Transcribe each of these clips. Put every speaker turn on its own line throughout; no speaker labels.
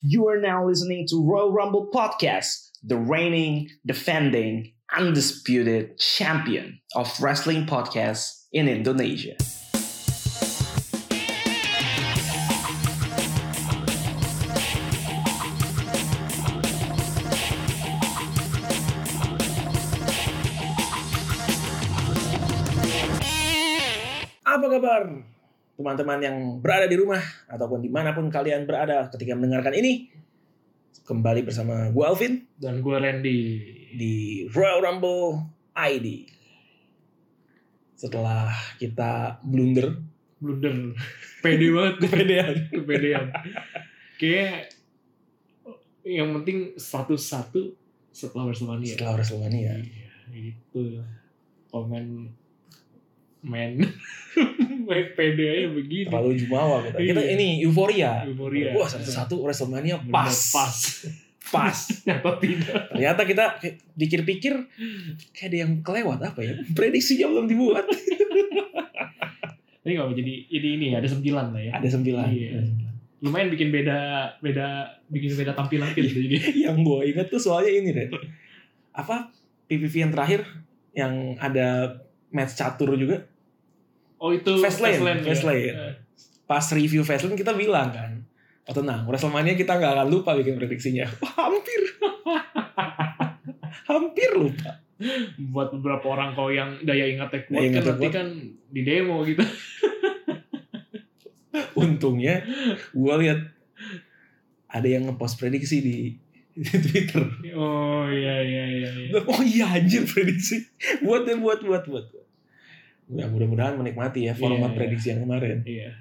You are now listening to Royal Rumble Podcast, the reigning, defending, undisputed champion of wrestling podcasts in Indonesia.
Apa kabar teman-teman yang berada di rumah ataupun dimanapun kalian berada ketika mendengarkan ini? Kembali bersama gue Alvin
dan gue Randy
di Royal Rumble ID. Setelah kita blunder,
blunder pede banget
kepedean.
kepedean kayak yang penting satu-satu setelah WrestleMania
Setelah ya. WrestleMania.
iya gitu komen men men pede aja begini
Terlalu jumawa kita. Kita
Iya.
ini euforia.
euforia
Wah satu-satu WrestleMania
Bener,
pas.
pas
Pas.
Ternyata tidak
Ternyata kita kayak pikir-pikir kayak ada yang kelewat apa ya? Prediksinya belum dibuat.
ini nggak jadi jadi ini ada sembilan lah ya
Ada sembilan.
Iya. lumayan bikin beda beda bikin beda tampilan
Iya.
gitu jadi
yang gue inget tuh soalnya ini deh apa PPV yang terakhir yang ada match catur juga
oh itu
Fastlane,
Fastlane, ya.
Fastlane.
Eh,
pas review Fastlane kita bilang kan oh tenang Wrestlemania kita nggak akan lupa bikin prediksinya hampir hampir lupa
buat beberapa orang kalau yang daya ingatnya
Daya
kuat kan
ingatnya
nanti
kuat.
kan di demo gitu
untungnya gue lihat ada yang ngepost prediksi di, di Twitter
oh iya iya iya iya.
Gua, oh iya anjir prediksi buat deh buat buat buat Ya, mudah-mudahan menikmati ya format
Iya, iya.
prediksi yang kemarin
iya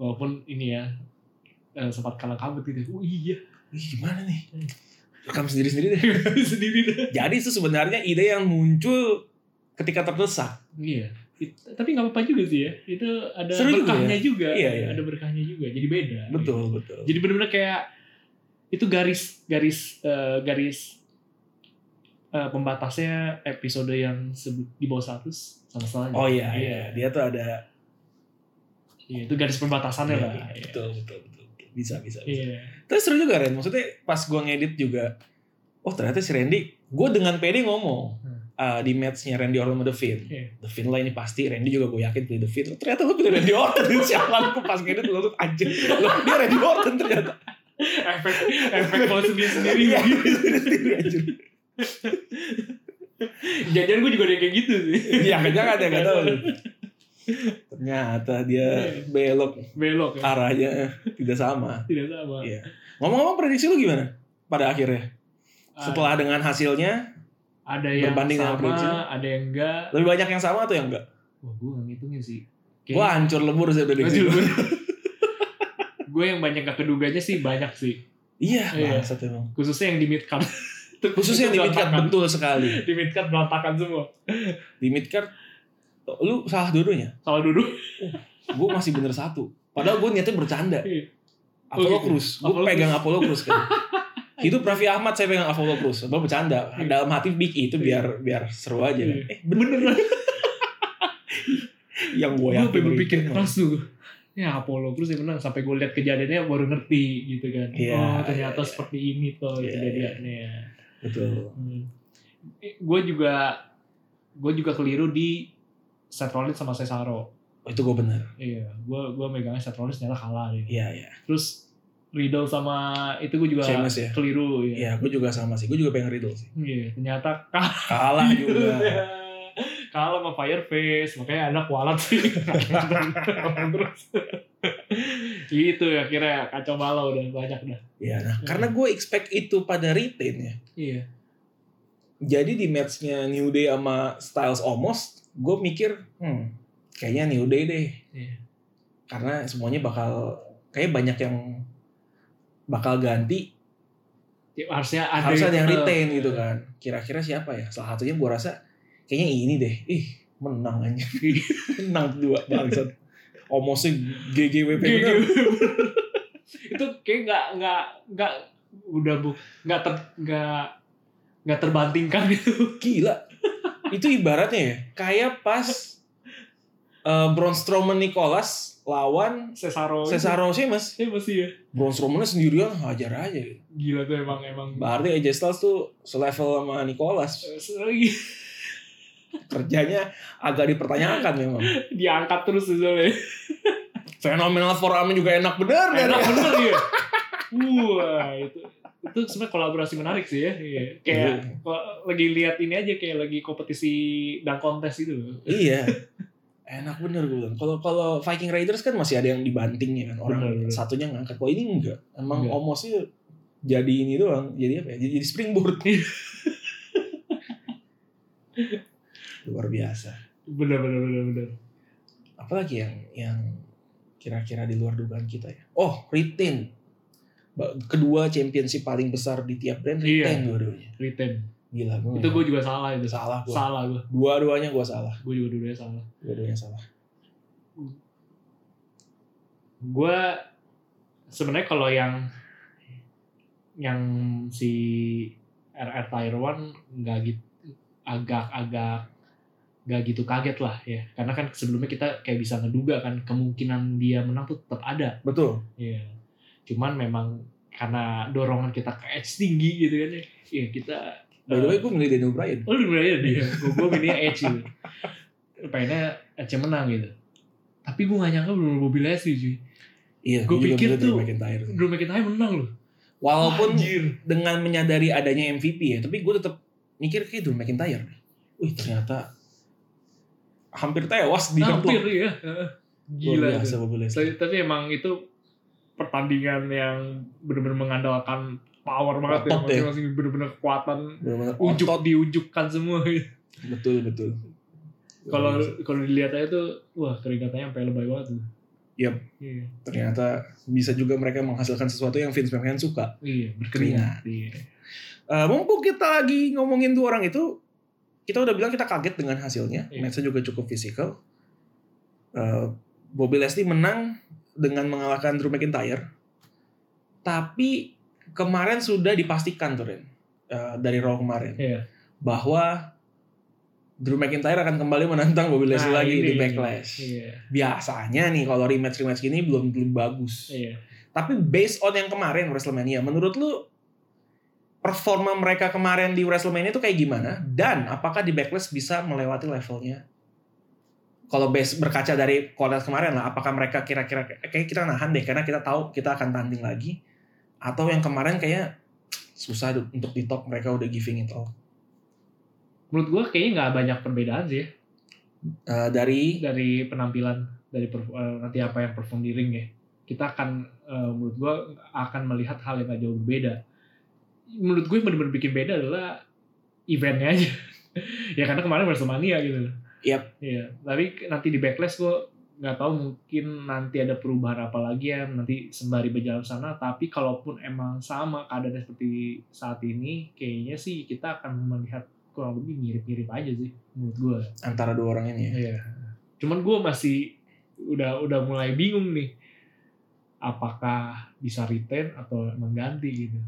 walaupun ini ya eh, sempat kalang kabut gitu oh iya
Ih, gimana nih rekam sendiri-sendiri deh
sendiri dah
Jadi itu sebenarnya ide yang muncul ketika terdesak.
iya It- tapi nggak apa-apa juga sih ya itu ada
Seru juga
berkahnya juga,
Iya, iya.
ada berkahnya juga jadi beda
Betul, betul.
jadi benar-benar kayak itu garis garis eh, garis eh, pembatasnya episode yang sebut di bawah 100 sama salahnya
Oh iya,
Iya.
iya. Dia tuh ada
Iya, itu garis perbatasannya
Iya,
lah.
iya, betul, betul, betul, betul. Bisa, bisa. bisa.
Iya.
Terus seru juga Ren, maksudnya pas gua ngedit juga Oh ternyata si Randy, gue dengan PD ngomong
Hmm.
eh, di matchnya Randy Orton sama The Finn.
Iya.
The Finn lah ini pasti, Randy juga gue yakin pilih The Finn. Ternyata lu pilih Randy Orton, sialan gue pas ngedit lu tuh anjir. Lu dia Randy Orton ternyata.
Efek efek kalau sendiri sendiri.
Iya, sendiri, anjir.
Jajan gue juga ada yang kayak gitu sih.
Iya, jangan ya, gak tau. Ternyata dia
Iya.
belok
Belok ya.
arahnya tidak sama.
Tidak sama.
Iya. Ngomong-ngomong prediksi lu gimana? Pada akhirnya,
Ah,
setelah dengan hasilnya
ada yang
berbanding dengan
sama,
prediksi.
ada yang enggak.
lebih banyak yang sama atau yang enggak?
Wah, gue nggak ngitungnya sih. Kayak-
Wah, hancur lebur saya prediksi.
Gua- gue yang banyak gak keduganya sih banyak sih.
Iya,
Iya.
bangsat emang.
Khususnya yang di mid card. Itu- kan.
Khususnya
itu
di midcard
berantakan.
betul sekali.
Di mid card berantakan semua.
Di midcard lu salah dua-duanya.
Kalau duduk
Gue masih bener satu. Padahal gue niatnya bercanda.
Iya.
Apollo
Oh, gitu.
Cruz, gue
Apollo
pegang Apollo Cruz kan. Itu Raffi Ahmad saya pegang Apollo Cruz, gue bercanda.
Iya.
Dalam hati Big E itu
Iya.
biar biar seru aja. kan.
Iya.
Eh, bener. yang gue
gue
yakin.
sampai berpikir
begitu.
keras tuh. Ya Apollo terus yang menang sampai gue lihat kejadiannya baru ngerti gitu kan.
Iya,
oh ternyata
iya, iya.
seperti ini tuh
Iya,
kejadiannya.
Betul.
Hmm. Eh, Gue juga gue juga keliru di Seth Rollins sama Cesaro.
Oh, itu gue bener.
Iya, gue gue megangnya Seth Rollins ternyata kalah nih.
Iya, iya.
Terus Riddle sama itu gue juga
Sheamus ya?
keliru ya.
Iya, gue juga sama sih. Gue juga pengen Riddle sih.
Iya, ternyata kalah
Kalah juga.
Iya. kalah sama Fireface, makanya ada kualat sih. Terus. itu akhirnya kacau balau dan banyak dah.
Iya, nah, karena gue expect itu pada retain ya.
Iya.
Jadi di matchnya New Day sama Styles Omos, gue mikir, hmm, kayaknya New Day deh.
Iya.
Karena semuanya bakal, kayak banyak yang bakal ganti,
Ya, harusnya ada
harus ada yang retain gitu kan. Kira-kira siapa ya? Salah satunya gue rasa, kayaknya ini deh. Ih, menang aja. menang dua bangsat. Omosnya GGWP
Gitu.
bener.
itu kayak nggak nggak nggak udah bu nggak ter nggak nggak terbantingkan gitu
Gila. Itu ibaratnya ya, kayak pas Eh, Braun Strowman Nicholas lawan
Cesaro.
Cesaro Sheamus.
Iya pasti ya.
Braun Strowman sendirian hajar aja. gitu.
Gila tuh emang emang. Eh,
Berarti AJ Styles tuh selevel sama Nicholas.
iya.
Kerjanya agak dipertanyakan memang.
Diangkat terus soalnya.
Fenomenal forearm juga enak bener. kan?
Enak bener ya. Wah itu itu sebenarnya kolaborasi menarik sih ya. Iya. Kayak kalau lagi lihat ini aja kayak lagi kompetisi dan kontes gitu.
Iya. Enak bener gue bilang. Kalau kalau Viking Raiders kan masih ada yang dibanting ya kan orang
Bener, bener.
satunya ngangkat. Kalau ini enggak. Emang
Enggak.
omosnya jadi ini doang. Jadi apa ya? Jadi, jadi springboard.
Iya.
Luar biasa.
Bener bener bener bener.
Apalagi yang yang kira-kira di luar dugaan kita ya. Oh, Retain. Ba- Kedua championship paling besar di tiap brand
Iya.
Retain dua-duanya.
Retain.
Gila gue.
Itu gue juga salah itu.
Iya. salah gue.
Salah gue.
Dua-duanya gue salah.
Gue juga dulunya salah.
Dua-duanya salah.
gue sebenarnya kalau yang yang si RR Tyrone nggak gitu agak-agak nggak gitu kaget lah ya karena kan sebelumnya kita kayak bisa ngeduga kan kemungkinan dia menang tuh tetap ada
Betul.
ya cuman memang karena dorongan kita ke edge tinggi gitu kan ya, ya kita
By the way gue milih Daniel Bryan.
Oh lu berani dia. Gue gue pilihnya Edge gitu. Pengennya Edge menang gitu. Tapi gue gak nyangka bener Bobby Leslie cuy.
Iya,
Gua
gua
pikir
pikir
tuh-
tuh McIntyre.
Drew McIntyre menang loh.
Walaupun
Anjir.
dengan menyadari adanya MVP ya, tapi gue tetap mikir kayak Drew McIntyre. Wih ternyata hampir tewas di
hampir
Hard Lock.
ya. Heeh. Gila.
Luar biasa
itu.
Bobby Lashley.
Tapi, tapi emang itu pertandingan yang bener-bener mengandalkan power
Otot
banget ya.
ya.
Masing-masing bener-bener kekuatan
Benar-benar
ujuk
otot. Iya,
diujukkan semua gitu.
Betul betul.
Kalau
iya.
kalau dilihat aja tuh wah keringatannya sampai lebay banget tuh.
Yap.
Iya.
ternyata bisa juga mereka menghasilkan sesuatu yang Vince McMahon suka.
Iya, berkeringat. Iya.
Eh, mumpung kita lagi ngomongin dua orang itu, kita udah bilang kita kaget dengan hasilnya.
Iya.
Matchnya juga cukup fisikal. Eh, Bobby Leslie menang dengan mengalahkan Drew McIntyre. Tapi kemarin sudah dipastikan tuh Ren, eh, dari Raw kemarin
Iya.
bahwa Drew McIntyre akan kembali menantang Bobby Leslie
Nah,
lagi
ini.
di Backlash.
Iya.
Biasanya nih kalau rematch rematch gini belum belum bagus.
Iya.
Tapi based on yang kemarin WrestleMania, menurut lu performa mereka kemarin di WrestleMania itu kayak gimana? Dan apakah di Backlash bisa melewati levelnya? Kalau base berkaca dari kualitas kemarin lah, apakah mereka kira-kira kayak kita nahan deh karena kita tahu kita akan tanding lagi? Atau yang kemarin kayak susah du- untuk di top mereka udah giving it all
menurut gue kayaknya nggak banyak perbedaan sih ya,
Eh, dari
dari penampilan dari perf- eh, nanti apa yang perform di ring ya kita akan eh, menurut gue akan melihat hal yang gak jauh berbeda menurut gue yang benar-benar bikin beda adalah eventnya aja ya karena kemarin Wrestlemania gitu loh
Yap.
Iya, tapi nanti di backlash gue nggak tahu mungkin nanti ada perubahan apa lagi ya nanti sembari berjalan sana tapi kalaupun emang sama keadaannya seperti saat ini kayaknya sih kita akan melihat kurang lebih mirip-mirip aja sih menurut gue
antara dua orang ini ya.
Iya. Cuman gue masih udah udah mulai bingung nih. Apakah bisa retain atau mengganti gitu.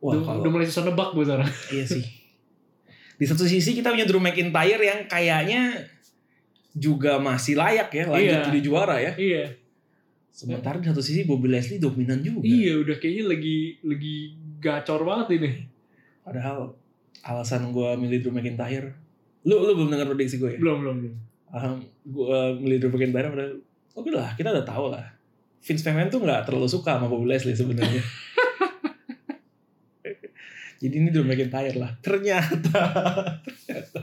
Wah,
udah,
kalau-
udah mulai susah nebak gue sekarang.
Iya sih. Di satu sisi kita punya Drew McIntyre yang kayaknya juga masih layak ya lanjut
Iya.
jadi juara ya.
iya.
Sementara di satu sisi Bobby Leslie dominan juga.
Iya, udah kayaknya lagi lagi gacor banget ini.
Padahal alasan gue milih Drew McIntyre. Lu lu belum dengar prediksi gue ya?
Belum, belum, belum.
Alham, gue milih Drew McIntyre padahal oke lah kita udah tahu lah. Vince McMahon tuh nggak terlalu suka sama Bobby Leslie sebenarnya. jadi ini Drew McIntyre lah. Ternyata, ternyata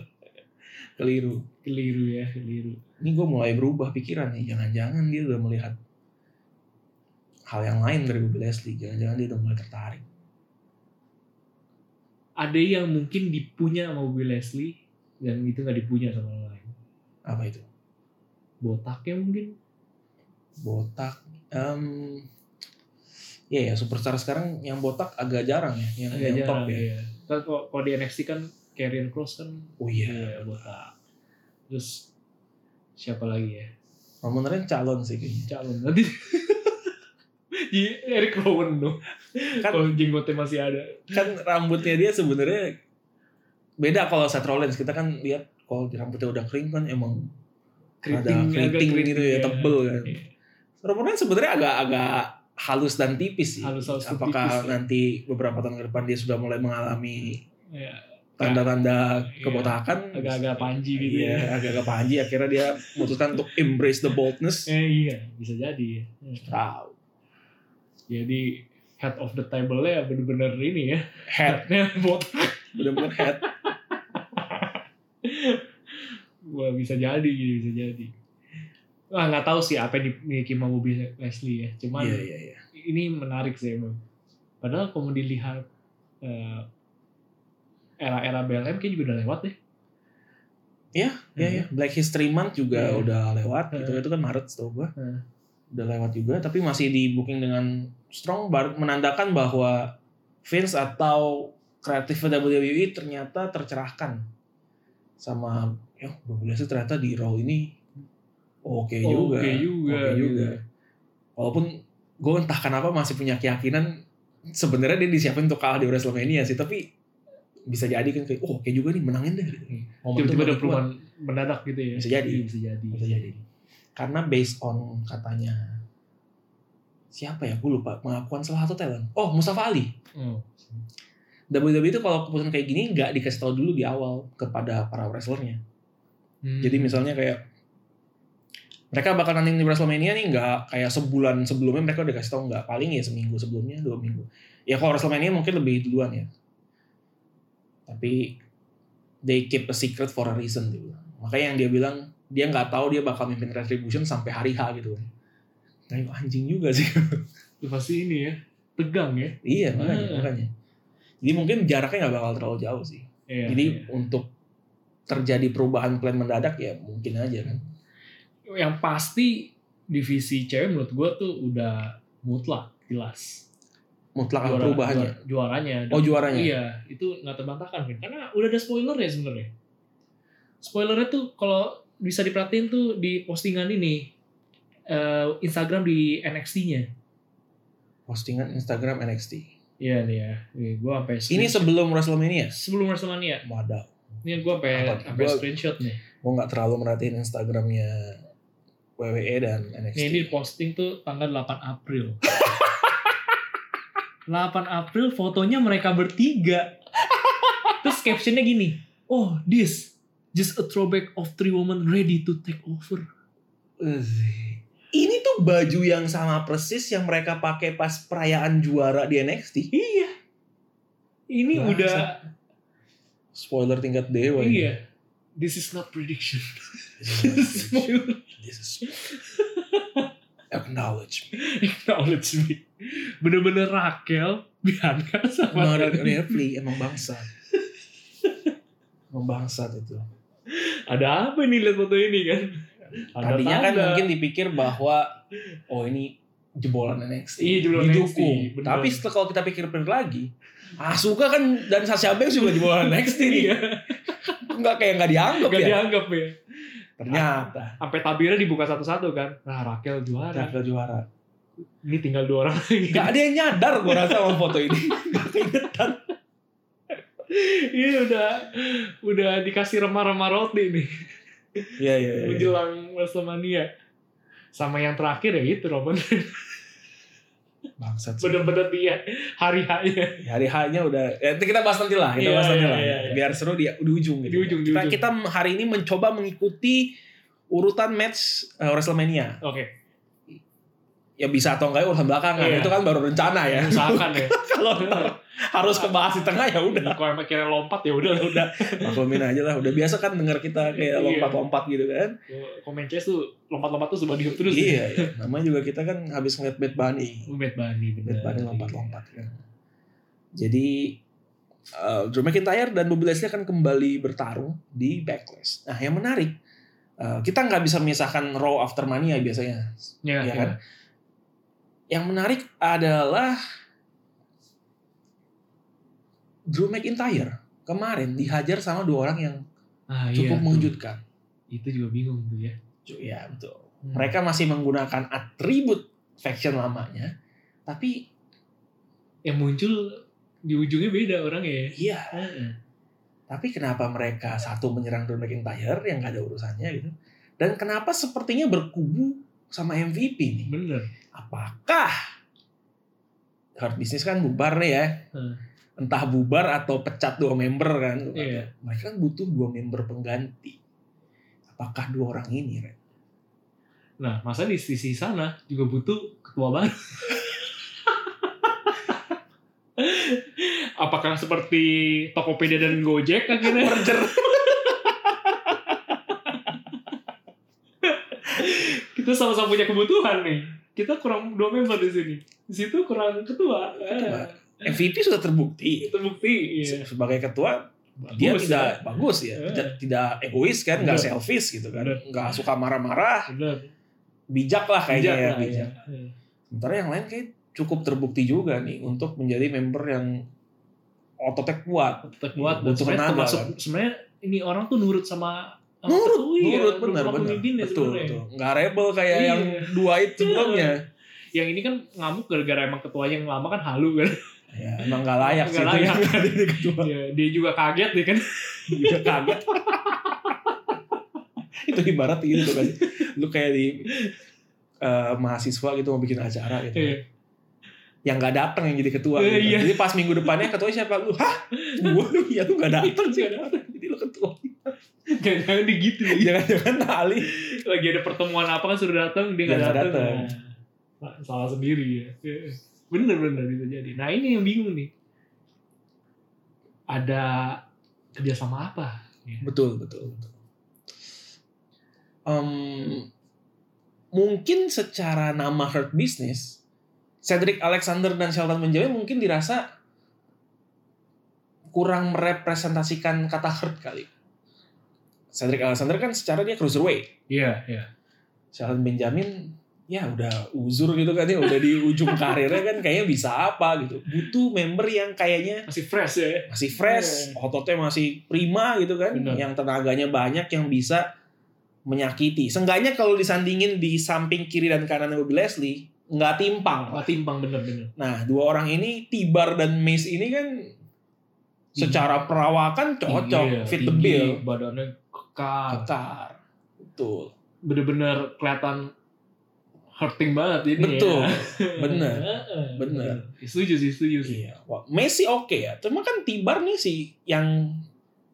keliru.
Keliru ya, keliru.
ini gue mulai berubah pikiran nih jangan-jangan dia udah melihat hal yang lain dari Bobby Leslie jangan-jangan dia udah mulai tertarik
Ada yang mungkin dipunya sama Bobby Leslie dan itu nggak dipunya sama orang lain.
apa itu
Botaknya mungkin.
botak Em, ya ya superstar sekarang yang botak agak jarang ya yang, yang
Agak
top
jarang
ya
ya. Kan kalau kalau di NXT kan Karrion Cross kan
oh iya
Iya, botak. Terus siapa lagi ya?
Roman Reigns calon sih kayaknya
calon nanti di Eric Rowan dong
Kan-
kalau jenggotnya masih ada
kan rambutnya dia sebenarnya beda kalau Seth Rollins kita kan lihat kalau rambutnya udah kering kan emang Ada keriting gitu ya, tebel kan.
Iya.
Roman Reigns sebenarnya agag-agak halus dan tipis sih.
Halus-halus dan
Apakah
tipis, ya.
nanti beberapa tahun ke depan dia sudah mulai mengalami
Iya.
tanda-tanda
Iya.
kebotakan?
Agak-agak panji gitu
Iya,
ya.
agak-agak panji. Akhirnya dia memutuskan untuk embrace the boldness.
Eh, iya, bisa jadi. ya. Iya.
Wow.
Jadi head of the table-nya bener-bener ini ya.
Head,
Headnya buat
bener-bener head.
Wah, bisa jadi, gitu, bisa jadi. Wah, nggak tahu sih apa yang dimiliki sama Bobby Leslie ya. Cuman
Iya, iya, iya.
ini menarik sih emang. Padahal kalau mau dilihat eh, era-era BLM kayaknya juga udah lewat deh.
Iya, iya. Black History Month juga
Iya.
udah lewat. Itu
Iya.
itu kan Maret setahu gua.
Iya.
Udah lewat juga, tapi masih di booking dengan strong bar menandakan bahwa Vince atau kreatif WWE ternyata tercerahkan sama ya Bobby Lashley ternyata di Raw ini oke juga.
Oh, Oke juga.
Oke juga. iya. Walaupun gue entah kenapa masih punya keyakinan sebenarnya dia disiapin untuk kalah di WrestleMania sih, tapi bisa jadi kan kayak oh oke juga nih menangin deh. Momentum
Tiba-tiba ada
lagi kuat.
perubahan mendadak gitu ya.
Bisa jadi.
Iya, Bisa jadi.
bisa jadi karena based on katanya siapa ya gue lupa pengakuan salah satu talent oh Mustafa Ali
Oh.
WWE itu kalau keputusan kayak gini nggak dikasih tahu dulu di awal kepada para wrestlernya
Hmm.
jadi misalnya kayak mereka bakal nanti di WrestleMania nih nggak kayak sebulan sebelumnya mereka udah kasih tahu nggak paling ya seminggu sebelumnya dua minggu ya kalau WrestleMania mungkin lebih duluan ya tapi they keep a secret for a reason dia bilang. makanya yang dia bilang dia nggak tahu dia bakal mimpin Retribution sampai hari H gitu kan nah itu anjing juga sih
Itu pasti ini ya. Tegang ya.
iya makanya
Ah.
makanya jadi mungkin jaraknya nggak bakal terlalu jauh sih
Iya,
jadi
iya.
untuk terjadi perubahan plan mendadak ya mungkin aja kan
yang pasti divisi cewek menurut gue tuh udah mutlak jelas.
mutlak
Juara-
perubahannya
juara- juaranya.
Oh, juaranya?
Iya, itu nggak terbantahkan kan. Karena udah ada spoiler ya sebenarnya. Spoilernya tuh kalau bisa diperhatiin tuh di postingan ini eh, Instagram di NXT-nya.
postingan Instagram NXT.
Iya nih ya. Nih, Gue sampai
Ini
screenshot.
sebelum WrestleMania.
sebelum WrestleMania.
Wadah,
Ini gue sampai
Apa?
sampai
Gua-
screenshot nih.
gue nggak terlalu merhatiin Instagramnya WWE dan NXT.
Nih ini posting tuh tanggal 8 April. 8 April fotonya mereka bertiga. Terus captionnya gini, oh this just a throwback of three women ready to take over.
Ini tuh baju yang sama persis yang mereka pakai pas perayaan juara di NXT.
Iya. Ini
Masa?
udah
Spoiler tingkat dewa. ini.
iya. This is not prediction. This is spoiler.
This is acknowledge.
Acknowledge me. Bener-bener Raquel, Bianca sama
Not
Naomi.
really, emang bangsa. emang bangsat itu.
Ada apa nih lihat foto ini kan? Ada
Tadinya kan
tanda.
mungkin dipikir bahwa oh ini jebolan NXT.
Iya, jebolan
didukung.
NXT, benar.
Tapi setelah kalau kita pikir-pikir lagi, Asuka kan dan Sasha Banks juga jebolan NXT nih.
Iya.
Enggak kayak enggak dianggap
Gak
ya.
dianggap ya.
Ternyata
Sampai tabirnya dibuka satu-satu kan. Nah, Rakel juara.
Rafael juara.
Ini tinggal dua orang lagi.
Enggak ada yang nyadar gua rasa sama foto ini. Nggak keingetan.
Ini Iya, udah udah dikasih remah-remah roti nih
Iya, iya, iya.
menjelang WrestleMania. Sama yang terakhir ya itu Roman
Bangsat sih.
bener-bener dia hari hanya
Hari H-nya udah ya, nanti kita bahas nanti lah, kita
Iya,
bahas nanti
iya,
lah.
iya, iya.
Biar seru di, di ujung gitu.
Di ujung, di
kita,
ujung.
kita hari ini mencoba mengikuti urutan match eh, WrestleMania.
Oke,
ya bisa atau enggak ya urusan belakangan
Iya.
itu kan baru rencana ya
usahakan ya.
kalau ntar harus kebahas di tengah ya udah
Kalau emang kira lompat ya udah udah.
maklumin aja lah udah biasa kan dengar kita kayak
Iya.
lompat-lompat gitu kan
Komen Chase tuh lompat-lompat tuh sudah diem terus. ya?
iya, iya. namanya juga kita kan habis ngeliat Bad Bunny
Umet Bani bener.
Bad Bunny lompat-lompat kan jadi eh, Drew McIntyre dan Bobby Leslie akan kembali bertarung di Backlash nah yang menarik eh, kita nggak bisa memisahkan Raw after Mania biasanya
Iya
Iya
iya.
kan? Yang menarik adalah Drew McIntyre kemarin dihajar sama dua orang yang
Ah,
cukup
tuh.
mengejutkan.
Itu juga bingung tuh ya.
Cu- Ya betul.
Hmm.
Mereka masih menggunakan atribut faction lamanya, tapi
yang muncul di ujungnya beda orangnya ya.
iya. Tapi kenapa mereka satu menyerang Drew McIntyre yang gak ada urusannya gitu, Dan kenapa sepertinya berkubu sama MVP nih?
Bener.
Apakah Hard Business kan bubar nih ya?
Hmm.
Entah bubar atau pecat dua member kan?
Iya.
Mereka kan butuh dua member pengganti. Apakah dua orang ini, Ren?
Nah, masa di sisi sana juga butuh ketua baru. Apakah seperti Tokopedia dan Gojek akhirnya? Merger. Kita sama-sama punya kebutuhan nih. Kita kurang dua member di sini. Di situ kurang ketua.
Ketua.
Eh,
MVP sudah terbukti.
itu bukti. Iya.
Se- Sebagai ketua, dia
Bagus,
tidak
ya.
bagus ya.
Iya.
Tidak, tidak egois kan, nggak
Benar.
selfish gitu kan.
Benar.
Nggak suka marah-marah,
Bener.
bijak lah kayaknya ya.
Bijak lah,
bijak.
iya. Iya.
Sementara yang lain kayak cukup terbukti juga nih untuk menjadi member yang ototnya kuat.
terkuat dan
Butuh
sebenarnya
tenaga,
termasuk
Iya, kan?
sebenarnya ini orang tuh nurut sama sama
Nurut,
ketua, iya,
nurut benar
sama
benar.
pemimpinnya
Betul,
sebenarnya.
betul. Nggak rebel kayak
Iya.
yang dua itu sebelumnya.
Yang ini kan ngamuk gara-gara emang ketuanya yang lama kan halu kan.
Ya, emang nggak layak sih
Nggak
itu
layak.
yang jadi ketua.
Iya, dia juga kaget deh kan.
Juga kaget. itu ibarat gitu kan. Lu kayak di eh, mahasiswa gitu mau bikin acara gitu.
Iya.
Yang nggak datang yang jadi ketua.
Iya,
gitu.
iya.
Jadi pas minggu depannya ketua siapa lu? Hah? Gua lu ya lu nggak datang sih.
Nggak
Jadi lu ketua.
Jangan-jangan dia gitu.
Jangan-jangan tali.
Lagi ada pertemuan apa kan suruh datang dia nggak
Iya, Nggak
datang.
datang.
Nah, salah sendiri ya. Iya. Bener-bener bisa jadi. Nah ini yang bingung nih. Ada kerjasama apa?
Betul, betul, betul. Em, mungkin secara nama Hurt Business, Cedric Alexander dan Shelton Benjamin mungkin dirasa kurang merepresentasikan kata Hurt kali. Cedric Alexander kan secara dia cruiserweight.
Iya, iya.
Shelton Benjamin ya udah uzur gitu kan ya udah di ujung karirnya kan kayaknya bisa apa gitu. Butuh member yang kayaknya
Masih fresh ya.
masih fresh, ototnya masih prima gitu kan,
Benar.
yang tenaganya banyak yang bisa menyakiti. Seenggaknya kalau disandingin di samping kiri dan kanan Bobby Leslie, nggak timpang.
Nggak
lah.
timpang bener-bener.
Nah, dua orang ini, Tibar dan Mace ini kan secara perawakan cocok,
Iya,
fit the
tinggi,
bill,
badannya kekar
Kekar. Betul.
bener-bener kelihatan hurting banget ini
Betul.
ya.
Bener.
Heeh, Ya,
Bener.
setuju sih setuju sih
Iya. Wah, Messi oke ya. Cuma kan Tibar nih si yang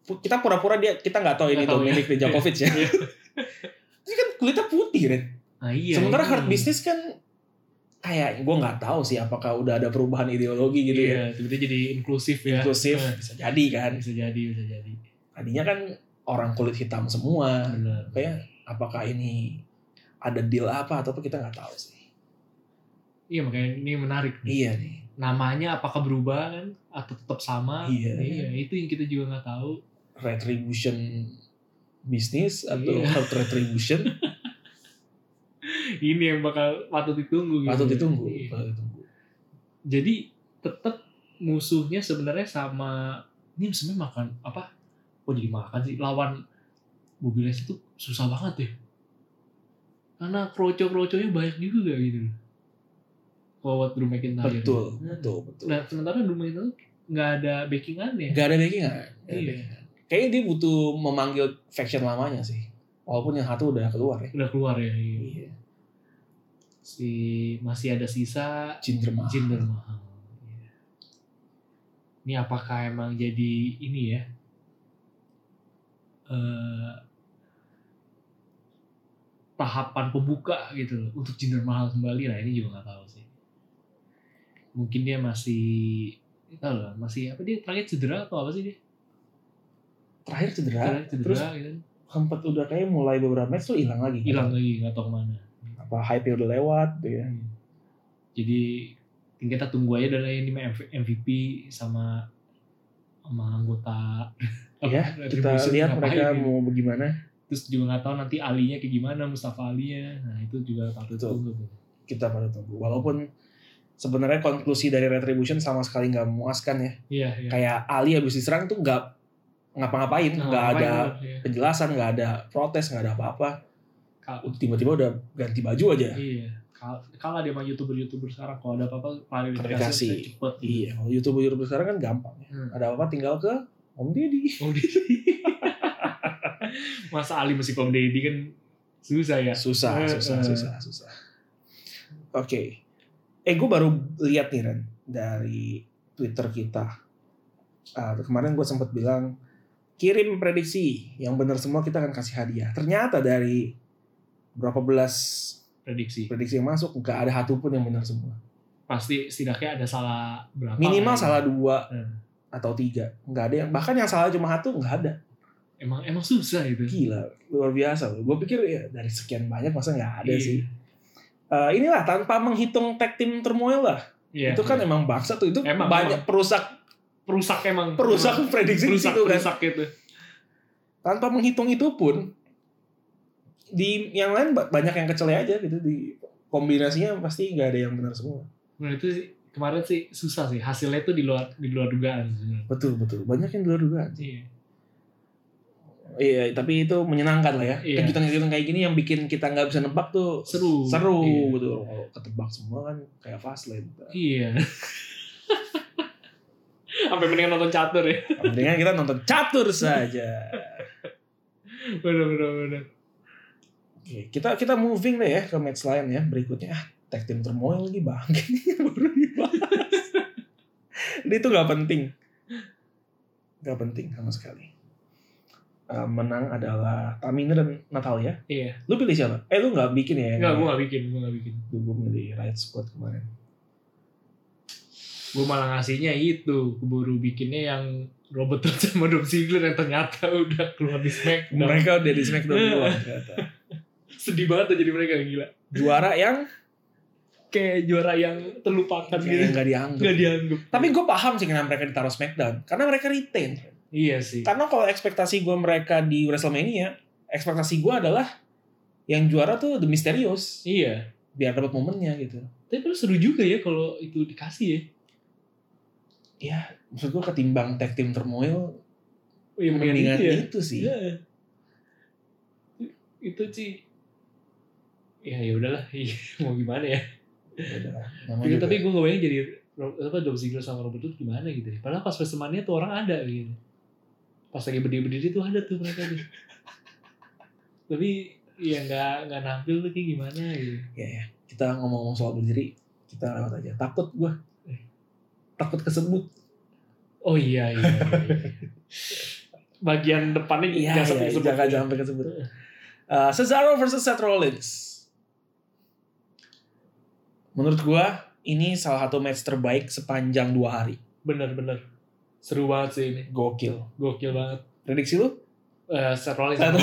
pu- kita pura-pura dia kita nggak tahu ini
Nggak tahu
Dominic
ya.
Dijakovic ya.
Iya.
Ini kan kulitnya putih, Ren.
nah, iya
Sementara
ini.
hard business kan kayak gue nggak tahu sih apakah udah ada perubahan ideologi gitu ya.
iya tiba-tiba jadi inklusif ya
Inklusif
Nah,
bisa jadi kan.
bisa jadi bisa jadi
Tadinya kan orang kulit hitam semua.
bener
Kayak apakah ini ada deal apa atau apa kita nggak tahu sih.
iya makanya ini menarik nih.
Iya nih.
namanya apakah berubah kan atau tetap sama
Iya.
itu yang kita juga nggak tahu
Retribution bisnis atau
Iya.
hard retribution
ini yang bakal patut ditunggu gitu
atau
ya.
ditunggu.
Iya.
Patut ditunggu.
jadi tetap musuhnya sebenarnya sama ini sebenarnya makan apa kok jadi makan sih lawan Bobby Leslie itu susah banget ya karena kroco-kroconya banyak juga gitu loh kalau buat Drew McIntyre
Betul,
Nah,
betul, betul.
nah sementara Drew McIntyre nggak ada backingannya
Gak ada backingan. Nggak ada
Iya.
backingan. Kayaknya dia butuh memanggil faction lamanya sih. Walaupun yang satu udah keluar ya.
udah keluar ya iya.
Iya.
si masih ada sisa
Jinder Mahal.
Jinder Mahal. Iya. Ini apakah emang jadi ini ya? eh, tahapan pembuka gitu loh untuk Jinder Mahal kembali lah ini juga nggak tahu sih. Mungkin dia masih tahu lah masih apa dia terakhir cedera atau apa sih dia?
terakhir cedera,
Cedera, cedera
terus
gitu.
sempat udah kayak mulai beberapa match tuh hilang lagi
hilang lagi nggak tahu kemana.
apa hype udah lewat gitu ya
Hmm. Jadi kita tunggu aja dari ini mah MVP sama sama anggota
Iya, kita
apa, retribution
lihat
Oh, ngapain
mereka
gitu.
mau bagaimana
terus juga nggak tahu nanti alinya kayak gimana Mustafa alinya nah itu juga patut
Betul.
tunggu tuh.
kita pada tunggu walaupun sebenarnya konklusi dari retribution sama sekali nggak memuaskan ya
iya iya
kayak Ali abis diserang tuh nggak ngapa-ngapain
Nah,
nggak
ngapain
ada
tuh, iya.
penjelasan nggak ada protes nggak ada apa-apa
Ka-
tiba-tiba udah ganti baju aja
iya Kal- kalah dia sama youtuber youtuber sekarang kalau ada apa-apa
Klarifikasi.
klarifikasi cepet gitu.
iya kalau youtuber youtuber sekarang kan gampang ya.
Hmm. Oh,
ada apa-apa tinggal ke Om Deddy
Om Deddy. Masa Ali masih Om Deddy kan Susah ya.
Susah,
Eh,
susah,
eh.
susah, susah. Oke. Eh, gue baru lihat nih Ren dari Twitter kita. Ah, kemarin gue sempat bilang kirim prediksi yang benar semua kita akan kasih hadiah. Ternyata dari berapa belas
Prediksi.
prediksi yang masuk nggak ada satu pun yang benar semua.
Pasti setidaknya ada salah berapa.
Minimal
kan?
salah dua
Hmm.
atau tiga. Nggak ada yang bahkan yang salah cuma satu nggak ada.
Emang emang susah itu.
Gila, luar biasa. Gue pikir ya dari sekian banyak masa nggak ada
Iya.
sih. Eh, inilah tanpa menghitung tag team turmoil lah.
Iya.
itu kan emang bangsa tuh itu
Emang,
banyak perusak
perusak emang.
perusak prediksi di
perusak
situ kan.
perusak gitu.
Tanpa menghitung itu pun di yang lain ba- banyak yang kecele aja gitu di kombinasinya pasti nggak ada yang benar semua.
Menurut Nah, itu sih, kemarin sih susah sih hasilnya itu di luar di luar dugaan. sebenarnya.
Betul betul banyak yang di luar dugaan.
Iya.
Iya, tapi itu menyenangkan lah ya.
Iya.
Kejutan-kejutan kayak gini yang bikin kita nggak bisa nebak tuh
Seru.
seru
Iya.
gitu. Kalau ketebak semua kan kayak Fastlane.
Iya. Sampai mendingan nonton catur ya.
Mendingan kita nonton catur saja.
Bener bener bener.
Oke, kita kita moving deh ya ke match lain ya berikutnya. Ah, Tag team turmoil lagi bang. Baru dibahas. Ini tuh nggak penting. Nggak penting sama sekali. Eh, menang adalah Tamina dan Natalia.
Iya.
Lu pilih siapa? Eh lu nggak bikin ya?
Enggak, gue gak bikin, gue gak bikin.
Gue milih Riot Squad kemarin.
Gue malah ngasihnya itu, keburu bikinnya yang Robert Root sama Dom Ziggler yang ternyata udah keluar di Smackdown.
Mereka udah di Smackdown
Iya.
duluan ternyata.
Sedih banget tuh jadi mereka gila.
Juara yang
Kayak juara yang
yang
terlupakan gitu.
nggak dianggap.
Gak dianggap.
Tapi gue paham sih kenapa mereka ditaruh Smackdown. Karena mereka retain.
Iya sih.
Karena kalau ekspektasi gue mereka di WrestleMania, ekspektasi gue adalah yang juara tuh The Mysterios.
Iya.
Biar dapat momennya gitu.
Tapi padahal seru juga ya kalau itu dikasih ya.
Maksud gue ketimbang tag team turmoil,
Iya,
mendingan
itu ya.
itu sih.
Iya. Itu sih. Ya ya udahlah, mau gimana ya.
Yaudah,
Gitu,
namanya juga.
tapi gue gak bayangin jadi Ro- apa Dom Ziggler sama Robert Root gimana gitu ya. Padahal pas pesemannya tuh orang ada gitu. Pas lagi berdiri-berdiri tuh ada tuh mereka tuh. tapi ya nggak nggak nampil tuh kayak gimana gitu.
Ya, ya. Kita ngomong-ngomong soal berdiri, kita lewat aja. Takut gue. Takut kesebut.
Oh iya iya. iya, iya. Bagian depannya
Iya,
jasad
iya,
disebut.
jangan jangan sampai kesebut. Eh, Cesaro versus Seth Rollins. Menurut gue, ini salah satu match terbaik sepanjang dua hari.
Bener bener. Seru banget sih ini.
Gokil.
Gokil banget.
Prediksi lu?
Eh, Seth Rollins.
Seth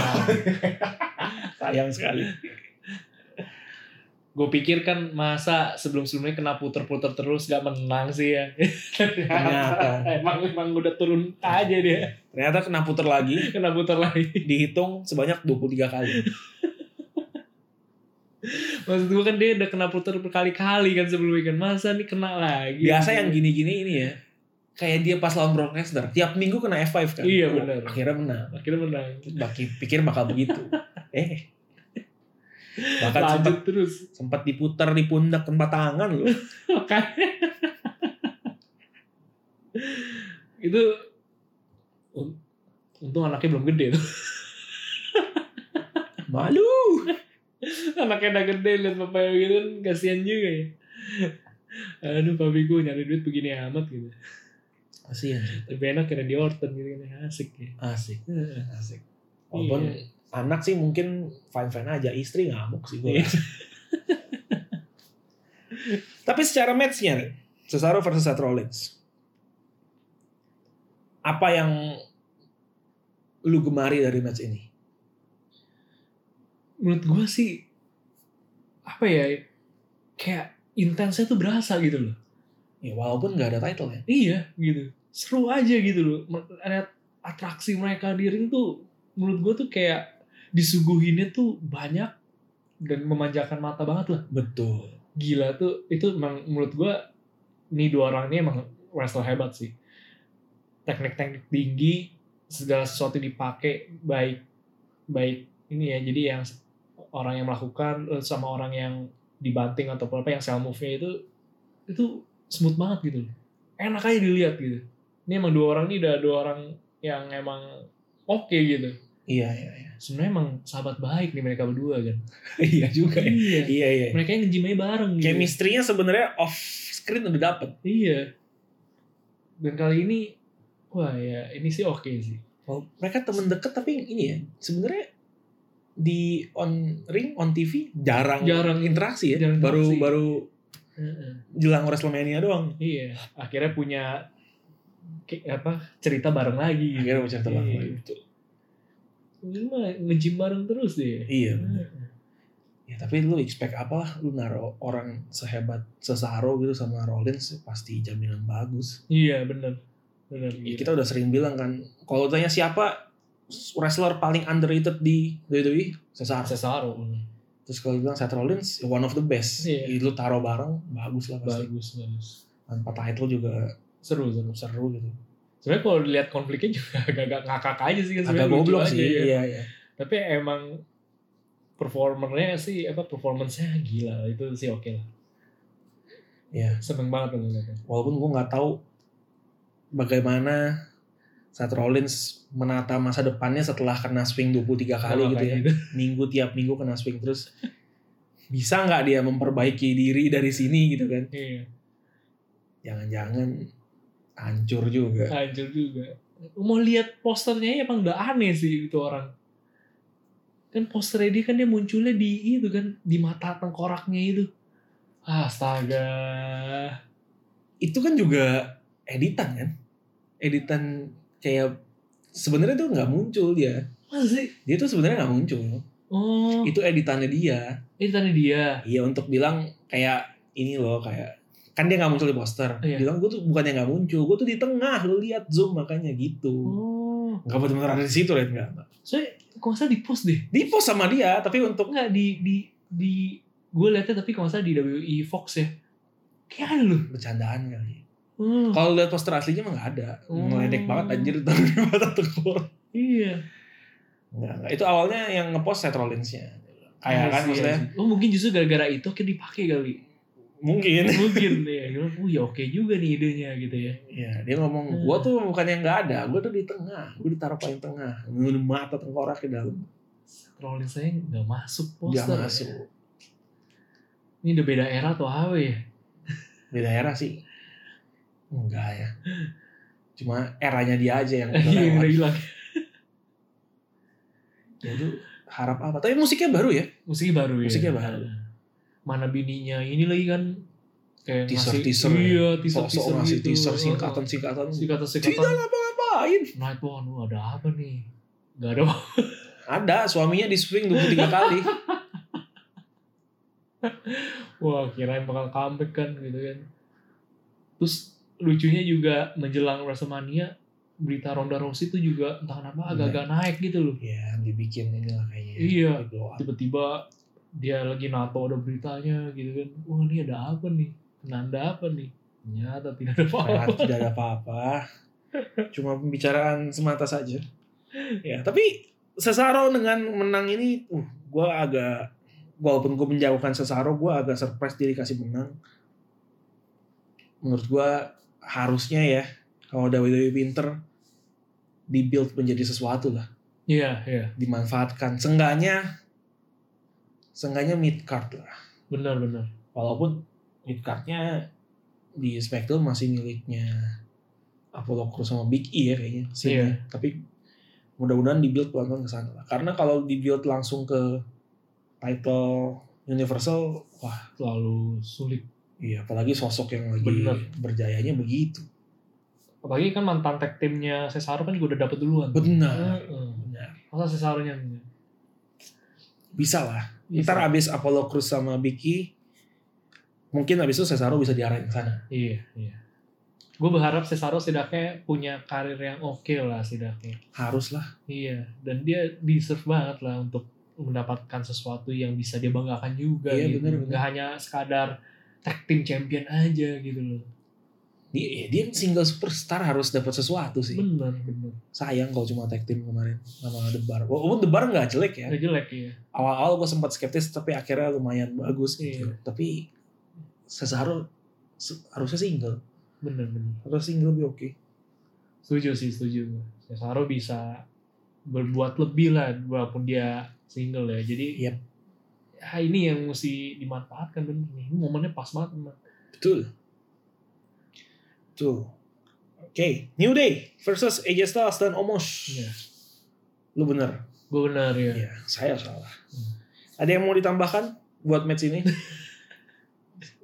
Sayang sekali.
Gue pikir kan masa sebelum-sebelumnya kena puter-puter terus gak menang sih ya.
Ternyata.
emang, emang udah turun aja dia.
Ternyata kena puter lagi,
kena putar lagi.
dihitung sebanyak 23 kali.
Maksud gue kan dia udah kena putar berkali-kali kan sebelumnya kan. Masa nih kena lagi?
Biasa yang gini-gini ini ya, kayak dia pas lawan Brock Lesnar, tiap minggu kena F5 kan.
Iya, benar.
Akhirnya menang.
Akhirnya menang.
Baki, pikir bakal begitu. Eh. Bahkan
Lanjut
sempat,
terus.
sempat diputar di pundak tempat tangan loh.
Makanya. Itu un- untung anaknya belum gede tuh.
Malu.
Anaknya udah gede liat papanya gitu kan kasihan juga ya. Aduh papi gue nyari duit begini amat gitu.
Kasihan.
Lebih enak kena di Orton gitu kan asik ya.
Asik.
Heeh.
Asik. Walaupun
Iya.
anak sih mungkin fine-fine aja, istri ngamuk sih gue.
Iya.
Tapi secara match-nya nih, Cesaro versus Seth Rollins. Apa yang lu gemari dari match ini?
menurut gue sih apa ya kayak intensnya tuh berasa gitu loh
Ya walaupun nggak ada title ya.
iya gitu seru aja gitu loh Men- ada atraksi mereka di ring tuh menurut gue tuh kayak disuguhinnya tuh banyak dan memanjakan mata banget lah
Betul.
gila tuh itu emang menurut gue nih dua orang ini emang wrestler hebat sih teknik-teknik tinggi segala sesuatu dipakai baik baik ini ya jadi yang s- orang yang melakukan eh, sama orang yang dibanting atau apa yang sell move-nya itu itu smooth banget gitu loh. enak aja dilihat gitu ini emang dua orang ini udah dua orang yang emang oke gitu
Iya, iya, iya.
Sebenarnya emang sahabat baik nih mereka berdua kan.
Iya juga ya.
iya.
Iya, iya.
Mereka yang nge-gymnya bareng. gitu.
Chemistry-nya sebenarnya off screen udah dapet.
Iya. Dan kali ini, wah ya ini sih oke sih.
Well, mereka temen deket tapi ini ya sebenarnya di on ring on TV jarang
Jarang.
interaksi ya
Jarang
baru
interaksi.
baru
Heeh.
jelang Wrestlemania doang
Iya. Akhirnya punya ke- apa cerita bareng lagi. gitu.
akhirnya bicara tentang
Iya. Ini mah nge-gym bareng terus deh.
iya bener.
Heeh.
ya, tapi lu expect apa lah lu naruh orang sehebat sesaro gitu sama Rollins pasti jaminan bagus
Iya bener. Bener.
Ya,
iya.
kita udah sering bilang kan kalau tanya siapa wrestler paling underrated di WWE Cesaro
Cesaro.
terus kalau bilang Seth Rollins ya one of the best
Iya.
Ya, lu taruh bareng bagus lah pasti
Bagus, bagus.
tanpa title juga
Seru, seru.
seru gitu
Sebenarnya kalau dilihat konfliknya juga agak-agak ngakak aja sih.
agak
sebenarnya lucu
goblok
aja,
sih
ya.
iya iya
tapi emang performernya sih apa performance-nya gila itu sih oke lah
Iya.
seneng banget tuh ngeliatnya.
walaupun gue nggak tahu bagaimana Seth Rollins menata masa depannya setelah kena swing 23 kali
Sama
gitu ya
kayak
minggu tiap minggu kena swing terus bisa nggak dia memperbaiki diri dari sini gitu kan
iya
jangan-jangan hancur juga
hancur juga mau lihat posternya ya emang udah aneh sih itu orang kan posternya dia kan dia munculnya di itu kan di mata tengkoraknya itu astaga
itu kan juga editan kan editan kayak sebenarnya tuh nggak muncul dia
masih
dia tuh sebenarnya nggak muncul
oh
itu editannya dia
ini tadi dia
Iya untuk bilang kayak ini loh kayak kan dia nggak muncul di poster.
Iya.
Bilang gue tuh bukannya nggak muncul, gue tuh di tengah lu lihat zoom makanya gitu.
oh
Nggak benar-benar ada di situ lihat nggak?
soalnya kok nggak salah di post deh
Di post sama dia tapi untuk
nggak di di di gue liatnya tapi kalau nggak salah di WI Fox ya kayak ada loh
bercandaan kali.
Hmm,
Kalau lihat poster aslinya emang nggak ada.
Hmm.
Meledek banget anjir taruh di mata tengkorak.
iya
Nggak, nggak. Itu awalnya yang ngepost Seth Rollins-nya. Kayak kan
Iya sih,
maksudnya
iya sih. oh mungkin justru gara-gara itu akhirnya dipakai kali ya.
mungkin.
mungkin ya Gua bilang, oh ya oke juga nih idenya gitu ya
Iya, dia ngomong,
Hmm.
gue tuh bukannya nggak ada, gue tuh di tengah, gue ditaruh paling tengah, mata tengkorak ke dalam,
Rollins saya nggak masuk
nggak
poster ya.
masuk.
ini udah beda era atau apa ya
di daerah sih enggak ya cuma eranya dia aja yang udah
iya yang
lewat Ya
udah hilang
itu harap apa tapi musiknya baru ya
musiknya baru ya
Musiknya baru.
mana bininya ini lagi kan kayak
Teaser-
ngasih-
teaser.
iya teaser
sok-sok
teaser
ngasih
gitu
teaser
Oh,
singkatan singkatan
singkatan
tidak
singkatan
ngapa ngapain
Night One Wah, ada apa nih Gak ada
ada suaminya di swing 23 kali
Wah kirain bakal comeback kan gitu kan. Terus lucunya juga menjelang Wrestlemania berita Ronda Rousey itu juga entah kenapa agak-agak naik gitu loh.
ya dibikin ini lah kayaknya
Iya.
Di blow up.
Tiba-tiba dia lagi nato ada beritanya gitu kan. Wah ini ada apa nih? Penanda apa nih? Ternyata tidak ada
Padahal
apa-apa.
tidak ada apa-apa cuma pembicaraan semata saja ya tapi Cesaro dengan menang ini uh gue agak walaupun gue menjauhkan Cesaro gue agak surprise dia dikasih menang menurut gue harusnya ya kalau WWE pinter dibuild menjadi sesuatu lah
Iya, iya.
dimanfaatkan sengganya sengganya mid card lah
Benar, benar.
walaupun mid cardnya di SmackDown masih miliknya Apollo Crews sama Big E ya kayaknya sih
Iya.
tapi mudah-mudahan dibuild pelan-pelan ke sana lah karena kalau dibuild langsung ke title Universal wah
Terlalu sulit.
iya apalagi sosok yang lagi
Bener.
berjayanya begitu
Apalagi kan mantan tag timnya Cesaro kan juga udah dapet duluan.
benar
Heeh.
benar
Masa Cesaronya Iya, enggak?
bisa lah ntar abis Apollo Crews sama Big E mungkin abis itu Cesaro bisa diarahin ke sana
Iya, iya. Gue berharap Cesaro setidaknya punya karir yang oke lah setidaknya.
harus lah
Iya, dan dia deserve banget lah untuk mendapatkan sesuatu yang bisa dia banggakan juga
Iya,
gitu.
bener, bener.
Nggak hanya sekadar tag team champion aja gitu loh.
dia, dia single superstar harus dapat sesuatu sih
Bener, bener.
sayang kalau cuma tag team kemarin sama The Bar. Walaupun The Bar nggak jelek ya.
Nggak jelek ya.
Awal-awal gue sempat skeptis tapi akhirnya lumayan bagus gitu.
Iya.
Tapi Cesaro se- harusnya single.
Bener, bener.
Harusnya single lebih oke.
Setuju sih, setuju. Cesaro bisa berbuat lebih lah walaupun dia single ya jadi
Yep.
ya, ini yang mesti dimanfaatkan bener nih Ini momennya pas banget bener.
Betul. Tuh. Oke, New Day versus AJ Styles dan Omos.
Iya.
Lu bener.
gue bener ya
Iya, saya salah.
Hmm.
Ada yang mau ditambahkan buat match ini?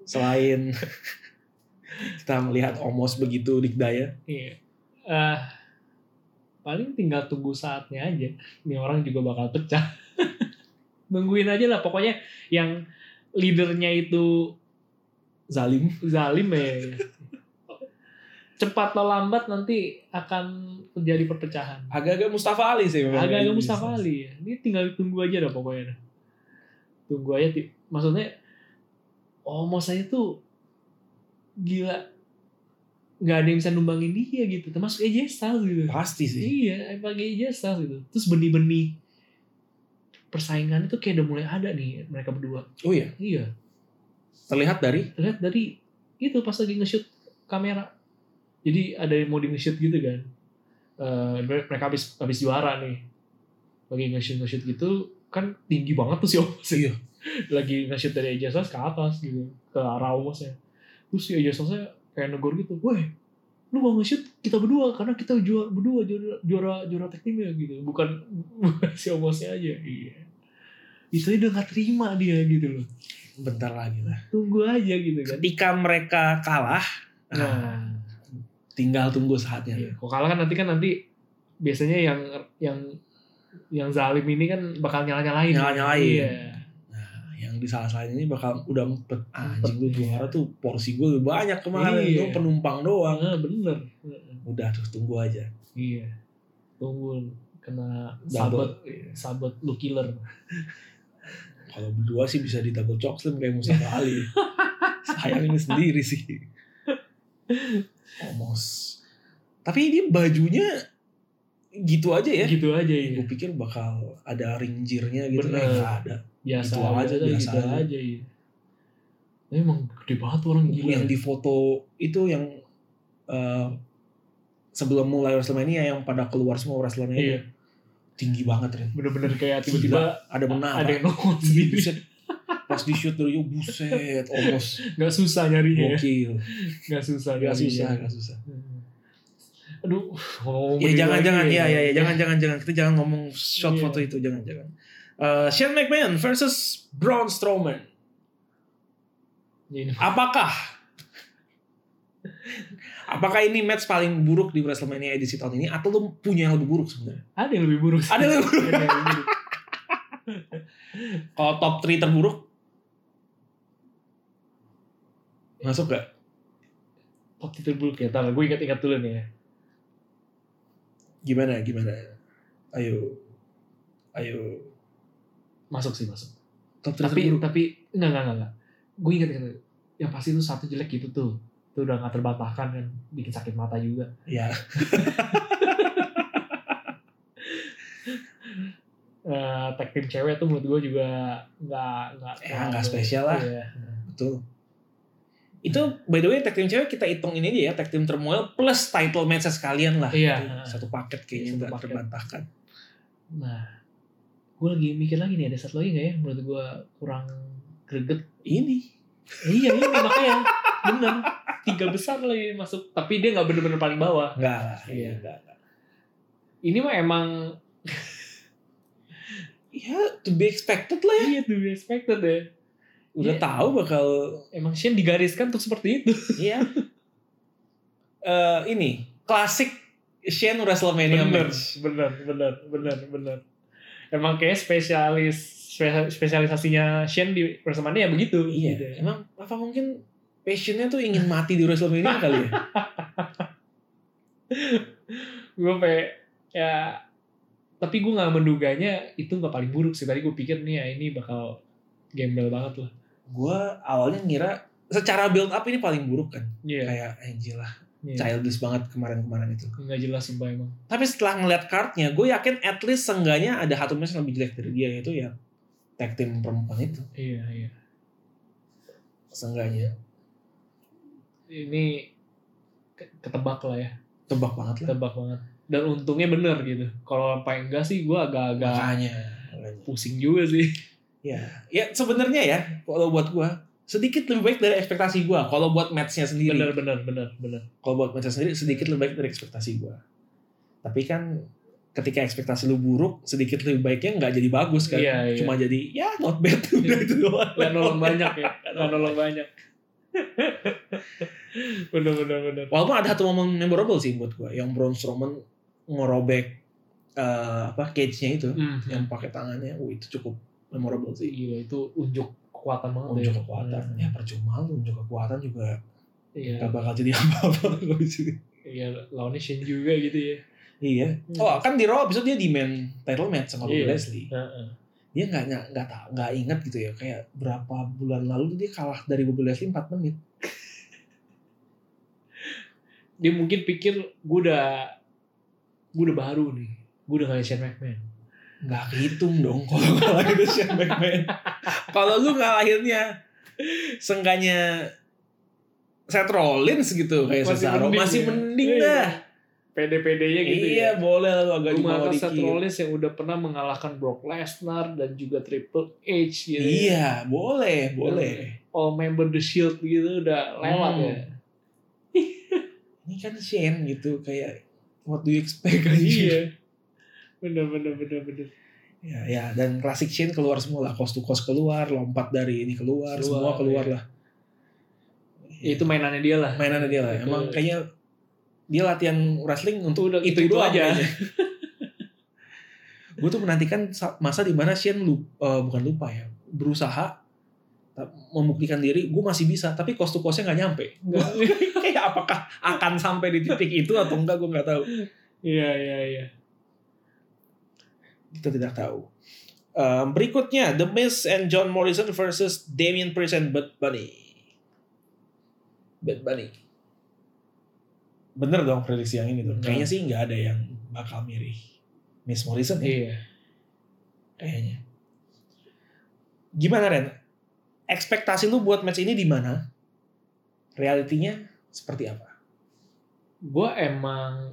Selain kita melihat Omos begitu dikdaya.
Iya. Eh, paling tinggal tunggu saatnya aja. Ini orang juga bakal pecah. Nungguin aja lah. Pokoknya yang leadernya itu
Zalim.
zalim ya. Cepat atau lambat nanti akan terjadi perpecahan.
Agak-agak Mustafa Ali sih. memang.
Agak-agak Mustafa Ali ya. Ini tinggal tunggu aja dah pokoknya. dah. Tunggu aja. Ti. Maksudnya, Omos saya tuh gila. Nggak ada yang bisa numbangin dia gitu. Termasuk AJ Styles gitu.
Pasti sih.
Iya, pakai ijazah gitu. Terus benih-benih persaingan itu kayak udah mulai ada nih mereka berdua.
Oh iya,
Iya,
terlihat dari
lihat dari itu pas lagi nge-shoot kamera. Jadi ada yang mau di nge-shoot gitu kan. Eh, mereka habis habis juara nih. Lagi nge-shoot nge-shoot gitu kan tinggi banget tuh si Omos.
Iya.
Lagi nge-shoot dari ijazah ke atas gitu, ke arah Omosnya. Terus si ijazahnya kayak negor gitu, "Woi, lu mau nge-shoot kita berdua karena kita juara berdua juara juara juara tag team ya gitu bukan si omosnya aja iya itu aja udah gak terima dia gitu loh
bentar lagi lah.
tunggu aja gitu kan
Ketika mereka kalah, nah,
nah
tinggal tunggu saatnya.
iya. kok kalah kan nanti kan nanti biasanya yang yang yang zalim ini kan bakal nyala nyalain
Nyala-nyalain.
iya
Nah, yang di salah salah ini bakal udah empet Ah, anjing gue
Empet,
juara tuh porsi gue lebih banyak kemarin
Ah, Iya.
gue penumpang doang
Nah, bener
udah terus tunggu aja
iya tunggu kena
Double.
sabot Iya, sabot lu killer
kalau berdua sih bisa di double chokeslam kayak Mustafa Ali sayang ini sendiri sih omos tapi ini bajunya gitu aja ya
gitu aja ya
gue pikir bakal ada ringjirnya gitu
Bener.
eh, nggak ada
biasa
Gitu aja, biasa
gitu
aja.
aja, iya. Emang gede banget orang gila.
yang di foto itu yang eh, sebelum mulai Wrestlemania yang pada keluar semua Wrestlemania
iya,
tinggi banget Ren.
bener-bener kayak tiba-tiba
ada menara
ada yang nongol
Ih,
sendiri.
buset. pas di shoot dari buset omos
Gak susah nyarinya ya.
gokil Iya,
Gak susah
gak
nyarinya.
Iya. susah gak susah
Hmm. Aduh, ngomong
ya
begini
jangan
lagi
jangan ya ya ya jangan jangan jangan kita jangan ngomong shot
Iya.
foto itu jangan jangan Eh, Shane McMahon versus Braun Strowman
Ini-
apakah apakah ini match paling buruk di Wrestlemania edisi tahun ini atau lu punya yang lebih buruk sebenarnya
Ada yang lebih buruk. sih.
Ada yang lebih buruk.
Ada yang lebih buruk.
kalau top 3 terburuk masuk gak?
Top titel buruk ya, ntar gue ingat-ingat dulu nih ya.
gimana gimana ayo ayo
Masuk sih, masuk.
top 3
Tapi,
terburuk
tapi, enggak, enggak, enggak, enggak. Gue ingat-ingat. Yang pasti itu satu jelek gitu tuh. Itu udah gak terbantahkan kan. Bikin sakit mata juga.
ya
eh tag team cewek tuh menurut gue juga nggak nggak
Ya,
terlalu-
nggak spesial lah.
Iya.
Betul. Itu by the way tag team cewek kita hitung ini aja ya tag team turmoil plus title match sekalian lah.
Iya.
Itu Satu paket kayaknya
Satu
nggak
paket.
terbantahkan.
Nah, gue lagi mikir lagi nih ada satu lagi nggak ya menurut gue kurang greget.
Ini
Eh, iya ini makanya bener tiga besar lagi masuk tapi dia nggak bener-bener paling bawah.
enggak lah.
Iya.
enggak, enggak.
Ini mah emang
Ya to be expected lah. ya.
iya to be expected ya.
Udah
Iya.
tahu bakal
Emang Shane digariskan untuk seperti itu.
iya. Eh, ini klasik Shane
Iya,
WrestleMania match.
bener, bener, bener, bener. Emang kayak spesialis spesialisasinya Shane di Wrestlemania ya begitu.
Iya.
gitu ya.
Emang apa mungkin passionnya tuh ingin mati di WrestleMania kali ya?
gue kayak ya tapi gue nggak menduganya itu nggak paling buruk sih tadi gue pikir nih ya ini bakal gembel banget lah
Gue awalnya ngira secara build up ini paling buruk kan.
iya
Kayak anjir lah
iya.
childish banget kemarin-kemarin itu.
nggak jelas sumpah emang
Tapi setelah ngeliat cardnya, gue yakin at least seenggaknya ada satu match yang lebih jelek dari dia yaitu ya tag team perempuan itu
iya iya
seenggaknya
ini ke- ketebak lah ya
tebak banget lah.
ketebak banget dan untungnya bener gitu kalau apa enggak sih gue agak-agak
Makanya.
pusing juga sih
Ya, ya sebenarnya ya kalau buat gua sedikit lebih baik dari ekspektasi gua kalau buat matchnya sendiri.
bener bener bener bener
Kalau buat matchnya sendiri sedikit lebih baik dari ekspektasi gua. Tapi kan ketika ekspektasi lu buruk, sedikit lebih baiknya nggak jadi bagus kan.
Iya, iya.
Cuma jadi ya not bad udah itu doang.
nggak nolong banyak ya nggak nolong banyak bener bener bener
Walaupun ada satu momen memorable sih buat gua yang Braun Strowman ngorobek eh, apa cage-nya itu
Hmm,
yang pakai tangannya, wah itu cukup memorable sih.
gila itu unjuk kekuatan banget
Unjuk
ya.
kekuatan,
Hmm.
ya percuma lu unjuk kekuatan juga
iya
nggak bakal jadi apa-apa kalau di sini.
iya lawannya Shin juga gitu ya
Iya.
Hmm.
Oh kan di Raw abis itu dia demand title match sama Bobby
Iya.
Leslie. Dia nggak nggak nggak tahu nggak ingat gitu ya kayak berapa bulan lalu dia kalah dari Bobby Leslie 4 menit.
dia mungkin pikir gue udah gue udah baru nih gue udah kayak Shane McMahon
Nggak kehitung dong kalau kalah itu Shane McMahon. kalau lu ngalahinnya sengganya Seth Rollins gitu kayak
Masih
Cesaro
mending
masih
ya.
mending
Iya.
dah.
PD-PD-nya gitu
iya
ya
boleh lu agak di bawah
Gimana Seth
dikit.
Rollins yang udah pernah mengalahkan Brock Lesnar dan juga Triple H gitu ya. Iya.
Iya boleh boleh.
All member The Shield gitu udah lewat
Hmm.
ya
Ini kan Shane gitu kayak what do you expect anjir?
iya bener bener bener bener
Ya, ya dan klasik Shin keluar semua lah, cost to cost keluar, lompat dari ini keluar,
Keluar,
semua keluar lah.
Ya, itu mainannya dia lah Iya.
mainannya dia lah.
Itu-
Emang kayaknya dia latihan wrestling
itu
untuk
udah gitu
itu itu aja. Gue tuh menantikan sa- masa di mana Shin lu eh, bukan lupa ya, berusaha ta- membuktikan diri gue masih bisa tapi cost to costnya nggak nyampe kayak apakah akan sampai di titik itu atau enggak gue nggak tahu
iya iya iya
kita tidak tahu Um, berikutnya The Miz and John Morrison versus Damian Priest and Bad Bunny Bad Bunny bener dong prediksi yang ini tuh
Bener.
kayaknya sih nggak ada yang bakal mirip Miss Morrison ya
iya
kayaknya gimana Ren ekspektasi lu buat match ini di mana realitinya seperti apa
gue emang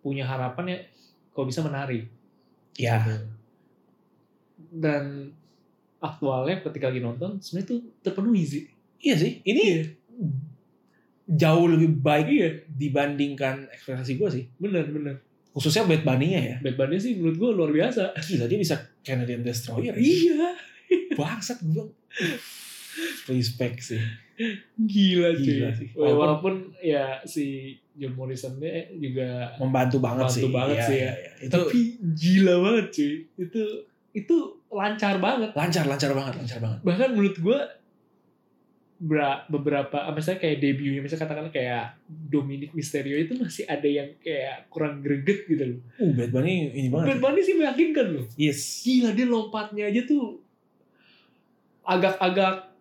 punya harapan ya kalau bisa menarik
ya
dan aktualnya ketika lagi nonton sebenarnya itu terpenuhi sih
iya Iya. sih ini jauh lebih baik dibandingkan ekspektasi gue sih
bener bener
khususnya Bad Bunny-nya ya
Bad Bunny sih menurut gue luar biasa
gila dia bisa Canadian Destroyer ya.
iya
bangsat gue bilang respect sih
gila cuy
Gila sih.
walaupun, ya si John Morrison juga
membantu banget
Membantu
sih
banget
Iya,
sih ya.
iya, iya. itu
tapi gila banget cuy itu itu lancar banget
lancar lancar banget lancar banget
bahkan menurut gue beberapa ah, misalnya kayak debutnya misalnya katakan kayak Dominic Mysterio itu masih ada yang kayak kurang greget gitu loh.
uh Bad Bunny ini banget
Bad Bunny sih meyakinkan loh.
yes
Gila dia lompatnya aja tuh agak-agak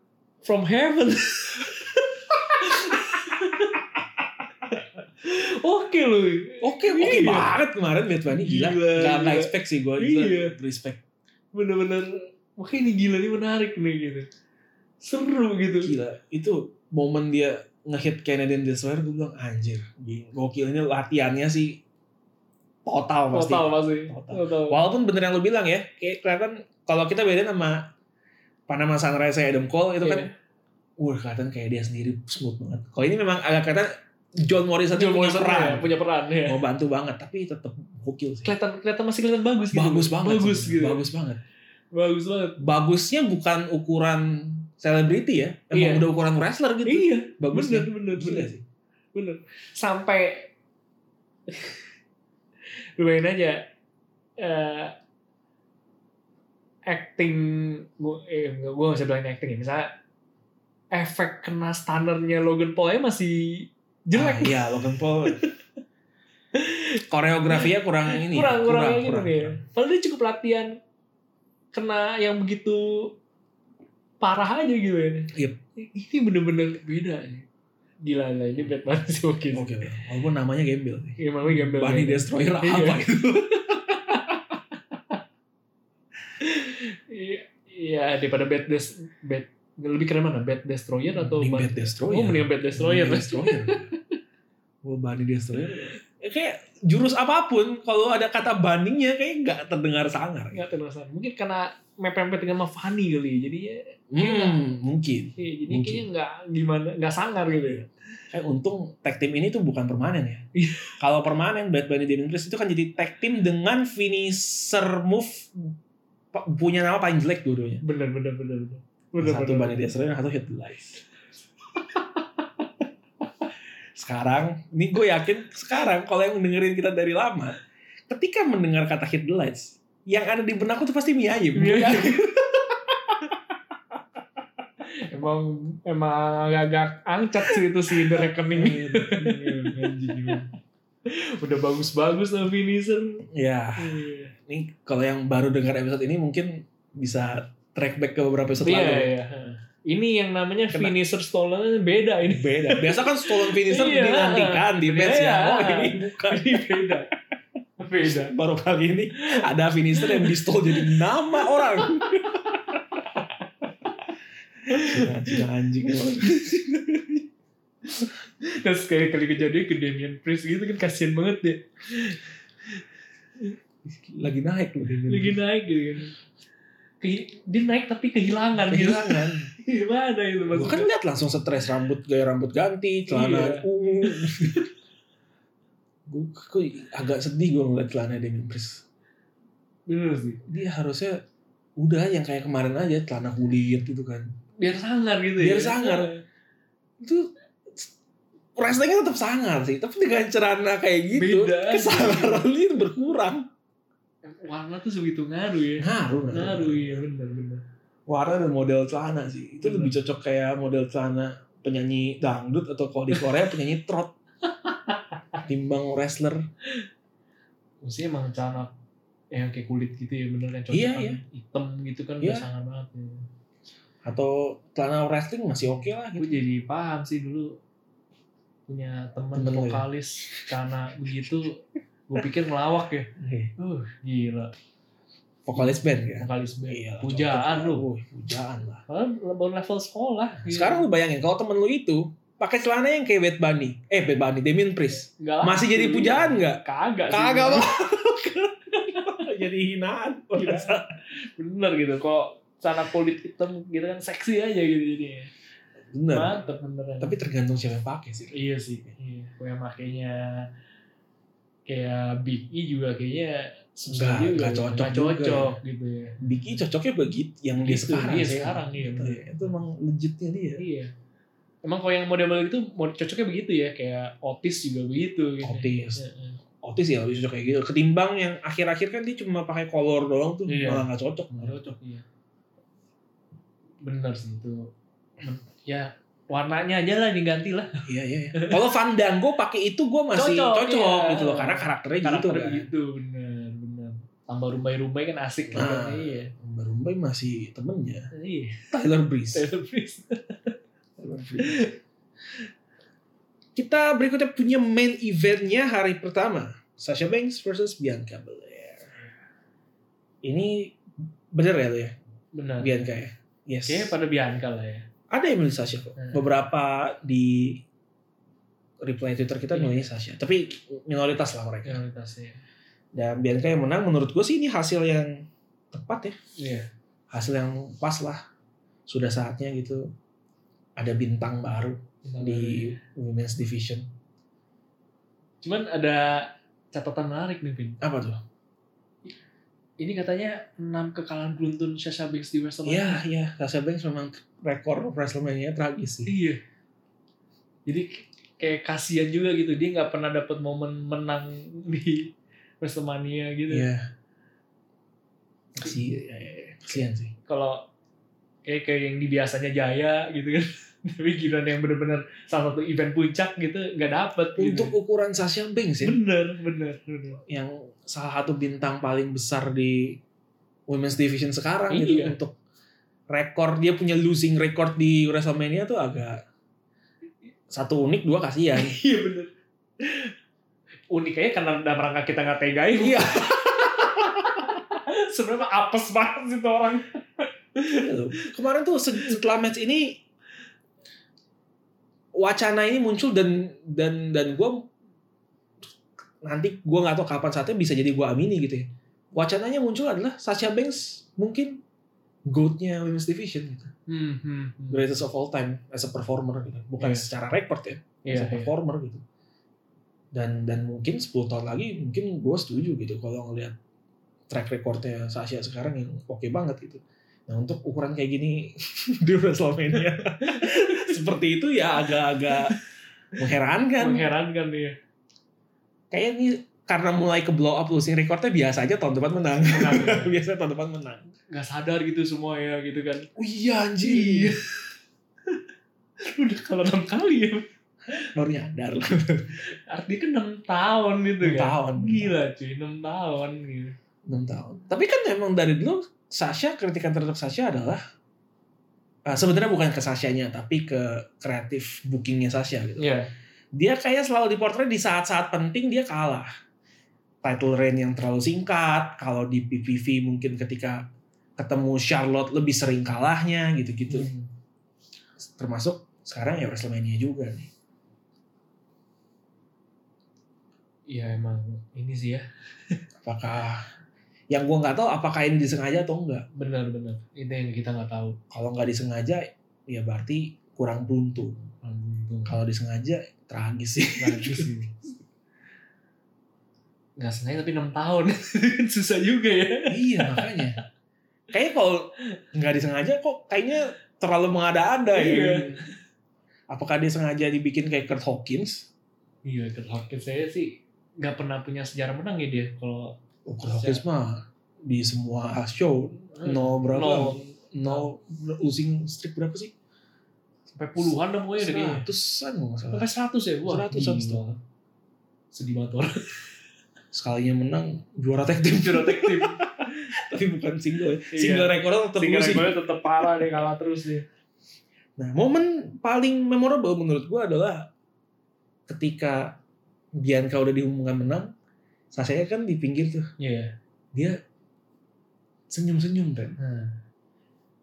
from heaven. Oke loh.
oke oke
Iya.
banget kemarin Bad Bunny gila
Gila,
nggak nggak
gila.
expect sih gue
Iya.
respect
Bener-bener makanya ini gila ini menarik nih gitu. Seru gitu.
gila itu momen dia ngehit Canadian Destroyer gue bilang anjir gini. gokil ini latihannya sih total pasti
Total pasti.
Total.
Total.
Walaupun bener yang lu bilang ya, kayak kelihatan kalau kita bedain sama Panama Sunrise kayak Adam Cole itu kan,
Iya.
wah kelihatan kayak dia sendiri smooth banget. Kalau ini memang agak kelihatan John Morrison
John
punya
Morrison
peran. Oh.
ya, punya peran ya.
Mau bantu banget, tapi tetap gokil sih.
Kelihatan kelihatan masih kelihatan bagus gitu.
Bagus banget.
Bagus
sih.
gitu.
Bagus banget.
Bagus banget.
Bagusnya bukan ukuran selebriti ya, emang
Iya.
udah ukuran wrestler gitu.
Iya,
Bagusnya.
bener bener
Gila
bener.
sih.
bener sampai lu bayangin aja eh, acting gue eh, gue gak bisa bilang acting ya misalnya efek kena stunnernya Logan Paul masih
Ah,
jelek
iya, Logan Paul. Koreografinya kurang ini. ya,
kurang kurang kayak gitu
Iya, kurang,
nih
kurang.
padahal dia cukup latihan kena yang begitu parah aja gitu ya
Yep.
ini bener-bener beda nih. gila lah ini Brad Pitt sih oke
Oke, oke. walaupun namanya gembel sih.
Gimana gue gambar
Bunny
kayak-
Destroyer
Iya.
apa gitu? itu?
Iya, iya daripada Bad Des Bad lebih keren mana Bad Destroyer Iya, atau Oh,
Mending
Bad-
Bad Destroyer.
Oh, mending Bad Destroyer.
Bunny Destroyer. Wah, Bunny Destroyer. Eh, kayak jurus apapun kalau ada kata bandingnya kayak nggak terdengar sangar.
nggak terasa mungkin karena mepet-mepet dengan sama Fanny kali jadi ya
Hmm, mungkin.
iya, jadi
Mungkin.
kayaknya nggak gimana nggak sangar gitu ya
Kayak untung tag team ini tuh bukan permanen ya. Kalau permanen Bad Bunny Damien Priest itu kan jadi tag team dengan finisher move pa- punya nama paling jelek dua-duanya.
bener bener bener bener bener
Satu Bunny Destroyer, satu Hit the Lights. sekarang, ini gue yakin sekarang kalau yang dengerin kita dari lama, ketika mendengar kata Hit the Lights, yang ada di benakku tuh pasti ya mie ayam.
Mie ayam. emang emang agak-agak angcat sih itu si The Reckoning Iya. udah bagus-bagus lah finisher
ya,
Iya.
ini kalau yang baru dengar episode ini mungkin bisa track back ke beberapa episode
Iya,
lalu.
iya. Ini yang namanya
Kena-
finisher stolen beda ini.
Beda. Biasa kan stolen finisher
Iya.
dinantikan di match
Iya.
ya. Oh ini bukan.
Ini beda. Beda.
Baru kali ini ada finisher yang di stole jadi nama orang. Cina, Cina anjing.
Dan sekali kali kejadian ke Damien Priest gitu kan kasihan banget dia.
Lagi naik loh. dia.
Lagi naik gitu kan. Kehi- dia naik tapi kehilangan gitu.
Kehilangan.
Gimana itu
Gue kan
maksudnya?
lihat langsung stres rambut gaya rambut ganti celana
Iya.
ungu. gue agak sedih gue ngeliat celana Damien Priest.
Bener sih.
dia harusnya udah yang kayak kemarin aja celana kulit gitu kan
Biar sangar gitu ya.
Biar sangar. itu wrestlingnya tetap sangar sih tapi dengan celana kayak gitu
Beda.
kesangaran itu berkurang
Warna tuh segitu ngaruh ya.
ngaruh
Ngaruh ya bener bener.
warna dan model celana sih itu
Benar.
lebih cocok kayak model celana penyanyi dangdut atau kalau di Korea penyanyi trot timbang wrestler
Maksudnya emang celana yang kayak kulit gitu ya bener kan cocok
Iya,
kan.
iya.
hitam gitu kan
Iya.
udah sangar banget ya.
atau celana wrestling masih oke lah gitu
gue jadi paham sih dulu punya temen
Temen lu ya?
vokalis karena begitu gue pikir ngelawak ya uh gila
vokalis band ya
vokalis band
Iya lah,
pujaan
cocok.
lu
Wih, pujaan lah
Padahal baru level sekolah gitu.
Sekarang lu bayangin kalau temen lu itu pakai celana yang kayak Bad Bunny, eh Bad Bunny, Damien Priest.
Nggak laku,
Masih jadi
iya.
pujaan nggak?
kagak sih.
Kagak bang. jadi hinaan.
Iya. bener gitu kok sana kulit hitam gitu kan seksi aja gitu jadinya
Bener.
mantep beneran
Tapi tergantung siapa yang pakai sih.
iya sih iya. gue yang makainya kayak Big E juga kayaknya susah ya.
Nggak- nggak cocok
nggak
juga
cocok gitu ya
Biggie cocoknya begitu yang dia
Gitu,
sekarang.
iya,
sih.
sekarang, iya,
Gitu
bener.
ya. Itu emang legitnya dia.
Iya. Emang kalau yang model-model itu mod- cocoknya begitu ya, kayak Otis juga begitu. Gitu.
Otis.
Heeh.
Otis ya lebih cocok kayak gitu. Ketimbang yang akhir-akhir kan dia cuma pakai kolor doang tuh
Iya.
malah nggak cocok.
Nggak Cocok iya. Bener sih itu. Men- Ya warnanya aja lah diganti lah.
Iya iya. iya. Kalau Van Dango pakai itu gue masih
Cocok,
cocok,
iya.
gitu loh karena karakternya, gitu
Karakter
kan.
begitu, bener bener. Tambah rumbai-rumbai kan asik
Nah.
kan. Iya.
Barumbay masih temennya
Iya.
Tyler Breeze.
Taylor Swift.
Kita berikutnya punya main eventnya hari pertama. Sasha Banks versus Bianca Belair. Ini bener ya lo ya?
Bener.
Bianca ya? Yes.
Kayaknya pada Bianca lah ya.
Ada yang milih Sasha kok.
Hmm.
Beberapa di reply Twitter
Iya.
kita milihnya Sasha. Tapi minoritas lah mereka.
Prioritasnya.
Dan Bianca yang menang menurut gue sih ini hasil yang tepat ya.
Iya.
Hasil yang pas lah. Sudah saatnya gitu. Ada bintang baru di women's division.
Cuman ada catatan menarik nih, Vin.
Apa tuh?
Ini katanya 6 kekalahan beruntun Sasha Banks di WrestleMania.
Iya, iya. Sasha Banks memang rekor WrestleMania tragis sih.
Iya. Jadi k- kayak kasihan juga gitu dia nggak pernah dapat momen menang di WrestleMania gitu.
Iya. Si, iya, iya, iya. kasihan sih.
Kalau kayak kayak yang di biasanya jaya gitu kan. Tapi giliran yang bener-bener salah satu event puncak gitu nggak dapet gitu.
Untuk ukuran Sasha Banks ya,
bener bener bener.
yang salah satu bintang paling besar di women's division sekarang gitu
Iya.
untuk rekor dia punya losing record di WrestleMania tuh agak satu unik dua kasihan.
Iya bener. Unik aja karena dalam rangka kita nggak tegain.
Iya.
Sebenarnya mah apes banget sih tuh orang.
Gitu. Kemarin tuh se- setelah match ini wacana ini muncul dan dan dan gue nanti gue nggak tahu kapan saatnya bisa jadi gue amini gitu ya. Wacananya muncul adalah Sasha Banks mungkin goatnya Women's Division gitu.
Hmm, hmm, hmm.
Greatest of all time as a performer gitu. Bukan
Iya.
secara record ya,
Iya,
as a
iya.
performer gitu. Dan dan mungkin 10 tahun lagi mungkin gue setuju gitu kalau ngelihat track recordnya Sasha sekarang yang oke banget gitu. Nah untuk ukuran kayak gini di WrestleMania seperti itu ya agak-agak
Kan?
mengherankan
Mengherankan dia.
kayaknya ini karena mulai ke blow up losing recordnya biasa aja tahun depan menang.
Menang, ya.
Biasanya tahun depan menang.
Nggak sadar gitu semua ya gitu kan.
Oh iya
Iya. Udah kalau enam kali ya.
Baru nyadar lah.
Artinya kan enam tahun gitu
Enam
kan.
tahun.
Gila cuy, enam tahun gitu.
6 tahun. Tapi kan emang dari dulu Sasha kritikan terhadap Sasha adalah eh, sebenarnya bukan ke Sashanya tapi ke kreatif bookingnya Sasha gitu.
Iya.
Dia kayak selalu dipotret di saat-saat penting dia kalah. Title reign yang terlalu singkat, kalau di PPV mungkin ketika ketemu Charlotte lebih sering kalahnya gitu-gitu. termasuk sekarang ya WrestleMania juga nih.
Iya emang ini sih ya.
Apakah yang gua nggak tahu apakah ini disengaja atau enggak.
Benar-benar. Itu yang kita nggak tahu.
Kalau nggak disengaja ya berarti kurang beruntung.
Kalau
Kalau disengaja tragis sih.
lagi sih. Nggak sengaja tapi enam tahun. Susah juga ya.
iya makanya. Kayaknya kalau nggak disengaja kok kayaknya terlalu mengada-ada
Iya.
ya. Apakah dia sengaja dibikin kayak Kurt Hawkins?
Iya, Kurt Hawkins saya sih nggak pernah punya sejarah menang ya dia. Kalau
Oh, Kurt Hawkins mah di semua show no berapa Hmm. no,
nol
losing streak berapa sih?
sampai puluhan dong
Oh, iya,
pokoknya udah kayaknya.
Seratusan kalau nggak salah.
Sampai seratus ya, wah.
Seratusan
gila.
setengah.
Sedih banget orang.
Sekalinya menang juara tag team
Juara tag team.
tapi bukan single ya.
Iya.
Single rekornya tetap
Tinggal
losing.
gue tetap parah deh kalah terus dia.
Nah, momen paling memorable menurut gue adalah ketika Bianca udah diumumkan menang, Sasha kan di pinggir tuh,
Iya.
dia senyum-senyum kan.
Hmm.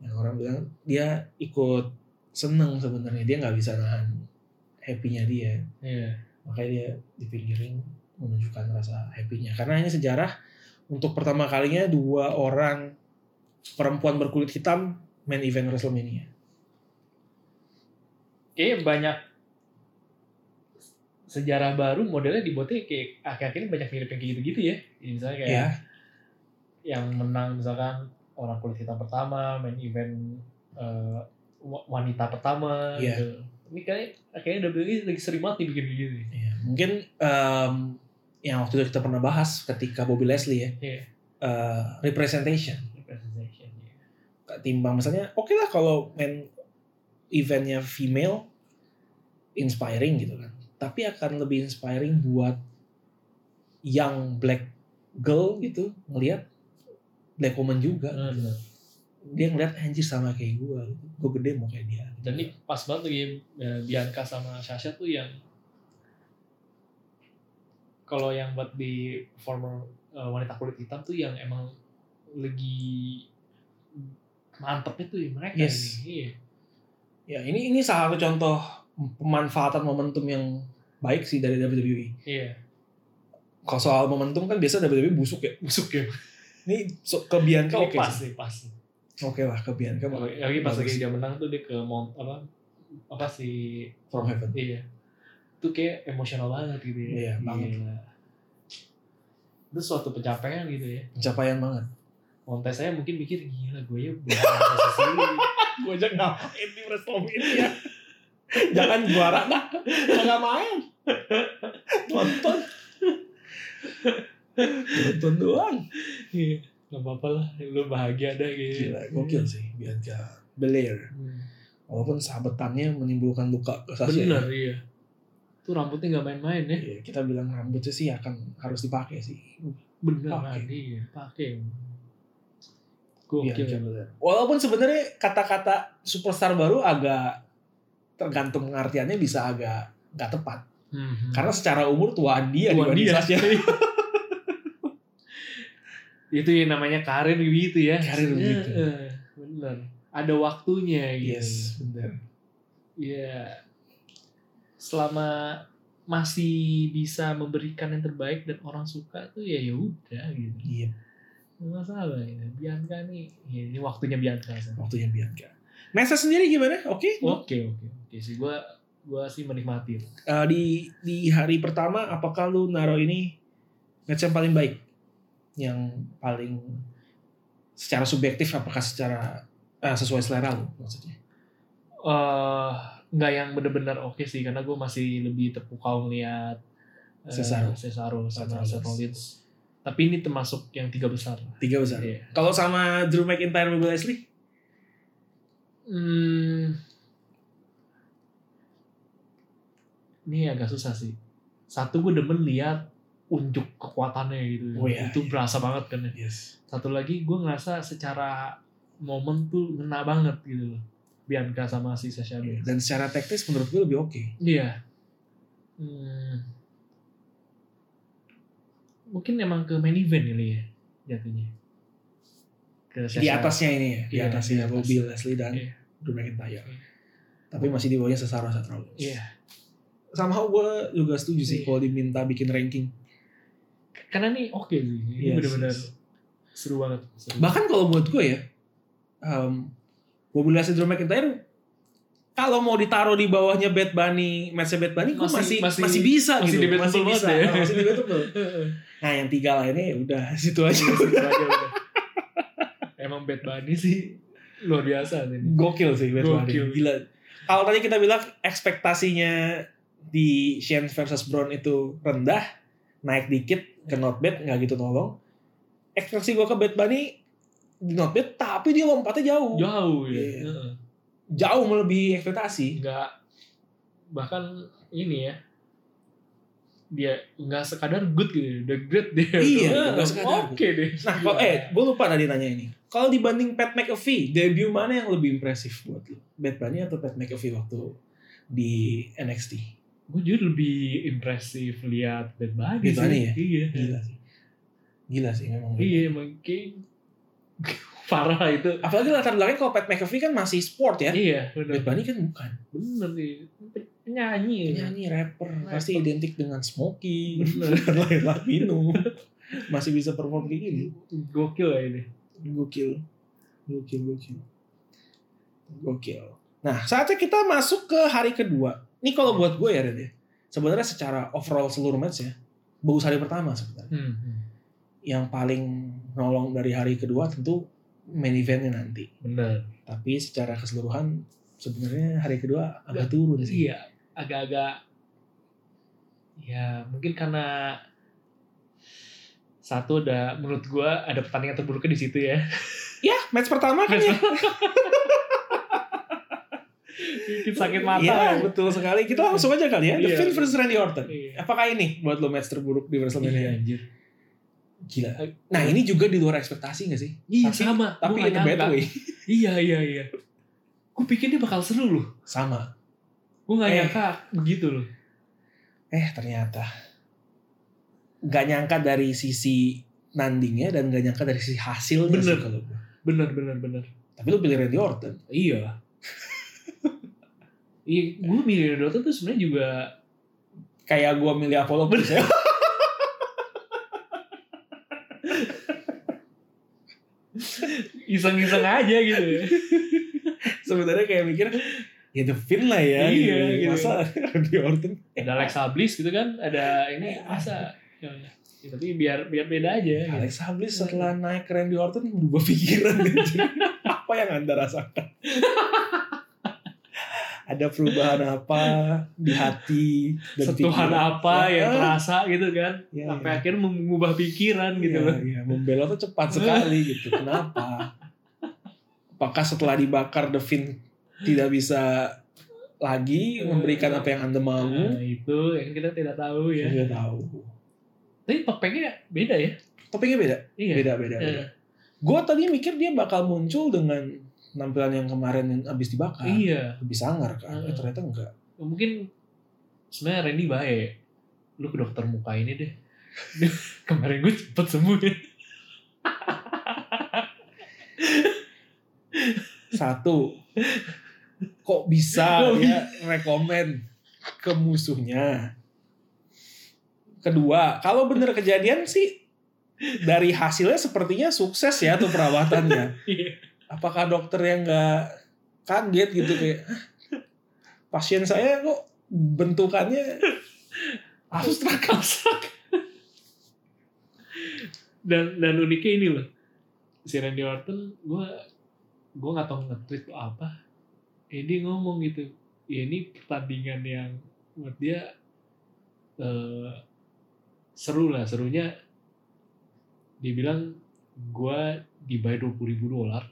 Nah, orang bilang dia ikut seneng sebenarnya dia nggak bisa nahan happy-nya dia.
Iya.
makanya dia di pinggir ring menunjukkan rasa happy-nya karena ini sejarah untuk pertama kalinya dua orang perempuan berkulit hitam main event WrestleMania
Kayaknya banyak sejarah baru modelnya dibuatnya kayak akhir-akhir ini banyak mirip yang kayak gitu-gitu ya. Ya, Misalnya kayak
ya
yang menang misalkan orang kulit hitam pertama, main event eh, wa- wanita pertama
Iya.
gitu. Ini kayaknya kayaknya WWE lagi sering banget nih bikin kayak gitu.
ya. mungkin em, yang waktu itu kita pernah bahas ketika Bobby Leslie ya
Iya.
eh, representation
Representation. iya.
ketimbang misalnya oke lah kalau main eventnya female inspiring gitu kan tapi akan lebih inspiring buat young black girl gitu ngelihat black woman juga
Benar, benar.
dia ngeliat anjir sama kayak gue gue gede mau kayak dia
Dan ini pas banget lagi eh, Bianca sama Sasha tuh yang kalau yang buat di former eh, wanita kulit hitam tuh yang emang lagi mantep itu ya mereka
Yes.
ini. Iya.
ya ini ini salah satu contoh pemanfaatan momentum yang baik sih dari E. WWE
Iya.
kalau soal momentum kan biasa WWE busuk ya
Busuk ya.
ini so, ke Bianca
Ini
oke
pas
sih.
nih, pas.
oke lah ke Bianca
Oke, Lagi
Iya.
pas
bagus.
lagi dia menang tuh dia ke mount apa apa sih
from heaven
iya tuh kayak emosional banget gitu ya.
Iya, banget.
Gila. Itu suatu pencapaian gitu ya.
pencapaian banget
Montes saya mungkin mikir gila gue ya bukan posisi ini.
gue aja ngapain di ya? WrestleMania jangan juara dah jangan main nonton nonton doang
Iya, Gak apa-apa lah, lu bahagia ada gitu.
gila gokil sih Bianca Belair
Hmm.
walaupun sabetannya menimbulkan luka ke Sasha
Bener iya. Tuh rambutnya gak main-main ya.
Iya, kita bilang rambutnya sih akan harus dipakai sih
Bener
Pakai.
iya. Pakai. Gokil.
Iya, Bianca Belair walaupun sebenarnya kata-kata superstar baru agak tergantung pengertiannya bisa agak nggak tepat
Hmm, hmm.
karena secara umur tuaan dia
Tuan
dibanding
dia.
Sasha
itu yang namanya karir gitu ya
Karir
Maksudnya,
begitu.
eh, bener ada waktunya gitu
yes bener
ya selama masih bisa memberikan yang terbaik dan orang suka tuh ya ya udah gitu.
Iya,
Nggak masalah ya. Bianca nih, ya, ini waktunya Bianca. San.
waktunya Bianca. Nesa sendiri gimana? Oke?
Oke oke oke sih gue gue sih menikmati.
Eh, di di hari pertama apakah lu naro ini match yang paling baik? Yang paling secara subjektif apakah secara eh, sesuai selera lu maksudnya?
eh nggak yang bener-bener oke sih karena gue masih lebih terpukau melihat eh,
Cesaro.
Cesaro sama
Seth
Seth Rollins. Tapi ini termasuk yang tiga besar.
Tiga besar.
Iya.
Kalau sama Drew McIntyre Bobby Leslie?
Hmm, ini agak susah sih. Satu gue demen lihat unjuk kekuatannya gitu.
Oh iya,
Itu
iya.
berasa banget kan. ya.
Yes.
Satu lagi gue ngerasa secara momen tuh ngena banget gitu loh. Bianca sama si Sasha Banks.
Iya. Dan secara teknis menurut gue lebih oke.
Iya. Hmm. Mungkin emang ke main event kali ya jatuhnya. Ke
Di
Sasha.
atasnya ini ya, di
Iya,
atasnya
di atas.
Bobby Leslie dan
Iya.
Drew McIntyre.
Iya.
Tapi masih di bawahnya Cesaro Seth Rollins.
Iya.
Sama gue juga setuju sih
Iya.
kalau diminta bikin ranking.
Karena ini oke sih. Ini
Yes,
benar-benar
yes.
seru banget. Seru.
Bahkan kalau buat gue ya, um, Bobby Leslie Drew McIntyre kalau mau ditaruh di bawahnya Bad Bunny, matchnya Bad Bunny, gue masih,
Masih-
masih
masih-
bisa
masih
gitu,
debatable
masih bisa,
banget ya.
Nah, masih debatable. Nah yang tiga lah ini udah situ aja.
Iya, Seru aja udah. Emang Bad Bunny sih luar biasa ini.
Gokil sih Bad Bunny.
Gokil.
Gila. Kalau tadi kita bilang ekspektasinya di Shane versus Brown itu rendah, naik dikit ke not bad nggak gitu nolong. Ekspektasi gue ke Bad Bunny di not bad, tapi dia lompatnya jauh, jauh,
Jauh ya.
Iya.
Heeh.
melebihi ekspektasi.
nggak bahkan ini ya dia nggak sekadar good gitu the great dia
Iya,
Udah,
nggak sekadar
oke deh
Nah, kalau eh gue lupa tadi nanya ini. Kalau dibanding Pat McAfee, debut mana yang lebih impresif buat lo? Bad Bunny atau Pat McAfee waktu di NXT?
gue jujur lebih impresif lihat Bad Bunny
Bad Bunny ya?
sih. iya
Gila sih. Gila sih memang.
iya mungkin parah lah itu
Apalagi latar belakangnya kalau Pat McAfee kan masih sport ya.
iya
Bad
bener
Bunny kan bukan.
bener sih penyanyi
Nyanyi rapper, pasti
Iya. Rapper.
identik dengan smoking
Bener.
dan lain Latino. Masih bisa perform kayak gini.
gokil lah ini
Gokil. Gokil, gokil. Gokil. Nah, saatnya kita masuk ke hari kedua. Ini kalau buat gue ya, Red ya. Sebenarnya secara overall seluruh match ya, bagus hari pertama sebenarnya.
hmm.
Yang paling nolong dari hari kedua tentu main eventnya nanti.
bener
Tapi secara keseluruhan sebenarnya hari kedua agak turun sih.
iya agak-agak ya mungkin karena satu udah menurut gua ada pertandingan terburuknya di situ ya
Ya, match pertama kan
Match
ya.
Bikin sakit mata
Iya,
ya.
betul sekali. Kita langsung aja kali ya. The
Iya.
Finn versus Randy Orton.
Iya.
Apakah ini buat lo match terburuk di
Iya,
WrestleMania?
anjir.
Gila. Nah, ini juga di luar ekspektasi gak sih?
Iya
Tapi-
sama.
Tapi in
Gua
a
nggak
bad
nyangka.
way.
Iya iya iya. Gue pikir dia bakal seru loh.
Sama.
Gue nggak
Eh.
nyangka begitu loh.
Eh, ternyata gak nyangka dari sisi nandingnya dan gak nyangka dari sisi hasilnya sih
Bener.
kalau gua.
Bener bener bener.
Tapi lu pilih Randy Orton.
Iya. Iya, gue milih Dota tuh sebenarnya juga
Kayak gua milih Apollo Crews ya.
iseng-iseng aja gitu. ya.
Sebenarnya kayak mikir ya The Finn lah ya.
Iya,
gitu.
gitu.
Masa Randy Orton.
Ada Alexa Bliss gitu kan, ada ini
Iya.
masa. Ya, ya, tapi biar biar beda aja. Gitu.
Alex Hablis setelah naik ke Randy Orton berubah pikiran anjir. apa yang anda rasakan ada perubahan apa di hati
Sentuhan
pikiran?
apa
Ya,
yang
ah,
terasa gitu kan,
ya,
sampai
ya.
akhirnya mengubah pikiran gitu
Iya,
loh.
iya. membelot tuh cepat sekali gitu kenapa apakah setelah dibakar Devin tidak bisa
Iya,
lagi memberikan apa yang anda mau
Nah, itu yang kita tidak tahu ya.
tidak tahu
Tapi topengnya beda ya.
topiknya beda
Iya.
beda beda, beda.
Eh,
gue tadi mikir dia bakal muncul dengan penampilan yang kemarin yang abis dibakar
Iya.
lebih sangar kan eh,
Heeh.
ternyata enggak
Mungkin sebenarnya Randy baik. Lu ke dokter muka ini deh. Kemarin gue cepet sembuh ya.
satu kok bisa
Kok
dia rekomen ke musuhnya Kedua, kalau bener kejadian sih dari hasilnya sepertinya sukses ya tuh perawatannya.
Iya.
Apakah dokter yang nggak kaget gitu kayak "Hah? pasien saya kok bentukannya abstrak.
Abstrak. dan dan uniknya ini loh si Randy Orton gue gue nggak tahu nge-tweet tuh apa Eh, dia ngomong gitu "Ya, ini pertandingan yang buat dia eh, seru lah serunya dia bilang gue dibayar dua ribu dolar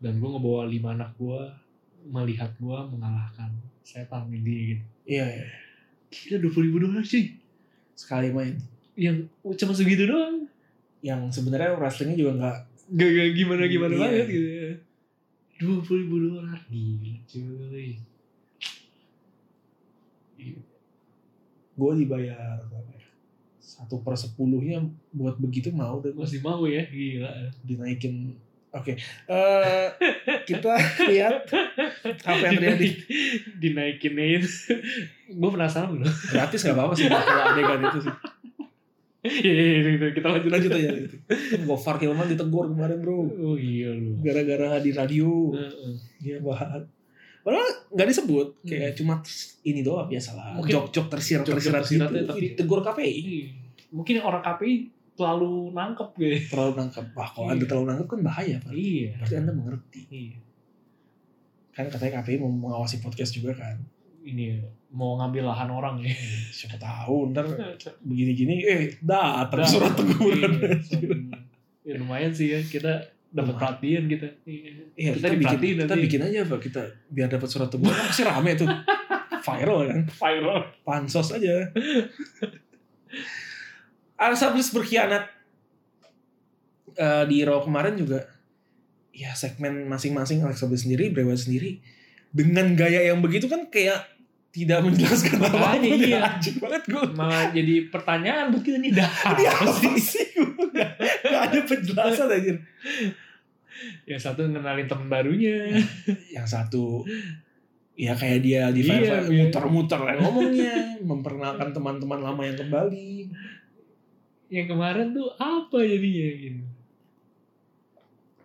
dan gue ngebawa lima anak gue melihat gue mengalahkan setan ini gitu
Iya, iya.
gila dua ribu dolar sih
sekali main.
yang cuma segitu doang
Yang sebenarnya wrestlingnya juga nggak
gak, gak gimana gimana
Iya.
banget gitu ya dua puluh ribu dolar gila cuy
gue dibayar berapa ya? satu per sepuluhnya buat begitu mau dan
masih mau ya gila
dinaikin oke eh, kita lihat apa yang terjadi
Dinaik- dinaikinin gue penasaran loh
gratis nggak apa-apa sih kalau adegan itu sih
Iya, iya, iya, iya, kita lanjut
lanjut aja gitu Gofar Hilman ditegur kemarin bro
oh iya lu
gara-gara di radio
Heeh.
dia bahas padahal nggak disebut kayak cuma ini doang biasalah
Hmm. Mungkin-
jok-jok tersirat tersirat
Jok-jok tersirat
gitu
ya, tapi-
ditegur KPI
Iya. mungkin orang KPI terlalu nangkep gue
terlalu nangkep wah kalau
Iya.
anda terlalu nangkep kan bahaya Pak.
iya
berarti anda mengerti
Iya.
kan katanya KPI mau mengawasi podcast juga kan
ini ya, mau ngambil lahan orang ya
siapa tahu ntar begini-gini eh datang
Dah.
surat
Nah, Iya,
teguran
surat- ya, lumayan sih ya kita
Lumayan.
dapat perhatian kita Iya.
Iya,
Kita
kita, bikin
diperhatiin
kita
nanti.
bikin aja apa kita biar dapat surat teguran kan pasti rame tuh viral kan
viral
pansos aja Arsablis berkhianat Eh, di Raw kemarin juga ya segmen masing-masing Alexa Bliss sendiri Bray Wyatt sendiri dengan gaya yang begitu kan kayak tidak menjelaskan apa-apa
Makanya iya.
anjing banget gue
malah jadi pertanyaan buat kita nih dah
dia apa sih gue gak, gak ada penjelasan aja
yang satu ngenalin temen barunya
yang satu ya kayak dia di
Iya,
Firefly
iya.
muter-muter lah ngomongnya memperkenalkan teman-teman lama yang kembali
yang kemarin tuh apa jadinya gitu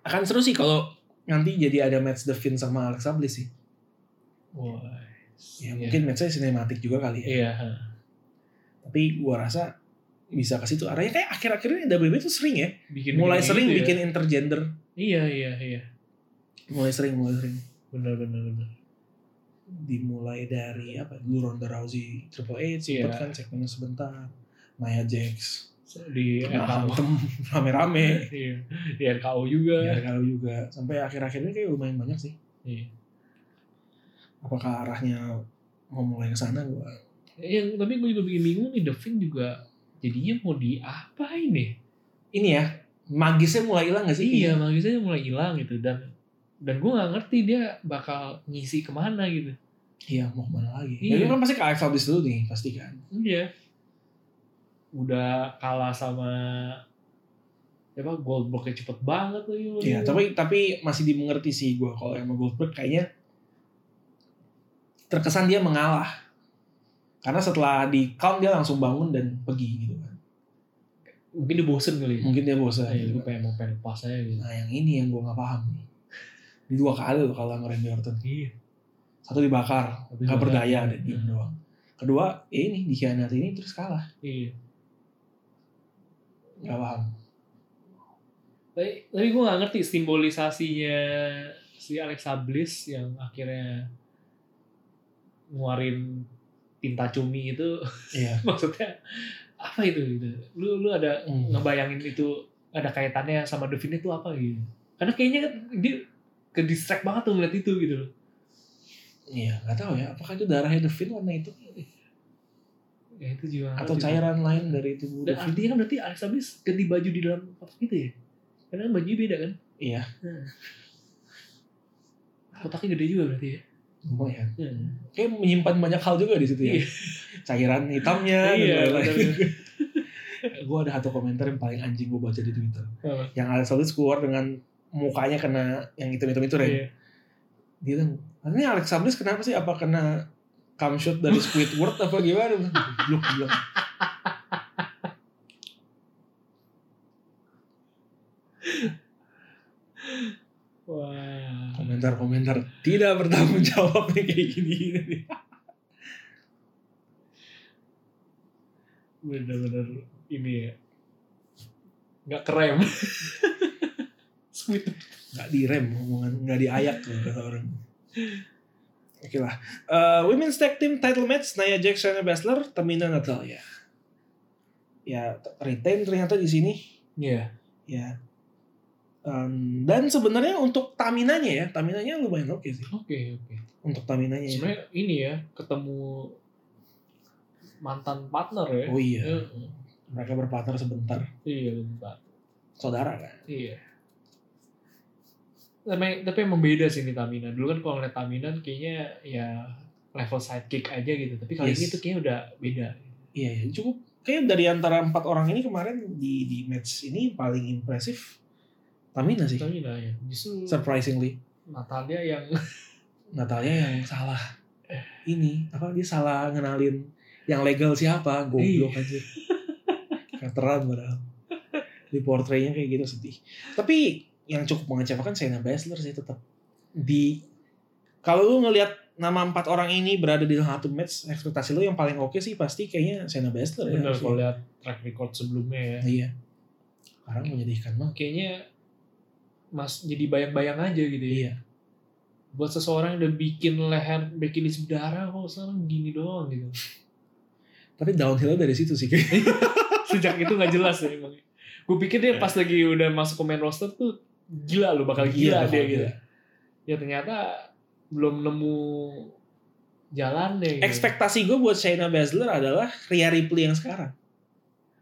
akan seru sih kalau nanti jadi ada match Devin sama Alexa Bliss sih
wah
ya mungkin matchnya sinematik juga kali ya
iya
tapi gua rasa bisa ke situ arahnya kayak akhir-akhir ini WWE tuh sering ya
bikin
mulai
bikin
sering
gitu ya.
bikin intergender
iya iya iya
mulai sering mulai sering
benar benar benar
dimulai dari apa dulu Ronda Rousey Triple H
Iya.
sempet kan segmen sebentar Nia Jax
di
Nah.
RKU
berantem rame-rame
Iya. di RKU juga
Ya, kalau juga sampai akhir-akhir ini kayak lumayan banyak sih.
Iya.
Apakah arahnya mau mulai ke sana gua?
yang tapi gue juga bikin bingung nih Devin juga jadinya mau diapain nih
Ini ya, magisnya mulai hilang gak sih?
iya magisnya mulai hilang gitu dan dan gue nggak ngerti dia bakal ngisi kemana gitu
Iya, mau kemana lagi?
Iya.
Iya. kan pasti ke Alex Albis dulu nih, pasti kan.
Iya. Udah kalah sama apa Goldbergnya cepet banget lagi.
Iya, tapi tapi masih dimengerti sih gua kalau emang Goldberg kayaknya terkesan dia mengalah. Karena setelah di count dia langsung bangun dan pergi gitu kan.
mungkin dia bosen kali. ya.
Mungkin dia bosan.
Ah, iya,
gitu
gue
kan.
pengen mau pengen lepas aja gitu.
Nah, yang ini yang gua nggak paham nih. Di dua kali loh kalau sama Randy Orton.
Iya.
Satu dibakar,
Tapi
nggak
bakal-
berdaya gitu. ada diem doang kedua ya ini dikhianati ini terus kalah
Iya.
nggak paham
Tapi, tapi gue gak ngerti simbolisasinya si Alexa Bliss yang akhirnya nguarin tinta cumi itu
iya
maksudnya apa itu gitu lu lu ada
Hmm.
ngebayangin itu ada kaitannya sama Devin itu apa gitu karena kayaknya kan dia ke distract banget tuh ngeliat itu gitu loh
iya nggak tahu ya apakah itu darahnya Devin warna itu
ya itu juga
atau
juga.
cairan lain dari tubuh
dan
Devin
artinya kan berarti Alexa Bliss ganti baju di dalam kotak itu ya karena kan bajunya beda kan
Iya.
Nah. kotaknya gede juga berarti ya
lumayan
Hmm.
kayak menyimpan banyak hal juga di situ ya
Iya.
cairan hitamnya
iya
dan lain-lain
benar-benar.
gue ada satu komentar yang paling anjing gue baca di Twitter
Apa?
yang Alex Solis keluar dengan mukanya kena yang hitam-hitam itu Ren
Iya.
dia bilang ini Alex Sablis kenapa sih apa kena come shot dari Squidward apa gimana Blok bilang komentar-komentar tidak bertanggung jawab nih kayak gini, gini.
bener-bener ini ya nggak keren sweet
nggak direm omongan nggak diayak tuh kata orang oke lah Eh, women's tag team title match Nia Jax Shayna Baszler Tamina Natalia ya retain ternyata di sini
Iya.
ya Em, dan sebenarnya untuk Taminanya ya Taminanya lumayan oke sih
oke oke
untuk Taminanya ya.
sebenarnya ini ya ketemu mantan partner ya
oh iya
Heeh.
mereka berpartner sebentar
iya bentar
saudara kan
iya tapi tapi emang beda sih ini Tamina dulu kan kalau ngeliat Tamina kayaknya ya level sidekick aja gitu tapi kali ini
Yes.
tuh kayaknya udah beda
iya iya, cukup kayak dari antara empat orang ini kemarin di di match ini paling impresif Tamina sih
Tamina ya justru
surprisingly
Natalia yang
Iya Natalia yang salah ini apa dia salah ngenalin yang legal siapa goblok aja veteran padahal di portraynya kayak gitu sedih tapi yang cukup mengecewakan Shayna Baszler sih tetap di kalau lu ngelihat nama empat orang ini berada di satu match ekspektasi lu yang paling oke sih pasti kayaknya Shayna Baszler ya
bener
harusnya.
kalau lihat track record sebelumnya ya
iya sekarang menyedihkan banget
kayaknya mas jadi bayang-bayang aja gitu ya.
iya
Buat seseorang yang udah bikin leher, bikin isi berdarah kok sekarang gini doang gitu.
tapi downhill dari situ sih kayaknya
Sejak itu nggak jelas ya emang. Gue pikir dia pas lagi udah masuk ke main roster tuh gila loh bakal
Iya,
gila, dia
bakal
gitu.
gila.
Ya ternyata belum nemu jalan deh. Gitu.
ekspektasi gue buat Shayna Baszler adalah Rhea Ripley yang sekarang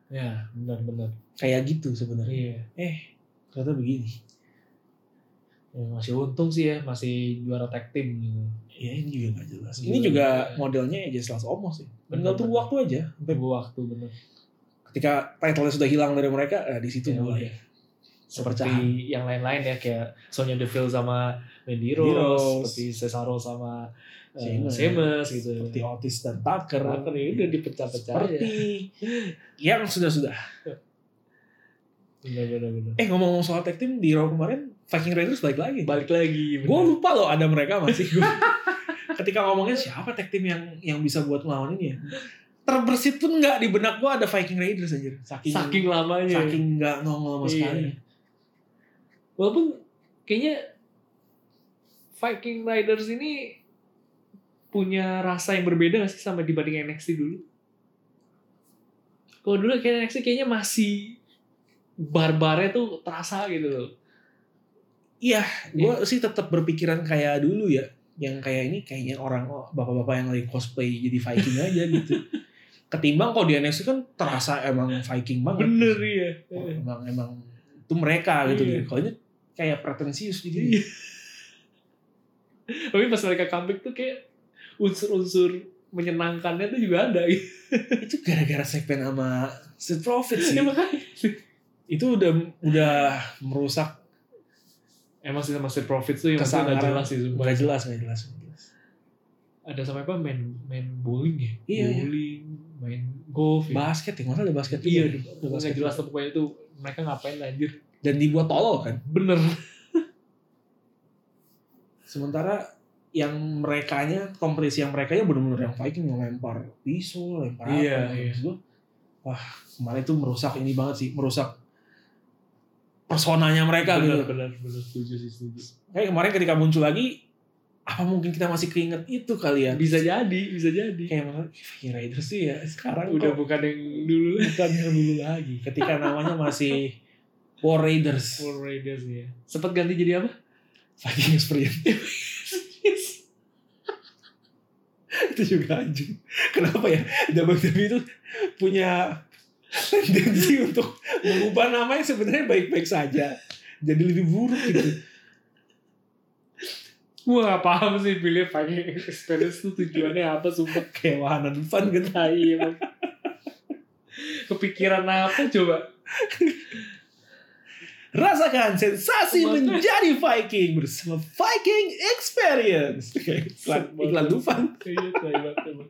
Ya benar-benar.
kayak gitu sebenarnya
Iya.
eh ternyata begini
Ya, masih untung sih ya masih juara tag team gitu.
ya ini juga gak jelas
Iya.
ini juga modelnya ya aja selas omos sih tinggal
Bener-bener.
tunggu waktu aja sampai
Tunggu waktu bener.
ketika title sudah hilang dari mereka eh, di situ
Ya,
mulai
udah. Seperti yang lain-lain ya kayak Sonya Deville sama
Mandy
Mandy Rose,
Rose.
seperti Cesaro sama eh,
Sheamus.
Sheamus gitu.
seperti Otis dan Iya. Tucker ya
Karena kan ini udah dipecah-pecah aja.
seperti yang sudah sudah
Bener, bener, bener.
eh ngomong-ngomong soal tag team di Raw kemarin Viking Raiders balik lagi
Balik lagi. bener.
gue lupa loh ada mereka masih ketika ngomongin siapa tag team yang yang bisa buat melawan ini ya terbersit pun nggak di benak gue ada Viking Raiders anjir saking
Saking lamanya.
Iya. saking nggak nongol sama
Iya.
sekali
Walaupun kayaknya Viking Riders ini punya rasa yang berbeda gak sih sama dibanding NXT dulu? Kalau dulu kayak NXT kayaknya masih barbarnya tuh terasa gitu loh. Iya.
gue sih tetap berpikiran kayak dulu ya yang kayak ini kayaknya orang bapak-bapak yang lagi cosplay jadi Viking aja gitu ketimbang kalau di NXT kan terasa emang Viking banget
Bener iya.
Oh, emang emang itu mereka gitu
Iya.
kalau ini kayak pretensius gitu
Iya. Tapi pas mereka comeback tuh kayak unsur-unsur menyenangkannya tuh juga ada gitu.
itu gara-gara segmen sama Street Profit sih
Ya, makanya.
itu udah udah merusak
Emang sih sama Street Profits tuh yang masih
Kesangaran.
gak jelas sih sumpah.
nggak jelas nggak jelas nggak jelas.
Ada sampai apa main main bowling ya?
Iya, iya.
Bowling, main golf ya.
basket ya mana ada basket
Iya,
juga. ada
Gak
basket
jelas tuh pokoknya itu mereka ngapain anjir.
dan dibuat tolol kan
Bener.
sementara yang merekanya kompetisi yang merekanya bener-bener yang Viking yang lempar pisau lempar
Iya,
apa
iya.
Maksud gua, wah kemarin itu merusak ini banget sih merusak personanya mereka
bener,
gitu
bener, bener. Setuju sih, setuju.
kayak kemarin ketika muncul lagi apa mungkin kita masih keinget itu kali ya
Bisa jadi, bisa jadi.
kayak mana Viking Raiders sih ya sekarang udah
Udah bukan yang dulu.
bukan yang dulu lagi ketika namanya masih War Raiders
War Raiders ya. Sempat ganti jadi apa?
Viking Experience itu juga anjing kenapa ya WWE itu punya tendensi untuk mengubah nama yang sebenarnya baik-baik saja jadi lebih buruk gitu
Gue gak paham sih pilih Viking Experience tuh tujuannya apa sumpah
kayak wahana depan gitu
tai emang. Kepikiran apa coba?
rasakan sensasi
Mantap.
menjadi Viking bersama Viking Experience Kayak iklan iklan Dufan
Iya, tai banget, emang.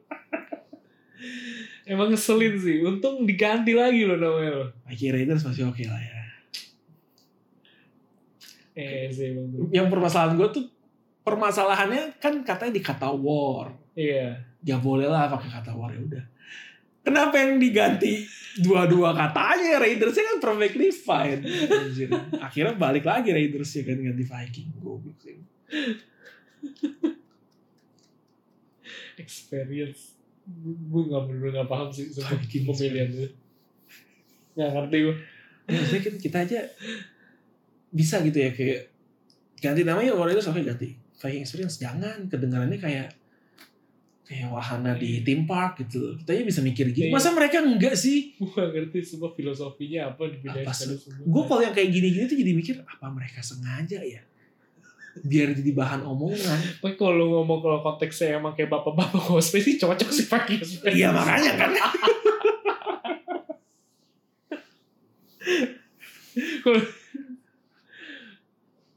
Emang ngeselin sih. Untung diganti lagi loh namanya loh.
Viking Raiders masih oke lah ya
Eh, sih emang.
yang permasalahan gue tuh permasalahannya kan katanya di kata war.
Iya.
Ya bolehlah pakai kata war ya udah. Kenapa yang diganti dua-dua katanya Raidersnya kan perfectly fine. Anjir. Akhirnya balik lagi Raidersnya kan ganti Viking. Goblok sih.
Experience. Gue gak bener gak paham sih sama pemilihan itu. Gak ngerti gue.
Ya, maksudnya kan kita aja bisa gitu ya kayak ganti namanya war Raiders oke ganti Viking Experience jangan kedengarannya kayak kayak wahana di theme park gitu. Kita aja bisa mikir gitu.
Iya.
Masa mereka enggak sih?
Gue gak ngerti semua filosofinya apa dipindahin
Apa
sekali
sih?
semua.
gue kalau yang kayak gini-gini tuh jadi mikir apa mereka sengaja ya biar jadi bahan omongan
Tapi kalau ngomong kalau konteksnya emang kayak bapak-bapak cosplay sih cocok sih pakai cosplay.
iya makanya kan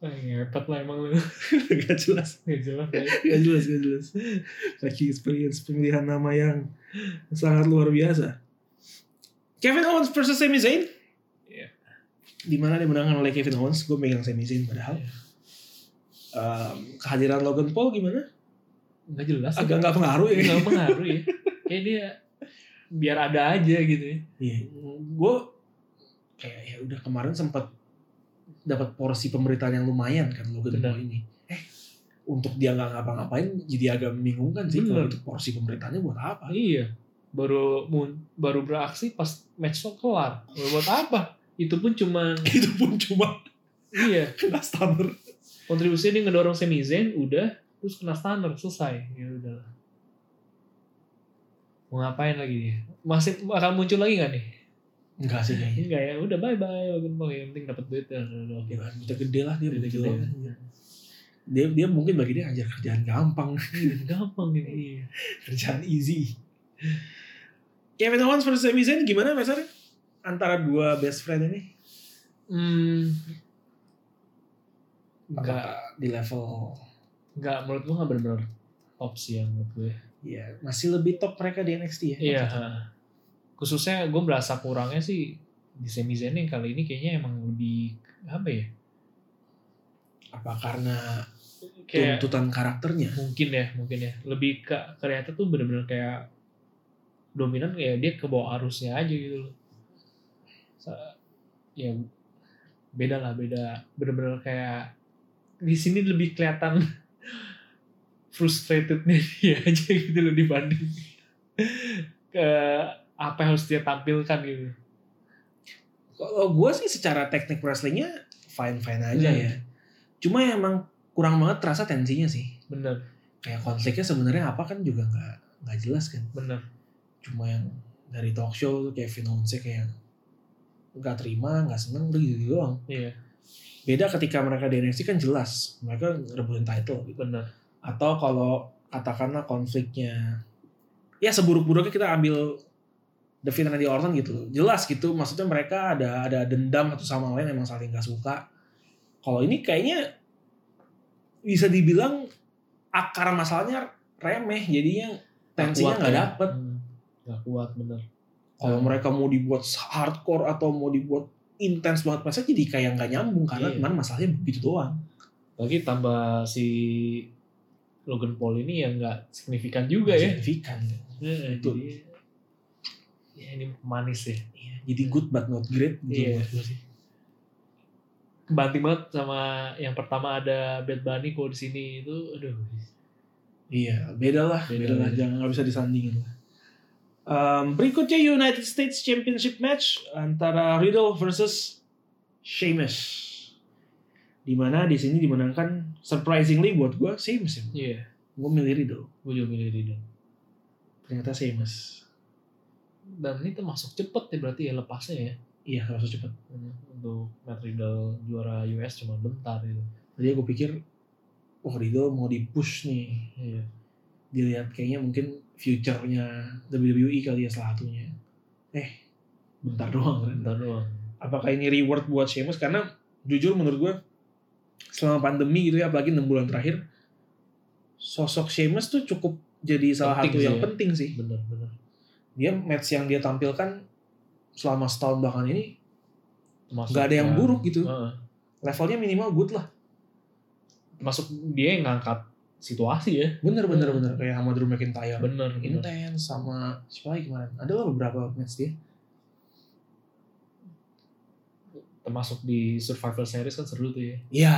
Ah, ngepet lah emang lu.
gak jelas
Gak jelas. ya.
gak jelas gak jelas lagi experience pemilihan nama yang sangat luar biasa Kevin Owens versus Sami Zayn
Iya.
di mana dimenangkan oleh Kevin Owens gue megang Sami Zayn padahal
Iya.
Em, kehadiran Logan Paul gimana
Gak jelas.
agak nggak pengaruh ya
Gak pengaruh ya. Kayak dia biar ada aja gitu ya.
Iya, gue kayak ya udah kemarin sempat dapat porsi pemberitaan yang lumayan kan Logan
Benar.
Paul ini. Eh, untuk dia nggak ngapa-ngapain jadi agak membingungkan sih
Benar.
kalau untuk porsi pemberitaannya buat apa?
Iya. Baru mun- baru beraksi pas match lo kelar. Lo Buat apa? Itu pun cuman
Itu pun cuma
iya.
kena stunner.
Kontribusinya dia ngedorong Sami Zayn udah terus kena stunner selesai. Ya udah. lah. Mau ngapain lagi dia? Masih akan muncul lagi gak nih?
Enggak sih kayaknya.
Enggak ya, udah bye bye Logan Paul yang penting dapat duit ya. Udah, udah, oke.
Ya kan, duitnya gede lah dia
Duitnya
duitnya
gede.
gede. Dia dia mungkin bagi dia ajar kerjaan gampang,
Ini gampang gini. Iya.
kerjaan easy. Ya, Kevin Owens versus Sami Zayn gimana Mas antara dua best friend ini?
Hmm. Enggak,
Apakah di level
enggak menurut gua enggak benar-benar top sih yang menurut gue.
Ya, masih lebih top mereka di NXT ya.
Iya. heeh. Khususnya gue merasa kurangnya sih di semi Zayn yang kali ini kayaknya emang lebih apa ya?
Apa karena
Kayak
tuntutan karakternya?
mungkin ya, mungkin ya. Lebih ke ternyata tuh bener-bener kayak dominan kayak dia ke bawah arusnya aja gitu loh. Sa- ya beda lah beda bener-bener kayak di sini lebih kelihatan frustratednya dia aja gitu loh dibanding ke apa yang harus dia tampilkan gitu
Kalau gue sih secara teknik wrestlingnya fine fine aja
Hmm.
ya. Cuma ya emang kurang banget terasa tensinya sih.
bener
Kayak konfliknya sebenarnya apa kan juga nggak nggak jelas kan.
bener
Cuma yang dari talk show tuh Kevin Owens kayak nggak terima, nggak seneng, udah gitu doang.
iya
Beda ketika mereka di NXT kan jelas, mereka rebutin title gitu.
bener
atau kalau katakanlah konfliknya ya seburuk-buruknya kita ambil The Finn Randy Orton gitu loh. jelas gitu maksudnya mereka ada ada dendam satu sama lain emang saling nggak suka kalau ini kayaknya bisa dibilang akar masalahnya remeh jadinya tensinya
Kuat
nggak
ya.
dapet
Hmm, nggak kuat bener
kalau mereka mau dibuat hardcore atau mau dibuat intens banget masa jadi kayak nggak nyambung karena
Iya.
kemarin masalahnya begitu doang
lagi tambah si Logan Paul ini yang nggak signifikan juga ya
signifikan
Heeh,
Betul.
jadi eh, ya ini manis ya
Iya, jadi good but not great gitu
Iya.
menurut gue sih.
kebanting banget sama yang pertama ada Bad Bunny kalau di sini itu aduh
Iya, beda lah,
Beda,
beda, lah,
beda.
jangan nggak bisa disandingin lah. Em, berikutnya United States Championship match antara Riddle versus Sheamus. Dimana di sini dimenangkan surprisingly buat gue Sheamus. Ya.
iya
Gue milih Riddle,
gue juga milih Riddle
ternyata Sheamus.
dan ini termasuk cepet ya berarti ya lepasnya ya
Iya, harus cepat.
Hmm, untuk Matt Riddle juara US cuma bentar itu
Tadi gue pikir, oh Riddle mau di push nih.
iya
Dilihat kayaknya mungkin future-nya WWE kali ya salah satunya. Eh, bentar doang kan.
bentar doang
apakah ini reward buat Sheamus karena jujur menurut gue selama pandemi gitu ya apalagi 6 bulan terakhir sosok Sheamus tuh cukup jadi salah
Penting
satu
sih
yang
ya.
penting sih
bener bener
dia match yang dia tampilkan selama setahun bahkan ini
Termasuk
nggak ada yang
yang-
buruk gitu
Heeh.
levelnya minimal good lah
masuk dia yang ngangkat situasi ya
Bener bener bener kayak sama Drew McIntyre.
bener gitu.
Intense
bener
sama siapa lagi kemarin? Ada lah beberapa match dia.
termasuk di Survivor Series kan seru tuh ya
Iya,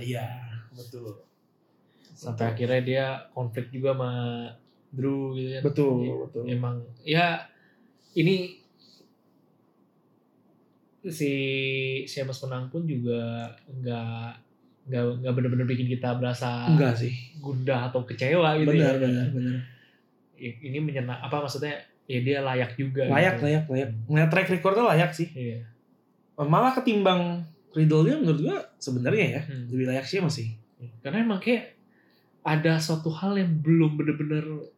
iya, betul.
sampai akhirnya dia konflik juga sama Drew gitu kan
Betul, Iya.
Jadi,
betul.
emang ya ini si Sheamus menang pun juga nggak nggak nggak bener-bener bikin kita berasa
Enggak sih.
gundah atau kecewa gitu
Benar,
ya.
benar, benar.
I- Ini menyena apa maksudnya? Ya dia layak juga.
Layak, ya.
gitu.
layak, layak. Ngeliat track recordnya layak sih.
Iya.
Malah ketimbang Riddle dia menurut gua sebenarnya ya
Hmm.
lebih layak sih masih.
Karena emang kayak ada suatu hal yang belum bener-bener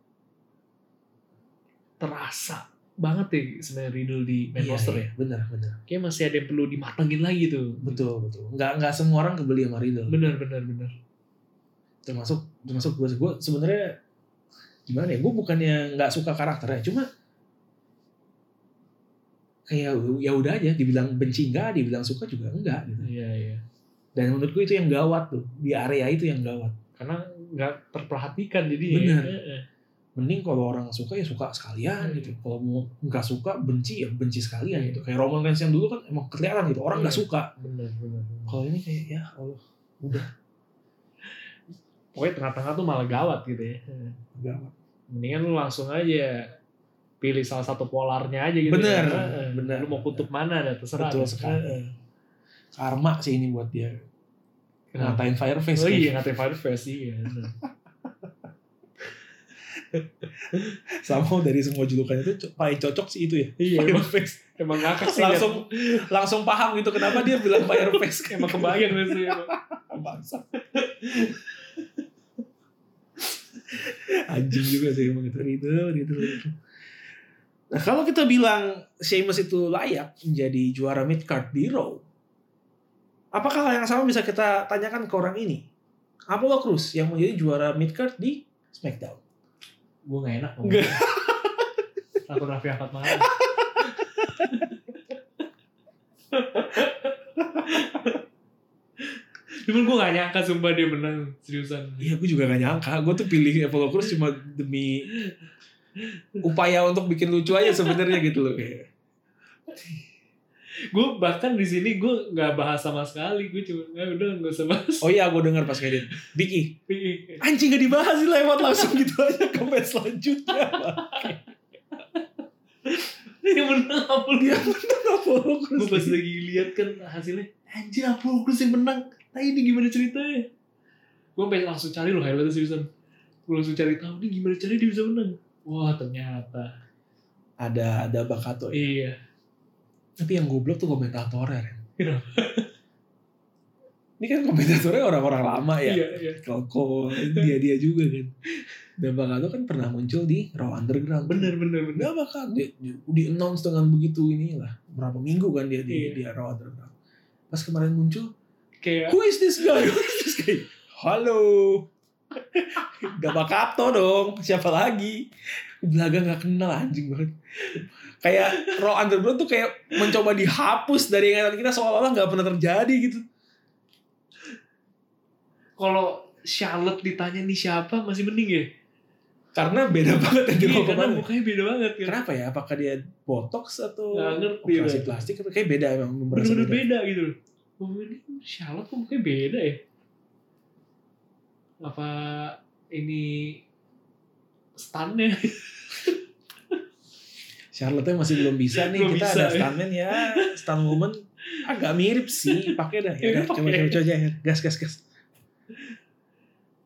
terasa banget ya sebenarnya Riddle di main
Iya,
roster ya.
Benar, benar.
Kayak masih ada yang perlu dimatengin lagi tuh.
Betul, betul. Enggak enggak semua orang kebeli sama Riddle.
Bener, bener, bener.
termasuk termasuk gue gue sebenarnya gimana ya gue bukannya nggak suka karakternya cuma kayak ya udah aja dibilang benci enggak dibilang suka juga enggak gitu.
Iya, iya.
dan menurut gue itu yang gawat tuh di area itu yang gawat
Karena nggak terperhatikan jadi
Bener.
ya. Eh, eh.
mending kalau orang suka ya suka sekalian
Hmm.
gitu kalau mau nggak suka benci ya benci sekalian
Iya.
gitu kayak Roman Reigns yang dulu kan emang kelihatan gitu orang nggak
Iya.
suka
Bener, bener. bener.
kalau ini kayak ya Allah
Pokoknya tengah-tengah tuh malah gawat gitu ya. Eh.
gawat
mendingan lu langsung aja pilih salah satu polarnya aja gitu.
Bener,
ya. Heeh.
bener.
Lu mau kutub mana dah terserah.
betul
dah. Heeh.
ya, sekali Eh, karma sih ini buat dia
Kenapa?
ngatain Fireface
Oh
kayak
iya ngatain Fireface iya. bener.
sama dari semua julukan itu co- paling cocok sih itu ya
iya emang
Fireface
emang ngakak sih.
langsung langsung paham gitu kenapa dia bilang Fireface
liat. emang kebayang deh sih.
bangsa anjing juga sih emang itu gitu gitu gitu. nah kalau kita bilang Sheamus itu layak menjadi juara midcard di Raw apakah hal yang sama bisa kita tanyakan ke orang ini Apollo Cruz yang menjadi juara midcard di SmackDown
Gue gak enak.
Nggak.
Aku Raffi Ahmad Mahal. Cuman gue gak nyangka sumpah dia menang seriusan.
Iya, gue juga gak nyangka. Gue tuh pilih Apollo Cruz cuma demi upaya untuk bikin lucu aja sebenarnya gitu loh.
gue bahkan di sini gue nggak bahas sama sekali gue cuma "Ah, udah nggak usah bahas
Oh iya, gue dengar pas ngedit. E. Biki, anjing gak dibahas sih lewat langsung gitu aja ke match selanjutnya.
dia menang apa
Dia menang Apollo Cruz.
gue pas lagi lihat kan hasilnya anjir apa Cruz yang menang nah ini gimana ceritanya gue pengen langsung cari loh highlightnya seriusan gue langsung cari tahu ini gimana caranya dia bisa menang wah ternyata
Ada ada Bakato. ya.
iya
Tapi yang goblok tuh komentatornya. Ren.
Kenapa?
Ini kan komentatornya orang-orang lama ya.
iya iya
Koko, dia-dia juga kan. Dan Bakato kan pernah muncul di Raw Underground.
bener bener bener
Gak bakal di, di, di announce dengan begitu inilah berapa minggu kan dia di
Iya.
di Raw Underground. Pas kemarin muncul,
kayak
who is this guy? Who is this guy? Halo. Gak bakato dong, siapa lagi? Belaga gak kenal anjing banget. Kayak Raw Underground tuh kayak mencoba dihapus dari ingatan kita seolah-olah gak pernah terjadi gitu.
kalau Charlotte ditanya nih siapa masih mending ya
Karena beda banget ya, yang
iya
dibawa
karena
kemana.
mukanya beda banget kan
Kenapa ya? Apakah dia botox atau
Nggak ngerti,
operasi
Ren.
plastik? Kayak beda emang. merasa
bener-bener beda gitu loh. Oh, ini Charlotte kok mukanya beda ya? Apa ini stunnya?
Charlotte masih belum bisa nih
Belum
kita ada
bisa, ya.
stuntman ya stunt woman agak mirip sih pakai dah ya udah,
Pakai.
coba coba coba aja gas gas gas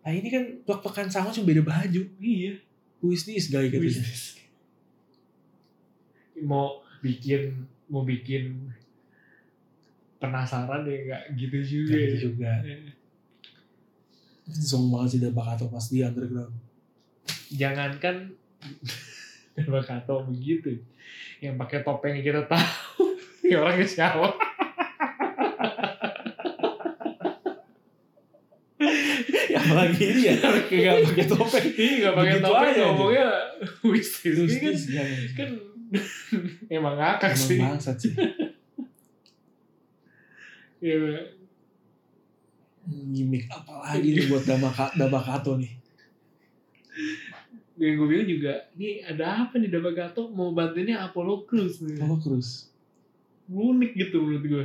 nah ini kan plek pekan sama cuma beda baju
Iya.
who is this guy gitu ya.
bisnis. Mau bikin mau bikin penasaran ya nggak gitu juga.
Ganti
ya.
juga zong banget sih dia Bakato pas di underground
Jangankan Bakato begitu yang pakai topeng yang kita tahu ya orangnya siapa
ya apalagi ini ya
Gak pakai topeng. Iya, gak pakai
Begitu
topeng.
aja,
Ngomongnya wis
who is
ini kan,
this guy
kan emang ngakak
emang
sih.
bangsat sih
Iya.
gimmick apa lagi nih buat Damaka, Damakato nih.
yang gue bilang juga nih ada apa nih Dabagato mau bantuinnya Apollo Crews nih
Apollo Crews.
unik gitu menurut gue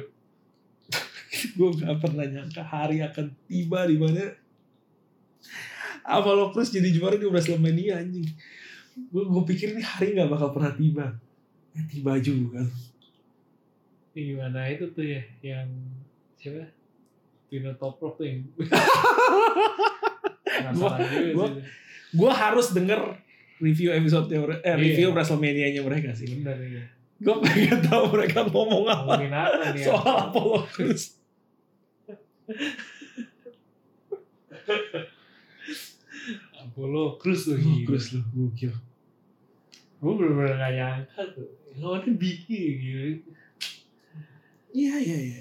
Gue gak pernah nyangka hari akan tiba di mana Apollo Crews jadi juara di WrestleMania anjing. Gue gue pikir nih hari gak bakal pernah tiba. Eh, tiba juga.
Ini gimana itu tuh ya yang siapa Twinner Top Rock tuh yang Penasaran juga
gua-
sih.
Gue harus denger review episode eh,
Iya.
review WrestleMania-nya mereka sih.
Bener ya.
Gue pengen tahu mereka ngomong apa
Ngomongin apa nih? ya?
soal Apollo Crews.
Apollo Crews tuh.
Apollo Crews lu gokil.
Gue bener-bener gak nyangka tuh. Lawannya bikin gitu.
Iya iya iya.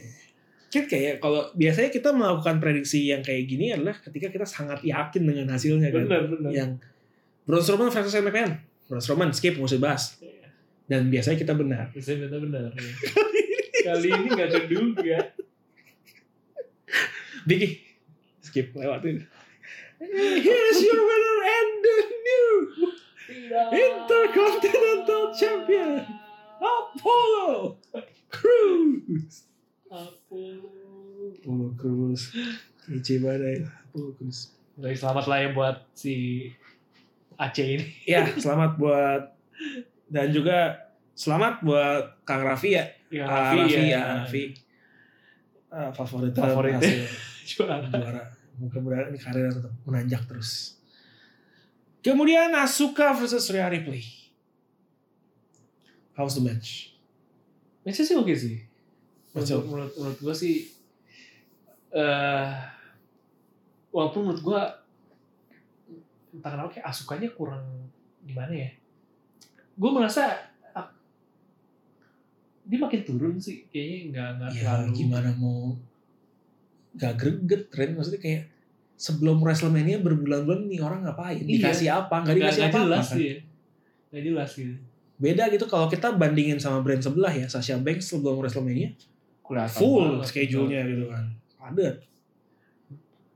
Kan kayak kalau biasanya kita melakukan prediksi yang kayak gini adalah ketika kita sangat yakin dengan hasilnya kan.
Bener bener.
Yang Braun Strowman versus McMahon. Braun Strowman skip nggak usah dibahas. Dan biasanya kita benar.
Bisa bener bener. ya. Kali ini gak keduga.
Diki skip lewatin. Here's your winner and the new Intercontinental Champion. Apollo Crews.
Apollo.
Apollo Crews. Kece banget ya. Apollo Crews.
Jadi selamat lah ya buat si Aceh ini.
ya selamat buat dan juga selamat buat Kang Raffi ya
Ya,
Ah, Raffi ya Raffi Ah, favorit
Favoritnya.
berhasil
Juara.
juara mudah-mudahan ini karirnya tetap menanjak terus kemudian Asuka versus Rhea Ripley how's the match
Matchnya sih oke sih.
Matchnya
Menurut, menurut, menurut gue sih, eh walaupun menurut gue, entah kenapa kayak asukannya kurang gimana ya. Gue merasa ah, dia makin turun sih kayaknya nggak nggak
ya
terlalu
gimana mau gak greget Ren maksudnya kayak sebelum WrestleMania berbulan-bulan nih orang ngapain
Iya.
dikasih apa nggak kan?
nggak
dikasih
nggak
apa, -apa
jelas sih ya. nggak jelas gitu
beda gitu kalau kita bandingin sama brand sebelah ya Sasha Banks sebelum WrestleMania
Kelihatan
full
banget.
schedule-nya gitu kan padat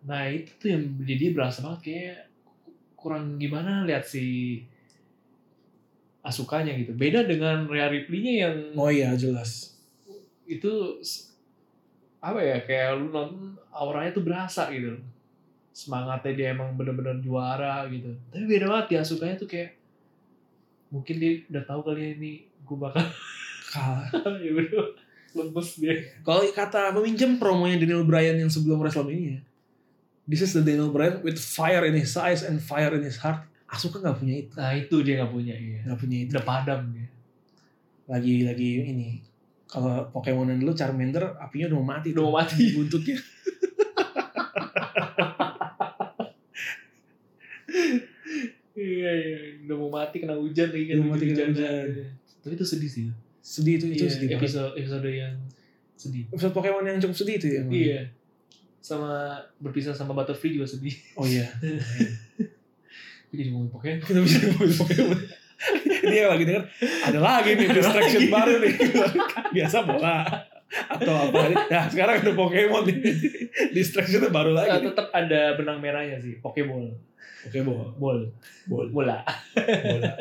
nah itu tuh yang jadi berasa banget kayak kurang gimana lihat si Asukanya gitu beda dengan Rhea Ripley-nya yang
oh iya jelas
itu s- apa ya kayak lu nonton auranya tuh berasa gitu semangatnya dia emang bener-bener juara gitu tapi beda banget ya sukanya tuh kayak mungkin dia udah tahu kali ya ini gue bakal
kalah
ya udah lemes dia
kalau kata meminjam promonya Daniel Bryan yang sebelum WrestleMania this is the Daniel Bryan with fire in his eyes and fire in his heart Asuka nggak punya itu
nah itu dia nggak punya iya
nggak punya itu
udah padam iya. dia
lagi lagi ini kalau Pokemonan dulu Charmander apinya udah mau mati
udah
tuh,
mau mati
buntutnya
iya iya udah mau mati kena hujan lagi kan
Udah mau mati kena
hujan-hujanan. tapi itu sedih sih
sedih itu itu
Iya,
sedih banget.
episode episode yang sedih
episode Pokemon yang cukup sedih itu ya emang.
iya sama berpisah sama Butterfree juga sedih
oh iya
Gue jadi ngomongin Pokemon.
kita bisa ngomongin Pokemon. Dia lagi denger, ada lagi nih
Ada
distraction
lagi.
baru nih. Biasa bola atau apa. Nah sekarang ada Pokemon nih. Distraction baru
Nah,
lagi. nih.
tetap ada benang merahnya sih, Pokeball.
Pokeball,
Ball,
bola,
bola.
bola.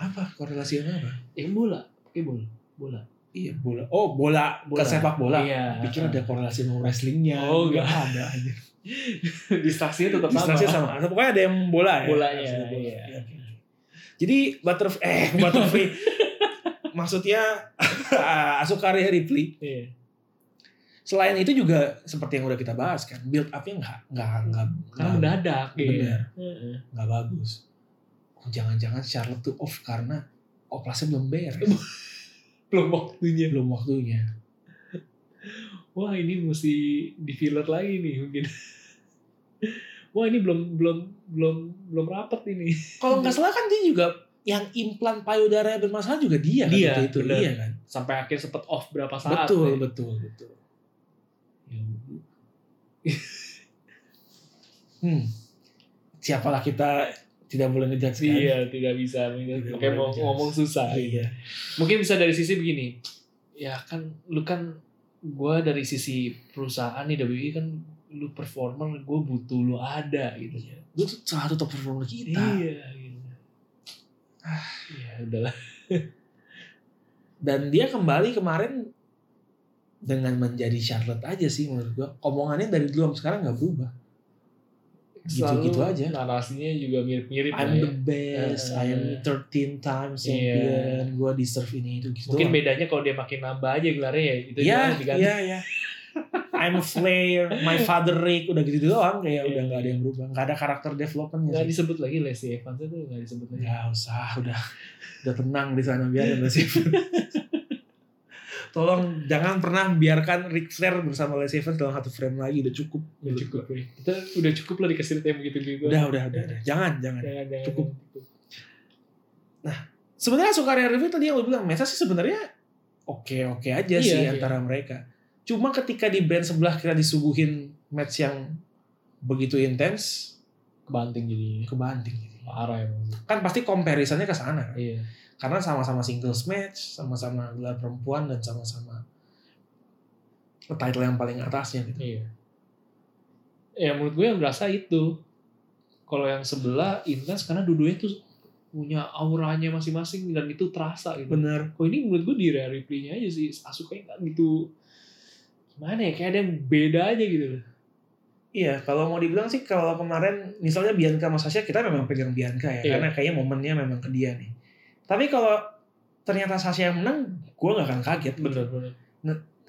Apa korelasinya apa?
Ya kan bola, Pokeball, bola.
Iya bola. Oh bola,
Bola.
ke sepak bola.
Iya.
Pikir ada korelasi sama wrestlingnya.
Oh,
Nggak
enggak.
ada. aja.
Distraksinya tetap
Distraction
sama.
sama. Atau pokoknya ada yang bola ya.
Bolanya,
Harus ada bola.
iya.
Iya, oke. Jadi butterfly, eh butterfly. Maksudnya Asuka Rhea Ripley
Iya.
selain itu juga seperti yang udah kita bahas kan build upnya nggak nggak nggak
Karena
nggak-
mendadak
Bener.
iya. Heeh.
nggak bagus oh jangan-jangan Charlotte tuh off karena oplasnya belum beres
Belum waktunya.
belum waktunya
Wah, ini mesti di filler lagi nih mungkin. Wah, ini belum belum belum belum rapet ini.
kalau nggak salah kan dia juga yang implan payudara yang bermasalah juga dia kan
Dia,
waktu itu
bener.
iya kan
Sampai akhirnya sempet off berapa saat.
betul
ya.
betul betul
Ya,
hmm siapalah kita tidak boleh ngejudge kan
Iya, tidak bisa.
Tidak
Kayak mau
boleh
ngomong susah. gitu.
iya
mungkin bisa dari sisi begini ya kan lu kan gue dari sisi perusahaan nih WWE kan lu performer gue butuh lu ada gitu ya
Lu tuh salah satu top performer kita.
iya gitu. ya udahlah
Dan dia kembali kemarin dengan menjadi Charlotte aja sih menurut gua. Omongannya dari dulu sampai sekarang nggak berubah. Gitu-gitu
Selalu
aja.
narasinya juga mirip-mirip lah
I'm
ya.
the best, I am 13 times
Eh. Iya.
champion, gua deserve ini itu gitu.
mungkin bedanya kalau dia pakai nambah aja gelarnya ya itu
ya,
doang diganti
ya, ya. I'm a Flair, my father Rick, udah gitu doang kayak
Iya.
udah nggak ada yang berubah, nggak ada karakter developmentnya
nggak
sih.
disebut lagi Leslie Evans itu nggak disebut lagi
Nggak usah, udah udah tenang di sana biar ada Leslie Evans. Tolong jangan pernah biarkan Ric Flair bersama Leslie Evans dalam satu frame lagi, udah cukup.
udah cukup ya. kita udah cukup lah dikasih yang begitu gitu
Udah, udah, udah, udah. Jangan, jangan.
jangan, jangan,
Cukup.
cukup.
sebenarnya Sukarya Review tadi yang lu bilang Mesa sih sebenarnya oke oke aja
Iya,
sih
iya.
antara mereka cuma ketika di brand sebelah kita disuguhin match yang begitu intens
kebanting jadinya
kebanting
parah emang
kan pasti comparisonnya ke sana kan?
iya
karena sama-sama singles match sama-sama gelar perempuan dan sama-sama title yang paling atasnya gitu
Iya. Ya menurut gue yang berasa itu. Kalau yang sebelah intens karena dudunya tuh punya auranya masing-masing dan itu terasa gitu.
bener
Kalau ini menurut gue di Rhea Ripley-nya aja sih Asuka yang nggak gitu gimana ya kayak ada yang beda aja gitu loh.
iya kalau mau dibilang sih kalau kemarin misalnya Bianca sama Sasha kita memang pegang Bianca ya
Iya.
karena kayaknya momennya memang ke dia nih tapi kalau ternyata Sasha yang menang gue nggak akan kaget
Bener bener.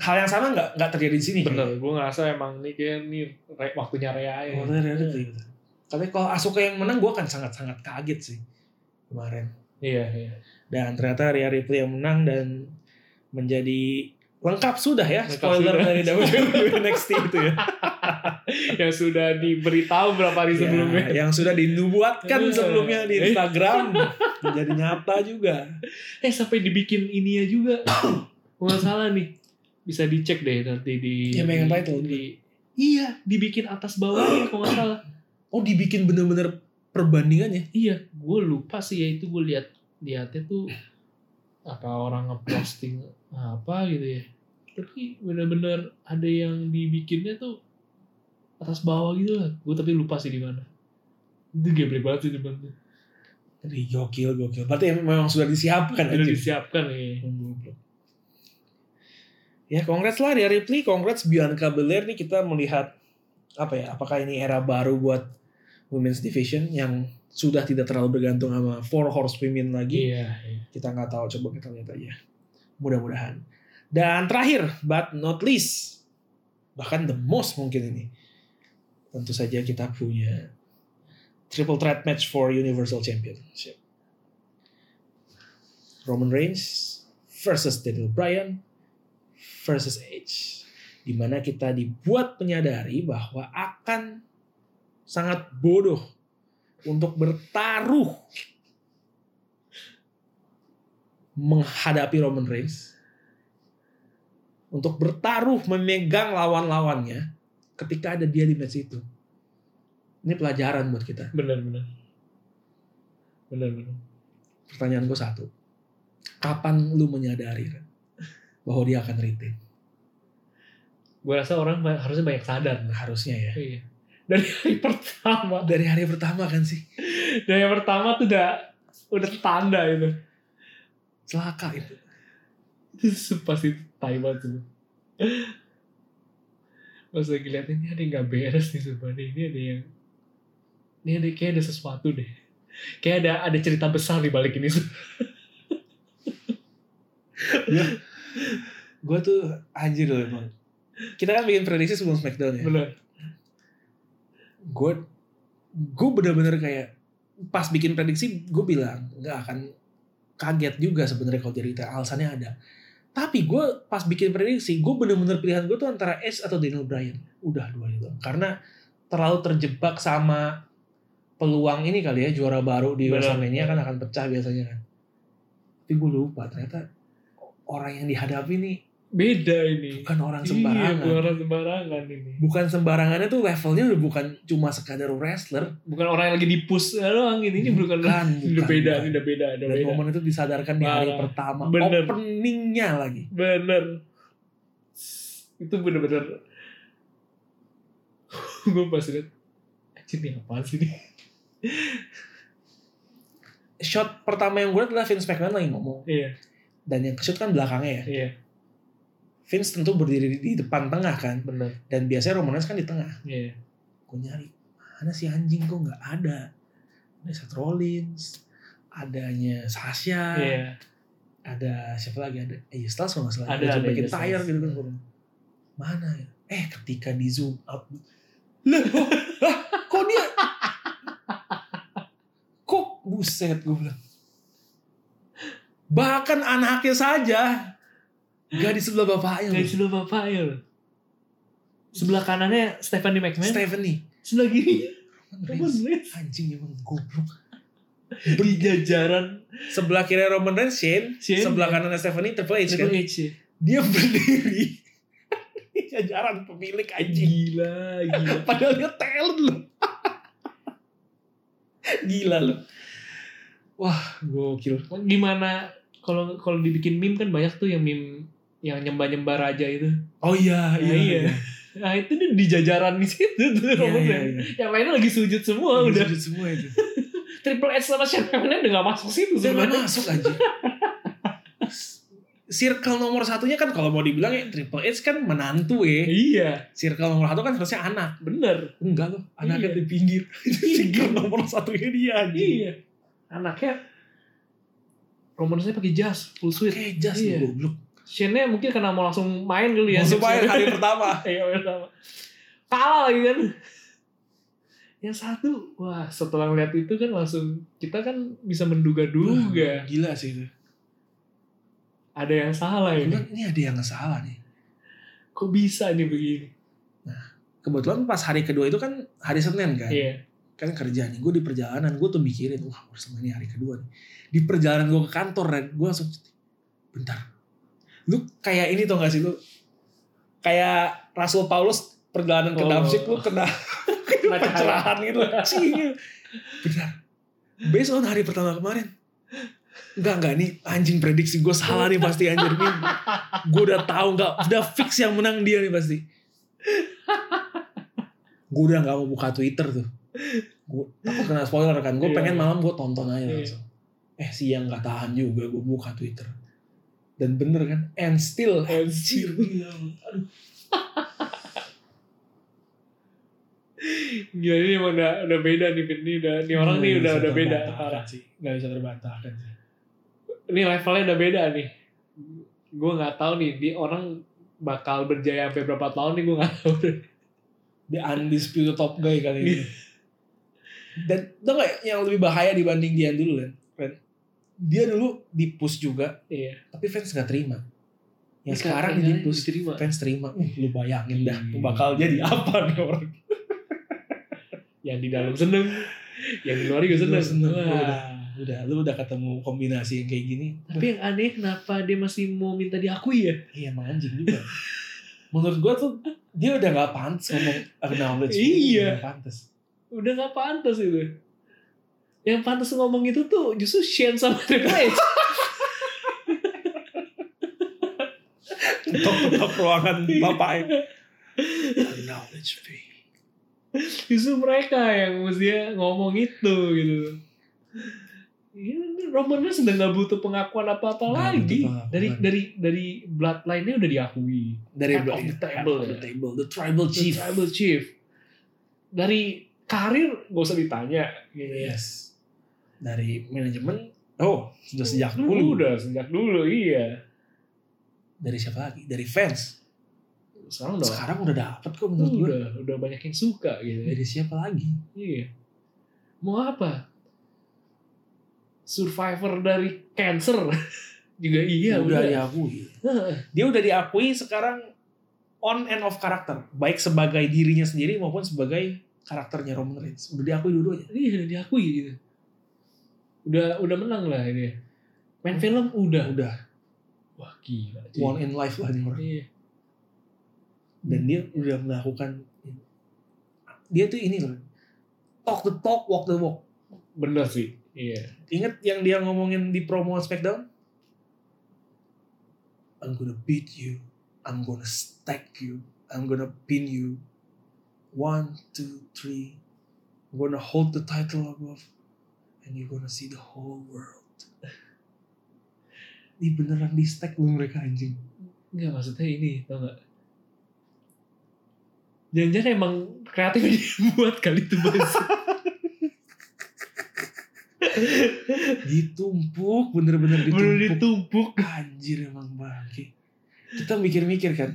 hal yang sama nggak nggak terjadi di sini.
Bener. Iya, Gue ngerasa emang nih kayak nih re- waktunya Rhea ya.
Oh, terjadi di sini. Tapi kalau Asuka yang menang, gue akan sangat-sangat kaget sih kemarin.
Iya iya.
Dan ternyata Rhea Ripley yang menang dan menjadi lengkap sudah ya
Lengkap
spoiler
sudah.
dari WWE NXT itu ya.
yang sudah diberitahu berapa hari sebelumnya.
Ya, yang sudah dinubuatkan
Iya.
sebelumnya di Instagram menjadi nyata juga.
Eh sampai dibikin ininya juga. Kalau nggak salah nih. Bisa dicek deh nanti di
Ya, megang title.
di- Iya, dibikin atas bawahnya kalau nggak salah.
Oh dibikin bener-bener perbandingannya.
Iya, gue lupa sih ya itu gue lihat lihatnya tuh apa orang ngeposting apa gitu ya. Tapi bener-bener ada yang dibikinnya tuh atas bawah gitu lah. Gue tapi lupa sih di mana. Itu geblek banget sih sebenarnya.
Jadi gokil gokil. Berarti memang sudah disiapkan.
Udah
aja.
disiapkan ya.
Ya, congrats lah Rhea Ripley, congrats Bianca Belair nih kita melihat apa ya? Apakah ini era baru buat women's division yang sudah tidak terlalu bergantung sama four horsewomen lagi?
Iya, iya.
Kita nggak tahu, coba kita lihat aja. Mudah-mudahan. Dan terakhir, but not least, bahkan the most mungkin ini, tentu saja kita punya triple threat match for Universal Championship. Roman Reigns versus Daniel Bryan versus Edge. Di mana kita dibuat menyadari bahwa akan sangat bodoh untuk bertaruh menghadapi Roman Reigns untuk bertaruh memegang lawan-lawannya ketika ada dia di match itu. Ini pelajaran buat kita.
Bener bener. Bener bener.
Pertanyaan gue satu. Kapan lu menyadari Ren, bahwa dia akan retain?
Gue rasa orang ba- harusnya banyak sadar.
Harusnya ya.
Iya. Dari hari pertama,
Dari hari pertama kan sih.
dari hari pertama tuh udah udah tanda itu.
Celaka itu.
Itu sumpah sih tai banget itu. Pas lagi liatin ini ada yang gak beres nih sebenarnya ini ada yang ini ada kayak ada sesuatu deh. Kayak ada ada cerita besar di balik ini.
Gue tuh anjir loh emang. Kita kan bikin prediksi sebelum Smackdown ya.
Bener.
Gue gue bener-bener kayak pas bikin prediksi gue bilang nggak akan kaget juga sebenarnya kalau dia retail alasannya ada. Tapi gue pas bikin prediksi gue bener-bener pilihan gue tuh antara Edge atau Daniel Bryan. Udah dua itu. Karena terlalu terjebak sama peluang ini kali ya juara baru di
Bener.
WrestleMania kan akan pecah biasanya kan. Tapi gue lupa ternyata orang yang dihadapi nih
Beda ini.
bukan orang
Iya,
sembarangan.
bukan orang sembarangan ini.
Bukan sembarangannya tuh levelnya udah bukan cuma sekadar wrestler.
Bukan orang yang lagi dipus doang ini. Ini bukan.
Iya, Bukan,
Ini udah
bukan,
beda,
bukan.
ini udah beda, udah
Dan
beda.
momen itu disadarkan di hari
Parah.
pertama
Bener.
openingnya lagi.
Bener. itu bener-bener gue pas liat anjir nih apaan sih ini
Shot pertama yang gue liat adalah Vince McMahon lagi ngomong.
iya
Dan yang shoot kan belakangnya ya.
iya
Vince tentu berdiri di depan tengah kan.
bener
Dan biasanya Roman Reigns kan di tengah.
iya
Gue nyari, mana sih anjing kok nggak ada. Ada Seth Rollins, adanya Sasha,
iya
ada siapa lagi ada eh Styles kalau nggak salah
Ada,
ada
ada AJ
tayar
Styles.
gitu kan gua bilang, mana ya eh ketika di zoom out lah oh, lah, kok dia kok buset gue bilang bahkan anaknya saja gak di sebelah bapaknya
dari
loh.
sebelah bapak ya loh. sebelah kanannya Stephanie McMahon
Stephanie
sebelah kiri Roman
Reigns.
Reigns
anjing emang goblok
di jajaran
sebelah kiri Roman Reigns Shane,
Shane.
sebelah kanan Stephanie Triple H kan
Triple H ya.
dia berdiri di jajaran pemilik anjing
gila gila
Padahal dia talent loh. Gila loh. Wah, gokil.
gimana kalau kalau dibikin meme kan banyak tuh yang meme yang nyembah nyembah raja itu
Oh iya,
Nah, iya. nah itu dia di jajaran di situ
Iya,
tuh Roman
iya,
Reigns.
iya.
yang lainnya lagi sujud semua
Ini
udah
sujud semua itu.
Triple H sama Shane McMahon udah gak masuk situ
Udah nggak
sebenarnya
masuk aja. Circle nomor satunya kan kalau mau dibilang ya Triple H kan menantu ya.
iya
Circle nomor satu kan harusnya anak.
bener
Enggak loh, anaknya
Iya.
di pinggir. Circle nomor satunya dia aja.
iya anaknya Roman Reigns pakai jas full suit
Kayak jas
Iya.
lu goblok.
Shane nya mungkin karena mau langsung main kali ya
Langsung main Iya, hari pertama.
Iya pertama. Kalah lagi kan. Yang satu, wah setelah ngeliat itu kan langsung kita kan bisa menduga-duga
Gila sih itu.
ada yang salah
Gua
ini.
bilang, Ini ada yang salah nih.
Kok bisa nih begini?
Kebetulan pas hari kedua itu kan hari Senin kan.
Iya.
kan kerja nih gue di perjalanan gue tuh mikirin wah harus ini hari kedua nih di perjalanan gue ke kantor dan gue langsung bentar lu kayak ini tau gak sih lu kayak Rasul Paulus perjalanan ke
Oh.
Damsyik lu kena
Kena cahaya.
pencerahan gitu Cing. benar based on hari pertama kemarin Enggak, enggak nih anjing prediksi gue salah nih pasti anjir nih gue udah tahu enggak udah fix yang menang dia nih pasti gue udah nggak mau buka twitter tuh gue takut kena spoiler kan gue
Iya.
pengen malam gue tonton aja
Iya.
langsung eh siang nggak tahan juga gue buka twitter dan bener kan and still
And
anjir
still. Gila ini emang udah, udah beda nih Vin. Ini udah ini orang nih
Nggak
udah
bisa
udah beda
terbantahkan
parah.
sih nggak bisa terbantahkan
kan.
sih
Ini levelnya udah beda nih. Gue nggak tahu nih di orang bakal berjaya sampai berapa tahun nih gue nggak tahu.
the undisputed top guy kali ini. Dan tau gak yang lebih bahaya dibanding dia dulu kan? Ren? Dia dulu di push juga,
Iya.
tapi fans nggak terima. Yang sekarang di push,
diterima.
fans terima. Uh, lu bayangin dah,
Hmm.
bakal jadi apa nih orang?
yang di dalam seneng yang di luar juga
Di
seneng,
luar seneng,
Iya, Wah.
udah. Udah, lu udah ketemu kombinasi yang kayak gini.
tapi yang aneh kenapa dia masih mau minta diakui ya
Iya, emang anjing juga. Menurut gua tuh dia udah nggak pantas ngomong acknowledge.
Iya.
Nggak pantas.
udah nggak pantas itu yang pantas ngomong itu tuh justru Shane sama Triple H
Tok-tok ruangan bapaknya. Iya. acknowledge me.
justru mereka yang mestinya ngomong itu gitu Ya, Roman Reigns udah nggak butuh pengakuan apa-apa
Nggak
lagi
butuh pengakuan.
dari dari dari bloodline-nya udah diakui
dari
Head of the table,
Head of
ya.
the table, the tribal
The
chief.
tribal chief dari karir gak usah ditanya gitu ya
Yes. Dari manajemen. Oh, sudah sejak dulu.
Hmm, udah sejak dulu iya
Dari siapa lagi? Dari fans.
sekarang udah
Sekarang udah dapet kok menurut gue.
udah udah banyak yang suka gitu
Dari siapa lagi?
iya mau apa survivor dari cancer juga iya
udah, diakui.
Heeh.
Dia udah diakui sekarang on and off karakter, baik sebagai dirinya sendiri maupun sebagai karakternya Roman Reigns. Udah diakui dua-duanya.
iya udah diakui gitu udah udah menang lah ini main film udah Iya.
Udah
wah gila cuy.
one in life lah nih orang.
iya
Dan dia udah melakukan dia tuh ini loh. Talk the talk, walk the walk.
bener sih iya
Ingat yang dia ngomongin di promo SmackDown? I'm gonna beat you I'm gonna stack you. I'm gonna pin you. One, two, three. I'm gonna hold the title above, and you're gonna see the whole world. Ini beneran di stack loh mereka anjing.
Enggak maksudnya ini tau gak Jangan-jangan emang kreatif dibuat kali itu Bas.
Ditumpuk, Gitu, bener-bener
Belum
ditumpuk.
ditumpuk
Anjir emang bangke. Kita mikir-mikir kan.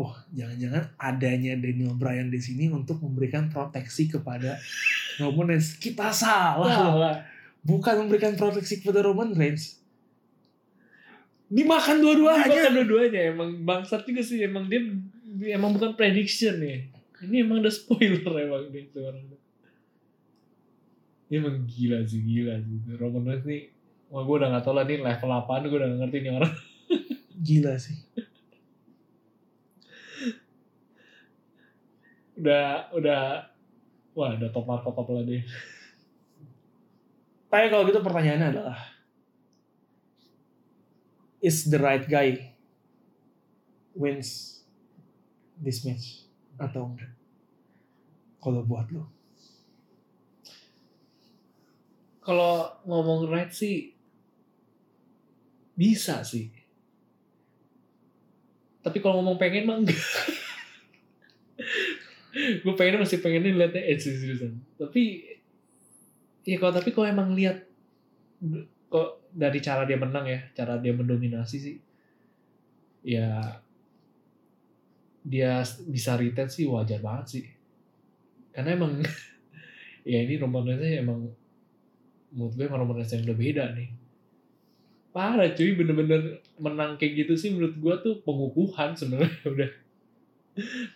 Oh, jangan-jangan adanya Daniel Bryan di sini untuk memberikan proteksi kepada Roman Reigns. Kita salah.
Wah,
Bukan memberikan proteksi kepada Roman Reigns. Dimakan dua-duanya.
Bahkan dua-duanya emang bangsat juga sih emang dia dia emang bukan prediction ya. Ini emang udah spoiler emang dia tuh orang. Dia emang gila sih gila gitu. Roman Reigns nih Wah gue udah gak tau lah nih level apaan gue udah gak ngerti nih orang
Gila sih.
Udah udah Wah udah top up top up lah deh
Tapi kalau gitu pertanyaannya adalah Is the right guy wins this match atau enggak? Kalau buat lo,
Kalau ngomong right sih Bisa sih Tapi kalau ngomong pengen mah enggak Gue pengennya masih pengennya liatnya Edge sih seriusan Tapi Ya kalau tapi kalau emang lihat kok dari cara dia menang ya, cara dia mendominasi sih, ya dia bisa retain sih wajar banget sih, karena emang ya ini Roman Reigns-nya emang menurut gue emang Roman Reigns yang udah beda nih. Parah cuy, bener-bener menang kayak gitu sih menurut gue tuh pengukuhan sebenarnya udah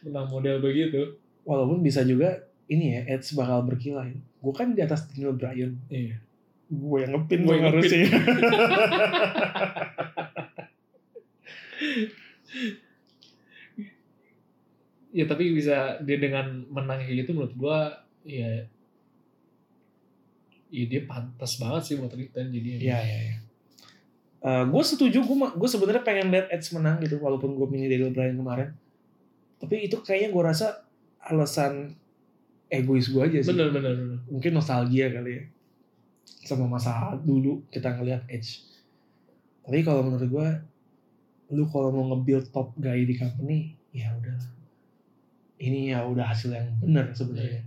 menang model begitu.
walaupun bisa juga ini ya Edge bakal berkilah. Gue kan di atas Daniel Bryan,
Iya.
gue yang ngepin
Gua
dong
yang ngepin.
harusnya.
Ya tapi bisa dia dengan menang kayak gitu menurut gue ya ya dia pantas banget sih buat return jadi
Iya iya. Ya. gue setuju, gue gue sebenarnya pengen lihat Edge menang gitu, walaupun gue milih Daniel Bryan kemarin. Tapi itu kayaknya gue rasa alasan egois gue aja sih.
bener bener bener
mungkin nostalgia kali ya sama masa dulu kita ngelihat Edge tapi kalau menurut gue lu kalau mau nge-build top guy di company ya udah ini ya udah hasil yang benar sebenarnya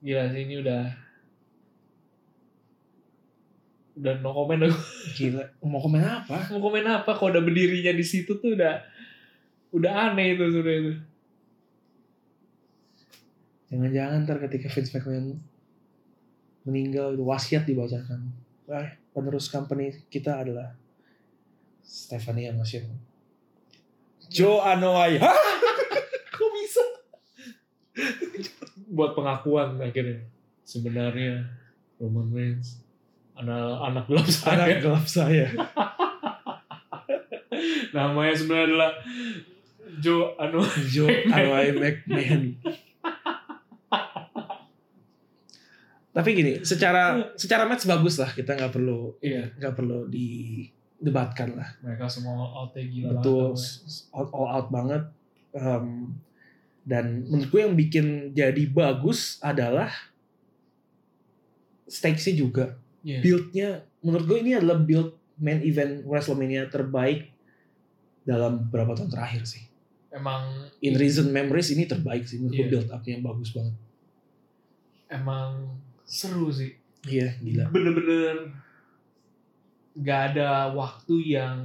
gila sih ini udah udah no comment aku
gila mau komen apa
mau komen apa kalau udah berdirinya di situ tuh udah udah aneh itu sudah itu
jangan-jangan ntar ketika Vince McMahon meninggal itu wasiat dibacakan Wah, penerus company kita adalah Stephanie Amoshin Joe Anoa'i hah kok bisa
buat pengakuan akhirnya sebenarnya Roman Reigns anak anak gelap saya
anak gelap saya
namanya sebenarnya adalah Joe Anu
Joe Roy McMahon. Tapi gini, secara secara match bagus lah, kita nggak perlu
iya
nggak perlu didebatkan lah.
mereka semua OT gila
Betul,
banget
all, all out banget. Em, dan menurut gue yang bikin jadi bagus adalah stakesnya juga
namanya. Iya.
build-nya menurut gue ini adalah build main event WrestleMania terbaik dalam beberapa tahun terakhir sih
emang
in recent memories ini terbaik sih menurut gue
Iya.
build up yang bagus banget
emang seru sih
iya gila
bener-bener gak ada waktu yang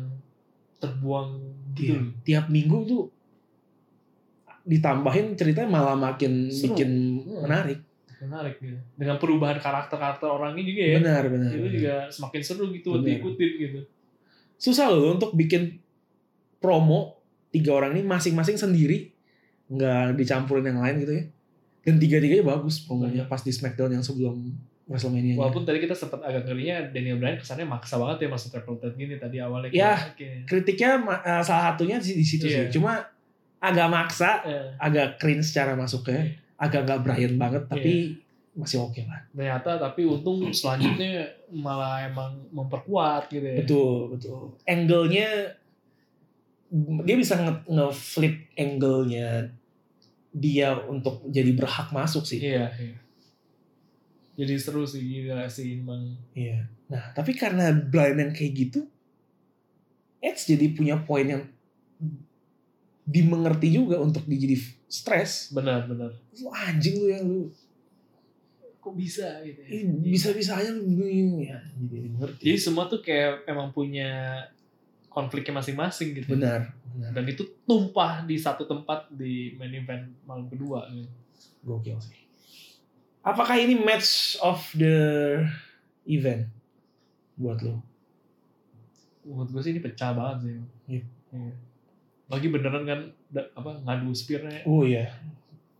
terbuang gitu
Iya. tiap minggu tuh ditambahin ceritanya malah makin
Seru.
bikin
Hmm.
menarik
menarik gitu dengan perubahan karakter-karakter orangnya juga ya
benar benar,
itu
benar.
juga semakin seru gitu buat
Bener.
diikutin gitu
susah loh untuk bikin promo tiga orang ini masing-masing sendiri nggak dicampurin yang lain gitu ya dan tiga-tiganya bagus promonya pas di Smackdown yang sebelum WrestleMania -nya.
Iya. walaupun tadi kita sempat agak ngerinya Daniel Bryan kesannya maksa banget ya masuk triple threat gini tadi awalnya Iya.
Ya.
kayak,
kritiknya ma- eh, salah satunya di, di situ
Iya.
sih cuma agak maksa
eh,
agak cringe secara masuknya, agak nggak Brian banget tapi masih oke lah.
ternyata tapi untung selanjutnya malah emang memperkuat gitu ya
Betul, betul. Angle-nya dia bisa nge- nge-flip angle-nya dia untuk jadi berhak masuk sih.
Iya, iya. Jadi seru sih gila sih emang.
Iya. Nah, tapi karena blindman kayak gitu, Edge jadi punya poin yang dimengerti juga untuk dia jadi stres.
Benar, benar.
Lu anjing lu yang lu
Kok bisa gitu
ih,
ya?
bisa-bisanya lu begini ya. Jadi dimengerti.
Jadi semua tuh kayak emang punya konfliknya masing-masing gitu.
Benar, benar.
Dan itu tumpah di satu tempat di main event malam kedua. gitu.
Gokil sih. Apakah ini match of the event buat lu?
Menurut gue sih ini pecah banget sih.
Iya.
Iya. Lagi beneran kan da- apa ngadu spearnya.
Oh iya.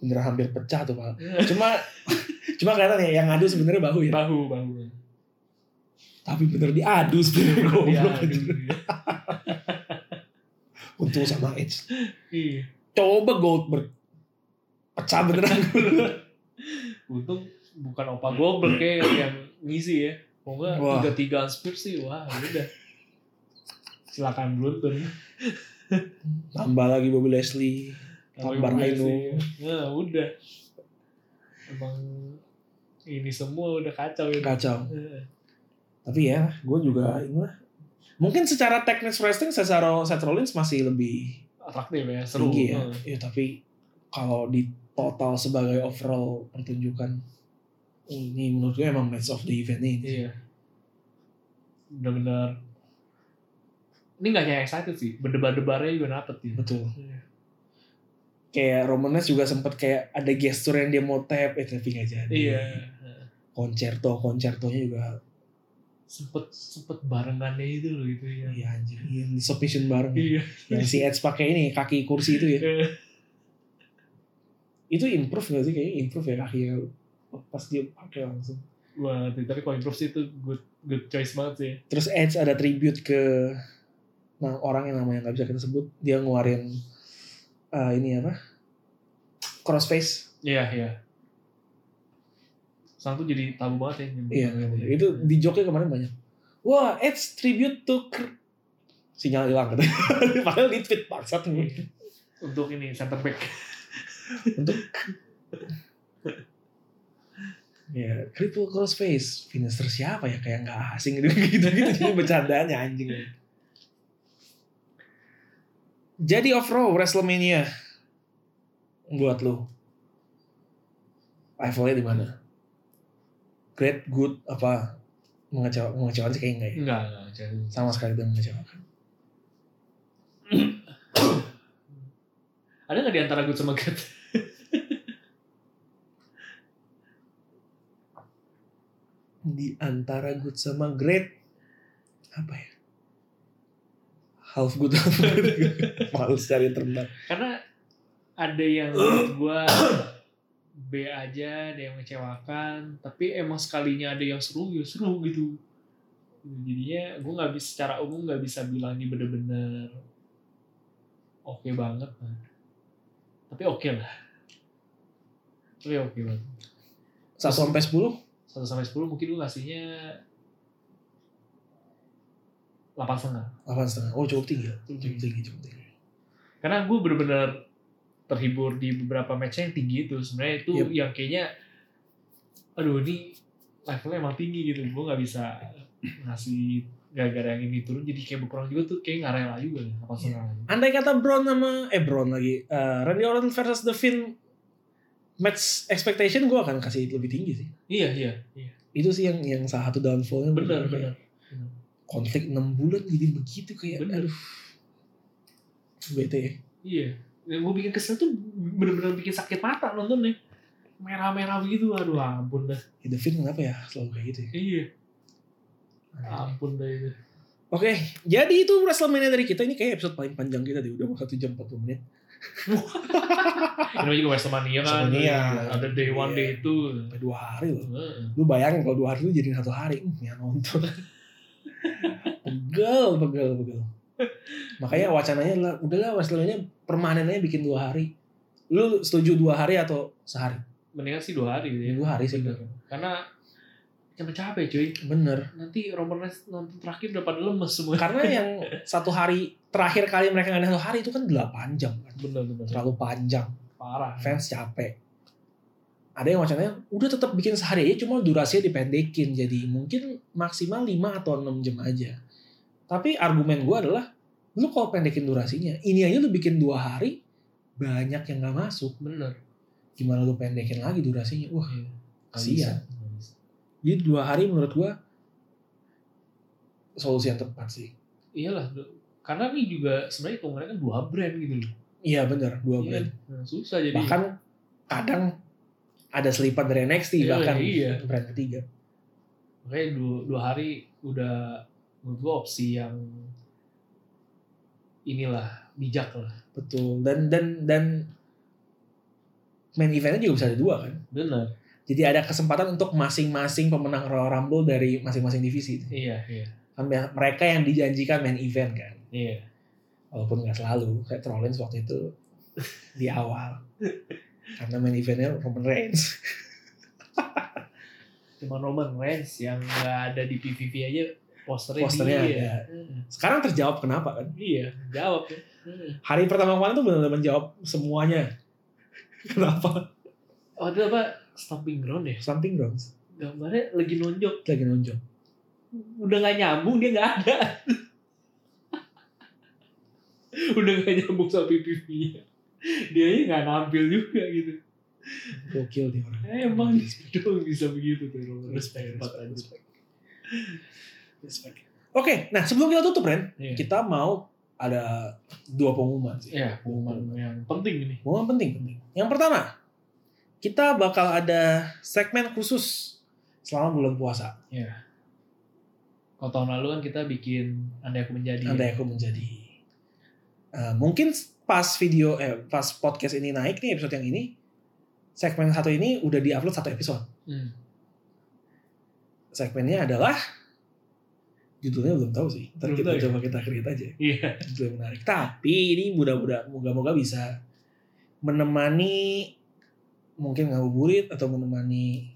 Bener hampir pecah tuh, Pak. Cuma cuma kelihatan ya yang ngadu sebenarnya bahu ya.
Bahu, bahu.
Tapi bener diadu sebenarnya goblok.
Diadu,
anjing.
iya.
Untung sama Edge.
Iya.
Coba Goldberg pecah beneran.
Untung bukan opa Goldberg kayak yang ngisi ya. Mau nggak
Wah.
tiga-tiga spear sih, wah ya udah. Silakan beruntun.
Tambah lagi Bobby Leslie.
Kalau
Akbar
gue
Ainun.
sih, Ya udah. Emang ini semua udah kacau ya.
Kacau.
Eh,
Tapi ya, gue juga ini lah. Mungkin secara teknis wrestling Cesaro Seth Rollins masih lebih
Atraktif ya, seru.
tinggi ya.
Eh,
Iya, tapi kalau di total sebagai overall pertunjukan ini menurut gue emang match of the event ini.
Iya. Bener-bener. Ini gak hanya excited sih, berdebar-debarnya juga dapet ya.
Betul.
Iya.
Kayak Roman Reigns juga sempat kayak ada gestur yang dia mau tap, eh tapi nggak jadi.
Iya.
Koncerto, koncertonya juga
Sempet, sempet barengannya itu loh gitu ya.
iya anjir, yang di submission bareng.
Iya.
Yang si Edge pakai ini kaki kursi itu ya.
Eh,
Itu improve gak sih kayaknya improve ya kakinya pas dia pakai langsung.
Wah, tapi kalau improve sih itu good, good choice banget sih.
Terus Edge ada tribute ke nah, orang yang namanya nggak bisa kita sebut. Dia ngeluarin eh, ini apa? Crossface.
Iya, iya. Sekarang tuh jadi tabu banget ya.
Iya. Itu di joke kemarin banyak. Wah, Edge tribute to Cr- sinyal hilang katanya. Padahal di tweet bangsat gue.
Iya. Untuk ini, center back.
Untuk Ya, triple crossface. Finisher siapa ya? Kayak nggak asing gitu gitu. Jadi bercandanya anjing. Jadi overall WrestleMania buat lo levelnya di mana? Great, good, apa mengecewa, mengecewakan sih kayaknya enggak ya?
Enggak, enggak. jadi-
Sama sekali tidak mengecewakan.
Ada nggak di antara good sama great?
Di antara good sama great apa ya? Half good, half good. Males cari ternak.
Karena ada yang menurut gua B aja, ada yang mengecewakan. Tapi emang sekalinya ada yang seru, ya seru gitu. Jadinya gua nggak bisa secara umum nggak bisa bilang ini bener-bener oke banget. Nah. Tapi oke lah. Tapi oke banget.
Satu sampai sepuluh?
1 sampai 10 mungkin gue ngasihnya 8 setengah.
delapan setengah oh cukup tinggi
Cukup
cukup tinggi cukup tinggi
Karena gue bener-bener terhibur di beberapa matchnya yang tinggi itu. Sebenarnya itu
Yep.
yang kayaknya aduh ini levelnya emang tinggi gitu. Gue nggak bisa ngasih gara-gara yang ini turun jadi kayak berkurang juga tuh kayak nggak rela juga ya, apa
Iya.
setengah
andai kata Braun sama eh Braun lagi eh, Randy Orton versus The Finn match expectation gue akan kasih lebih tinggi sih
iya iya iya
itu sih yang yang salah satu downfallnya
benar benar
konflik 6 bulan jadi begitu kayak
Bener.
aduh bete ya
iya yang gue bikin kesel tuh bener-bener bikin sakit mata nontonnya merah-merah begitu aduh ampun dah
Ya, The Finn kenapa ya selalu kayak gitu ya
iya
Iya.
ampun dah itu
Oke, jadi itu WrestleMania dari kita. Ini kayak episode paling panjang kita deh. Udah mau 1 jam 40 menit.
Ini juga Wrestlemania kan.
Wrestlemania.
Ada day one
Iya.
day itu.
Sampai 2 hari loh. lu bayangin kalau dua hari itu jadiin satu hari hmm, ya nonton pegel pegel pegel makanya wacananya adalah udahlah Wrestlemania permanennya bikin dua hari lu setuju dua hari atau sehari
Mendingan sih dua hari gitu ya.
dua hari sih
Karena capek-capek cuy.
Bener.
Nanti Roman Reigns nonton terakhir udah pada lemes semua.
Karena yang satu hari terakhir kali mereka ngadain satu hari itu kan 8 jam kan.
Bener-bener
Terlalu panjang.
parah.
Fans capek. Ada yang wacana udah tetap bikin sehari aja cuma durasinya dipendekin jadi mungkin maksimal 5 atau 6 jam aja. Tapi argumen gue adalah lu kalau pendekin durasinya, ini aja lu bikin dua hari banyak yang gak masuk.
Bener.
Gimana lu pendekin lagi durasinya? Wah,
Iya.
kasihan. Jadi dua hari menurut gua solusi yang tepat sih.
Iyalah, karena ini juga sebenarnya kemarin kan dua brand gitu loh.
Iya benar dua
Iya,
brand.
nah, susah jadi.
Bahkan kadang ada selipan dari NXT
Iya,
bahkan
iya.
brand ketiga.
makanya dua, dua hari udah menurut gua opsi yang inilah bijak lah
Betul. Dan dan dan main eventnya juga bisa ada dua kan.
bener
Jadi ada kesempatan untuk masing-masing pemenang Royal Rumble dari masing-masing divisi.
iya iya
Kan biasa- Mereka yang dijanjikan main event kan.
iya
Walaupun nggak selalu. Kayak Rollins waktu itu di awal. Karena main eventnya Roman Reigns.
cuma Roman Reigns yang nggak ada di PVP aja posternya,
Posternya
dia.
ada.
Hmm,
Sekarang terjawab kenapa kan?
iya jawab ya Hmm.
Hari pertama kemarin tuh benar-benar menjawab semuanya. kenapa?
oh itu apa stomping ground ya
Something grounds.
gambarnya lagi nonjok
Lagi nonjol.
udah nggak nyambung dia nggak ada udah nggak nyambung sama PVP nya dia aja nggak nampil juga gitu
Gokil nih orang.
Eh, emang di situ doang bisa begitu tuh Roman Reigns
Respect,
Hebat
respect,
aja.
respect. Respect. Oke, nah sebelum kita tutup Ren,
Iya.
kita mau ada dua pengumuman sih.
Ya, pengumuman yang penting ini.
Pengumuman penting, Iya. penting. Yang pertama, kita bakal ada segmen khusus selama bulan puasa.
Kalau tahun lalu kan kita bikin andai aku menjadi.
Andai aku menjadi Eh, mungkin pas video eh pas podcast ini naik nih episode yang ini segmen satu ini udah diupload satu episode
Hmm.
segmennya adalah judulnya belum tahu sih ntar
Belum
kita
tahu ya?
coba kita create aja
Iya.
judul yang menarik tapi ini mudah-mudah moga-moga bisa menemani mungkin ngabuburit atau menemani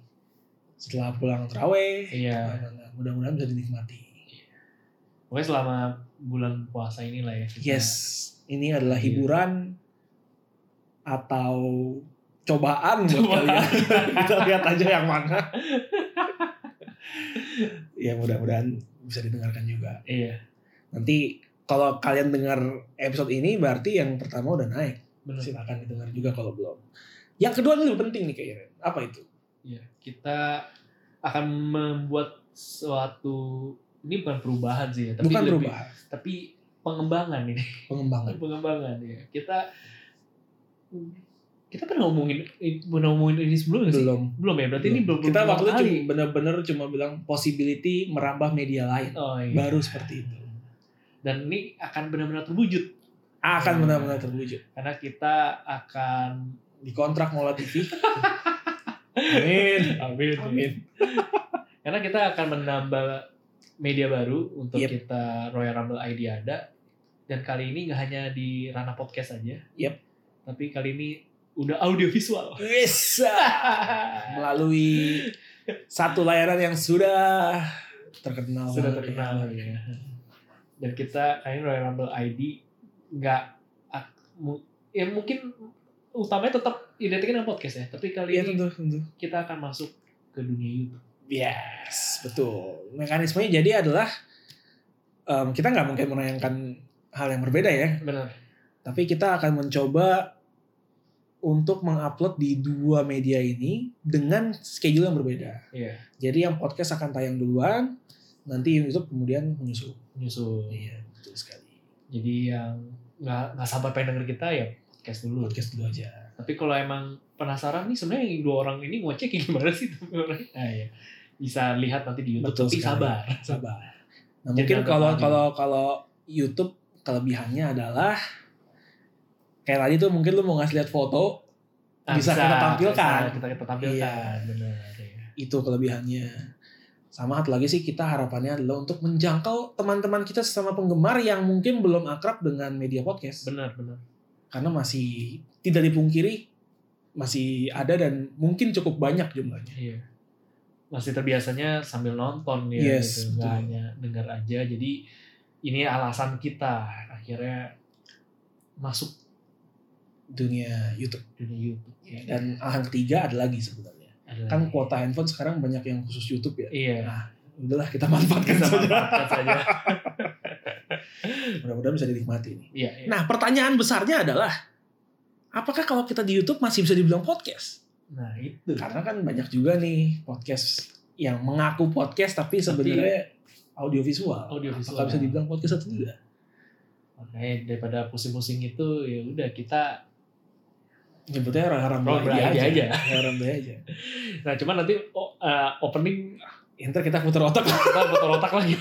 setelah pulang teraweh
Iya.
mudah-mudahan bisa dinikmati
Pokoknya selama bulan puasa ini lah ya. kita-
Yes, ini adalah
Iya.
hiburan atau cobaan buat
Cobaan.
kalian. Kita lihat aja yang mana. ya mudah-mudahan bisa didengarkan juga.
Iya.
Nanti kalau kalian dengar episode ini berarti yang pertama udah naik.
Benar.
Silakan didengar juga kalau belum. Yang kedua ini lebih penting nih kayaknya. Apa itu?
Iya. Kita akan membuat suatu ini bukan perubahan sih ya, tapi
Bukan
lebih-
perubahan,
tapi pengembangan ini.
pengembangan.
pengembangan ya. Kita kita pernah ngomongin pernah ngomongin ini sebelum nggak sih?
Belum.
Belum ya, berarti ini belum
kita
belum
waktu itu
kali.
cuma bener-bener cuma bilang possibility merambah media lain.
Oh, iya.
Baru seperti itu.
dan ini akan benar-benar terwujud
Akan
Hmm.
benar-benar terwujud.
karena kita akan
dikontrak Mola TV. Amin.
amin,
Amin.
karena kita akan menambah media baru untuk
Yep.
kita Royal Rumble ID ada dan kali ini nggak hanya di ranah podcast aja
Yep.
tapi kali ini udah audiovisual
Yes. Melalui satu layanan yang sudah terkenal.
sudah terkenal ya. dan kita kayaknya Royal Rumble ID nggak ak- mu- ya mungkin utamanya tetap identik dengan podcast ya tapi kali
Iya
ini
tentu, tentu.
kita akan masuk ke dunia YouTube.
Yes, betul. Mekanismenya jadi adalah em, kita nggak mungkin menayangkan hal yang berbeda ya,
Benar.
tapi kita akan mencoba untuk mengupload di dua media ini dengan schedule yang berbeda.
Iya.
Jadi yang podcast akan tayang duluan, nanti YouTube kemudian menyusul.
Nyusul.
Iya, betul sekali.
Jadi yang nggak nggak sabar pengen denger kita ya podcast dulu.
Podcast dulu aja.
Tapi kalau emang penasaran nih sebenarnya yang dua orang ini ngoceh kayak gimana sih tuh orang? Nah, iya. Bisa lihat nanti di YouTube.
Ah, Betul
tapi
sekali.
sabar.
sabar. Nah,
Jadi
mungkin
agak
kalau
maju.
kalau kalau YouTube kelebihannya adalah kayak tadi tuh mungkin lu mau ngasih lihat foto
Nah,
Bisa kita tampilkan.
bisa kita kita tampilkan.
Iya.
Benar. Iya.
itu kelebihannya. Sama satu lagi sih kita harapannya adalah untuk menjangkau teman-teman kita sesama penggemar yang mungkin belum akrab dengan media podcast
Benar benar.
karena masih tidak dipungkiri masih ada dan mungkin cukup banyak jumlahnya.
Iya. masih terbiasanya sambil nonton ya
Yes,
gitu nggak
betul.
hanya dengar aja jadi ini alasan kita akhirnya masuk
dunia YouTube.
dunia YouTube ya.
Dan hal ketiga ada lagi sebenarnya.
Ada
Kan
lagi.
kuota handphone sekarang banyak yang khusus YouTube ya.
iya
Udahlah kita manfaatkan
kita
saja.
manfaatkan saja
Mudah-mudahan bisa dinikmati nih.
iya iya.
Nah, pertanyaan besarnya adalah apakah kalau kita di YouTube masih bisa dibilang podcast?
nah itu
Karena kan banyak juga nih podcast yang mengaku podcast tapi
Tapi-
sebenarnya audiovisual.
Audiovisual. ya.
Apakah bisa dibilang podcast atau tidak?
makanya daripada pusing-pusing itu ya udah kita
Nyebutnya orang-orang
Orang belanja aja.
Orang aja.
nah cuman nanti oh, eh, opening
Ya, ntar kita putar otak.
kita putar otak lagi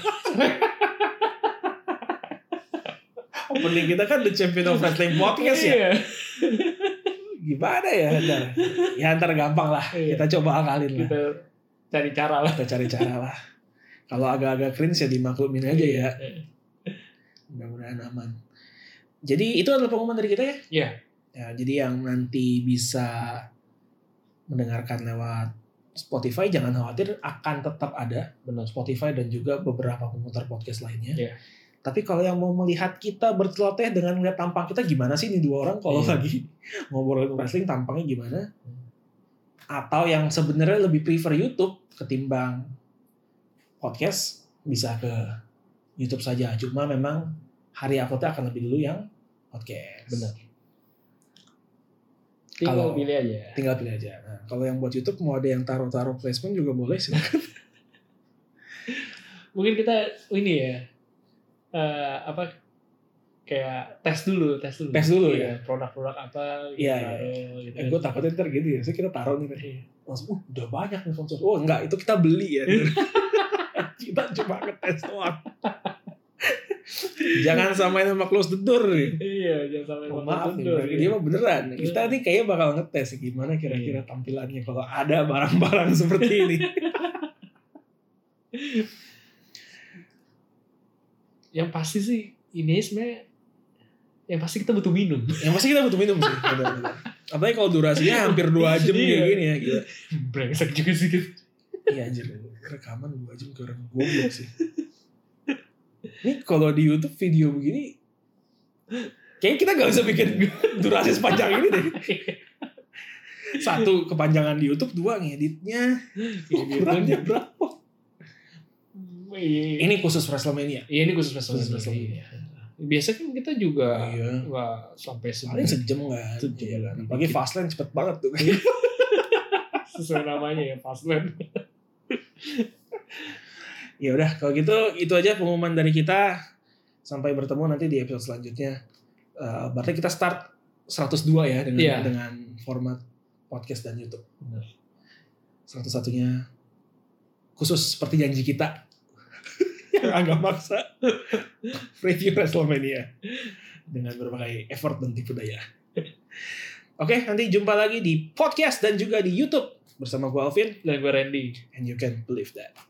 Opening kita kan The Champion of Wrestling Podcast ya.
Iya.
Gimana ya ntar? Ya ntar gampang lah.
Iya.
Kita coba akalin lah.
kita cari cara lah
Kita cari cara lah. Kalau agak-agak cringe ya dimaklumin aja ya. mudah-mudahan aman. Jadi itu adalah pengumuman dari kita ya.
Iya.
Ya, jadi yang nanti bisa mendengarkan lewat Spotify jangan khawatir akan tetap ada
benar
Spotify dan juga beberapa pemutar podcast lainnya.
Iya.
Tapi kalau yang mau melihat kita berceloteh dengan melihat tampang kita gimana sih nih dua orang kalau
Iya. Hmm.
lagi ngobrolin wrestling tampangnya gimana? Atau yang sebenarnya lebih prefer YouTube ketimbang podcast bisa ke YouTube saja. Cuma memang hari uploadnya akan lebih dulu yang podcast.
Benar.
Kalau-
tinggal pilih aja
Tinggal pilih aja. Nah, kalau yang buat YouTube mau ada yang taruh-taruh placement juga boleh sih.
mungkin kita ini ya eh, apa kayak tes dulu tes dulu
Tes dulu ya.
Iya, produk-produk apa
Iya, iya,
taruh, gitu.
eh, gue takutnya ntar gini ya. Saya kita taruh nih.
Iya.
langsung uh, udah banyak nih sponsor oh enggak itu kita beli ya kita cuma ngetes doang jangan samain sama close the door nih
iya jangan sampai
Oh,
bakal
maaf nih,
mundur,
berarti
iya.
dia mah beneran. Kita
Iya.
nih kayaknya bakal ngetes gimana kira-kira tampilannya kalau ada barang-barang seperti ini.
yang pasti sih ini sebenarnya yang pasti kita butuh minum
Yang pasti Ya, kita butuh minum sih. benar-benar. Apalagi kalau durasinya hampir 2 jam kayak
Iya.
gini ya. Gila.
brengsek juga sih gitu.
Iya anjir. Rekaman 2 jam ke orang goblok sih. Ini kalau di Youtube video begini. Kayaknya kita gak bisa bikin durasi sepanjang ini deh. Satu, kepanjangan di Youtube. Dua, ngeditnya.
ya?
Ukurannya berapa?
Iya, iya.
Ini khusus Wrestlemania.
Iya, ini khusus wrestling.
Khusus wrestling.
Iya. Biasanya kan kita juga
Iya.
nggak sampai
Paling
sebenarnya
sejam kan.
Sejam.
Iya kan. Apalagi Fastlane cepet banget tuh.
sesuai namanya ya Fastlane.
ya udah kalau gitu itu aja pengumuman dari kita. Sampai bertemu nanti di episode selanjutnya. Eh, berarti kita start 102 ya dengan
Iya.
dengan format podcast dan YouTube.
Benar.
Satu-satunya khusus seperti janji kita yang agak maksa review Wrestlemania dengan berbagai effort dan tipu daya. Oke, nanti jumpa lagi di podcast dan juga di YouTube bersama gue Alvin
Dan gue Nah, Randy.
and you can believe that.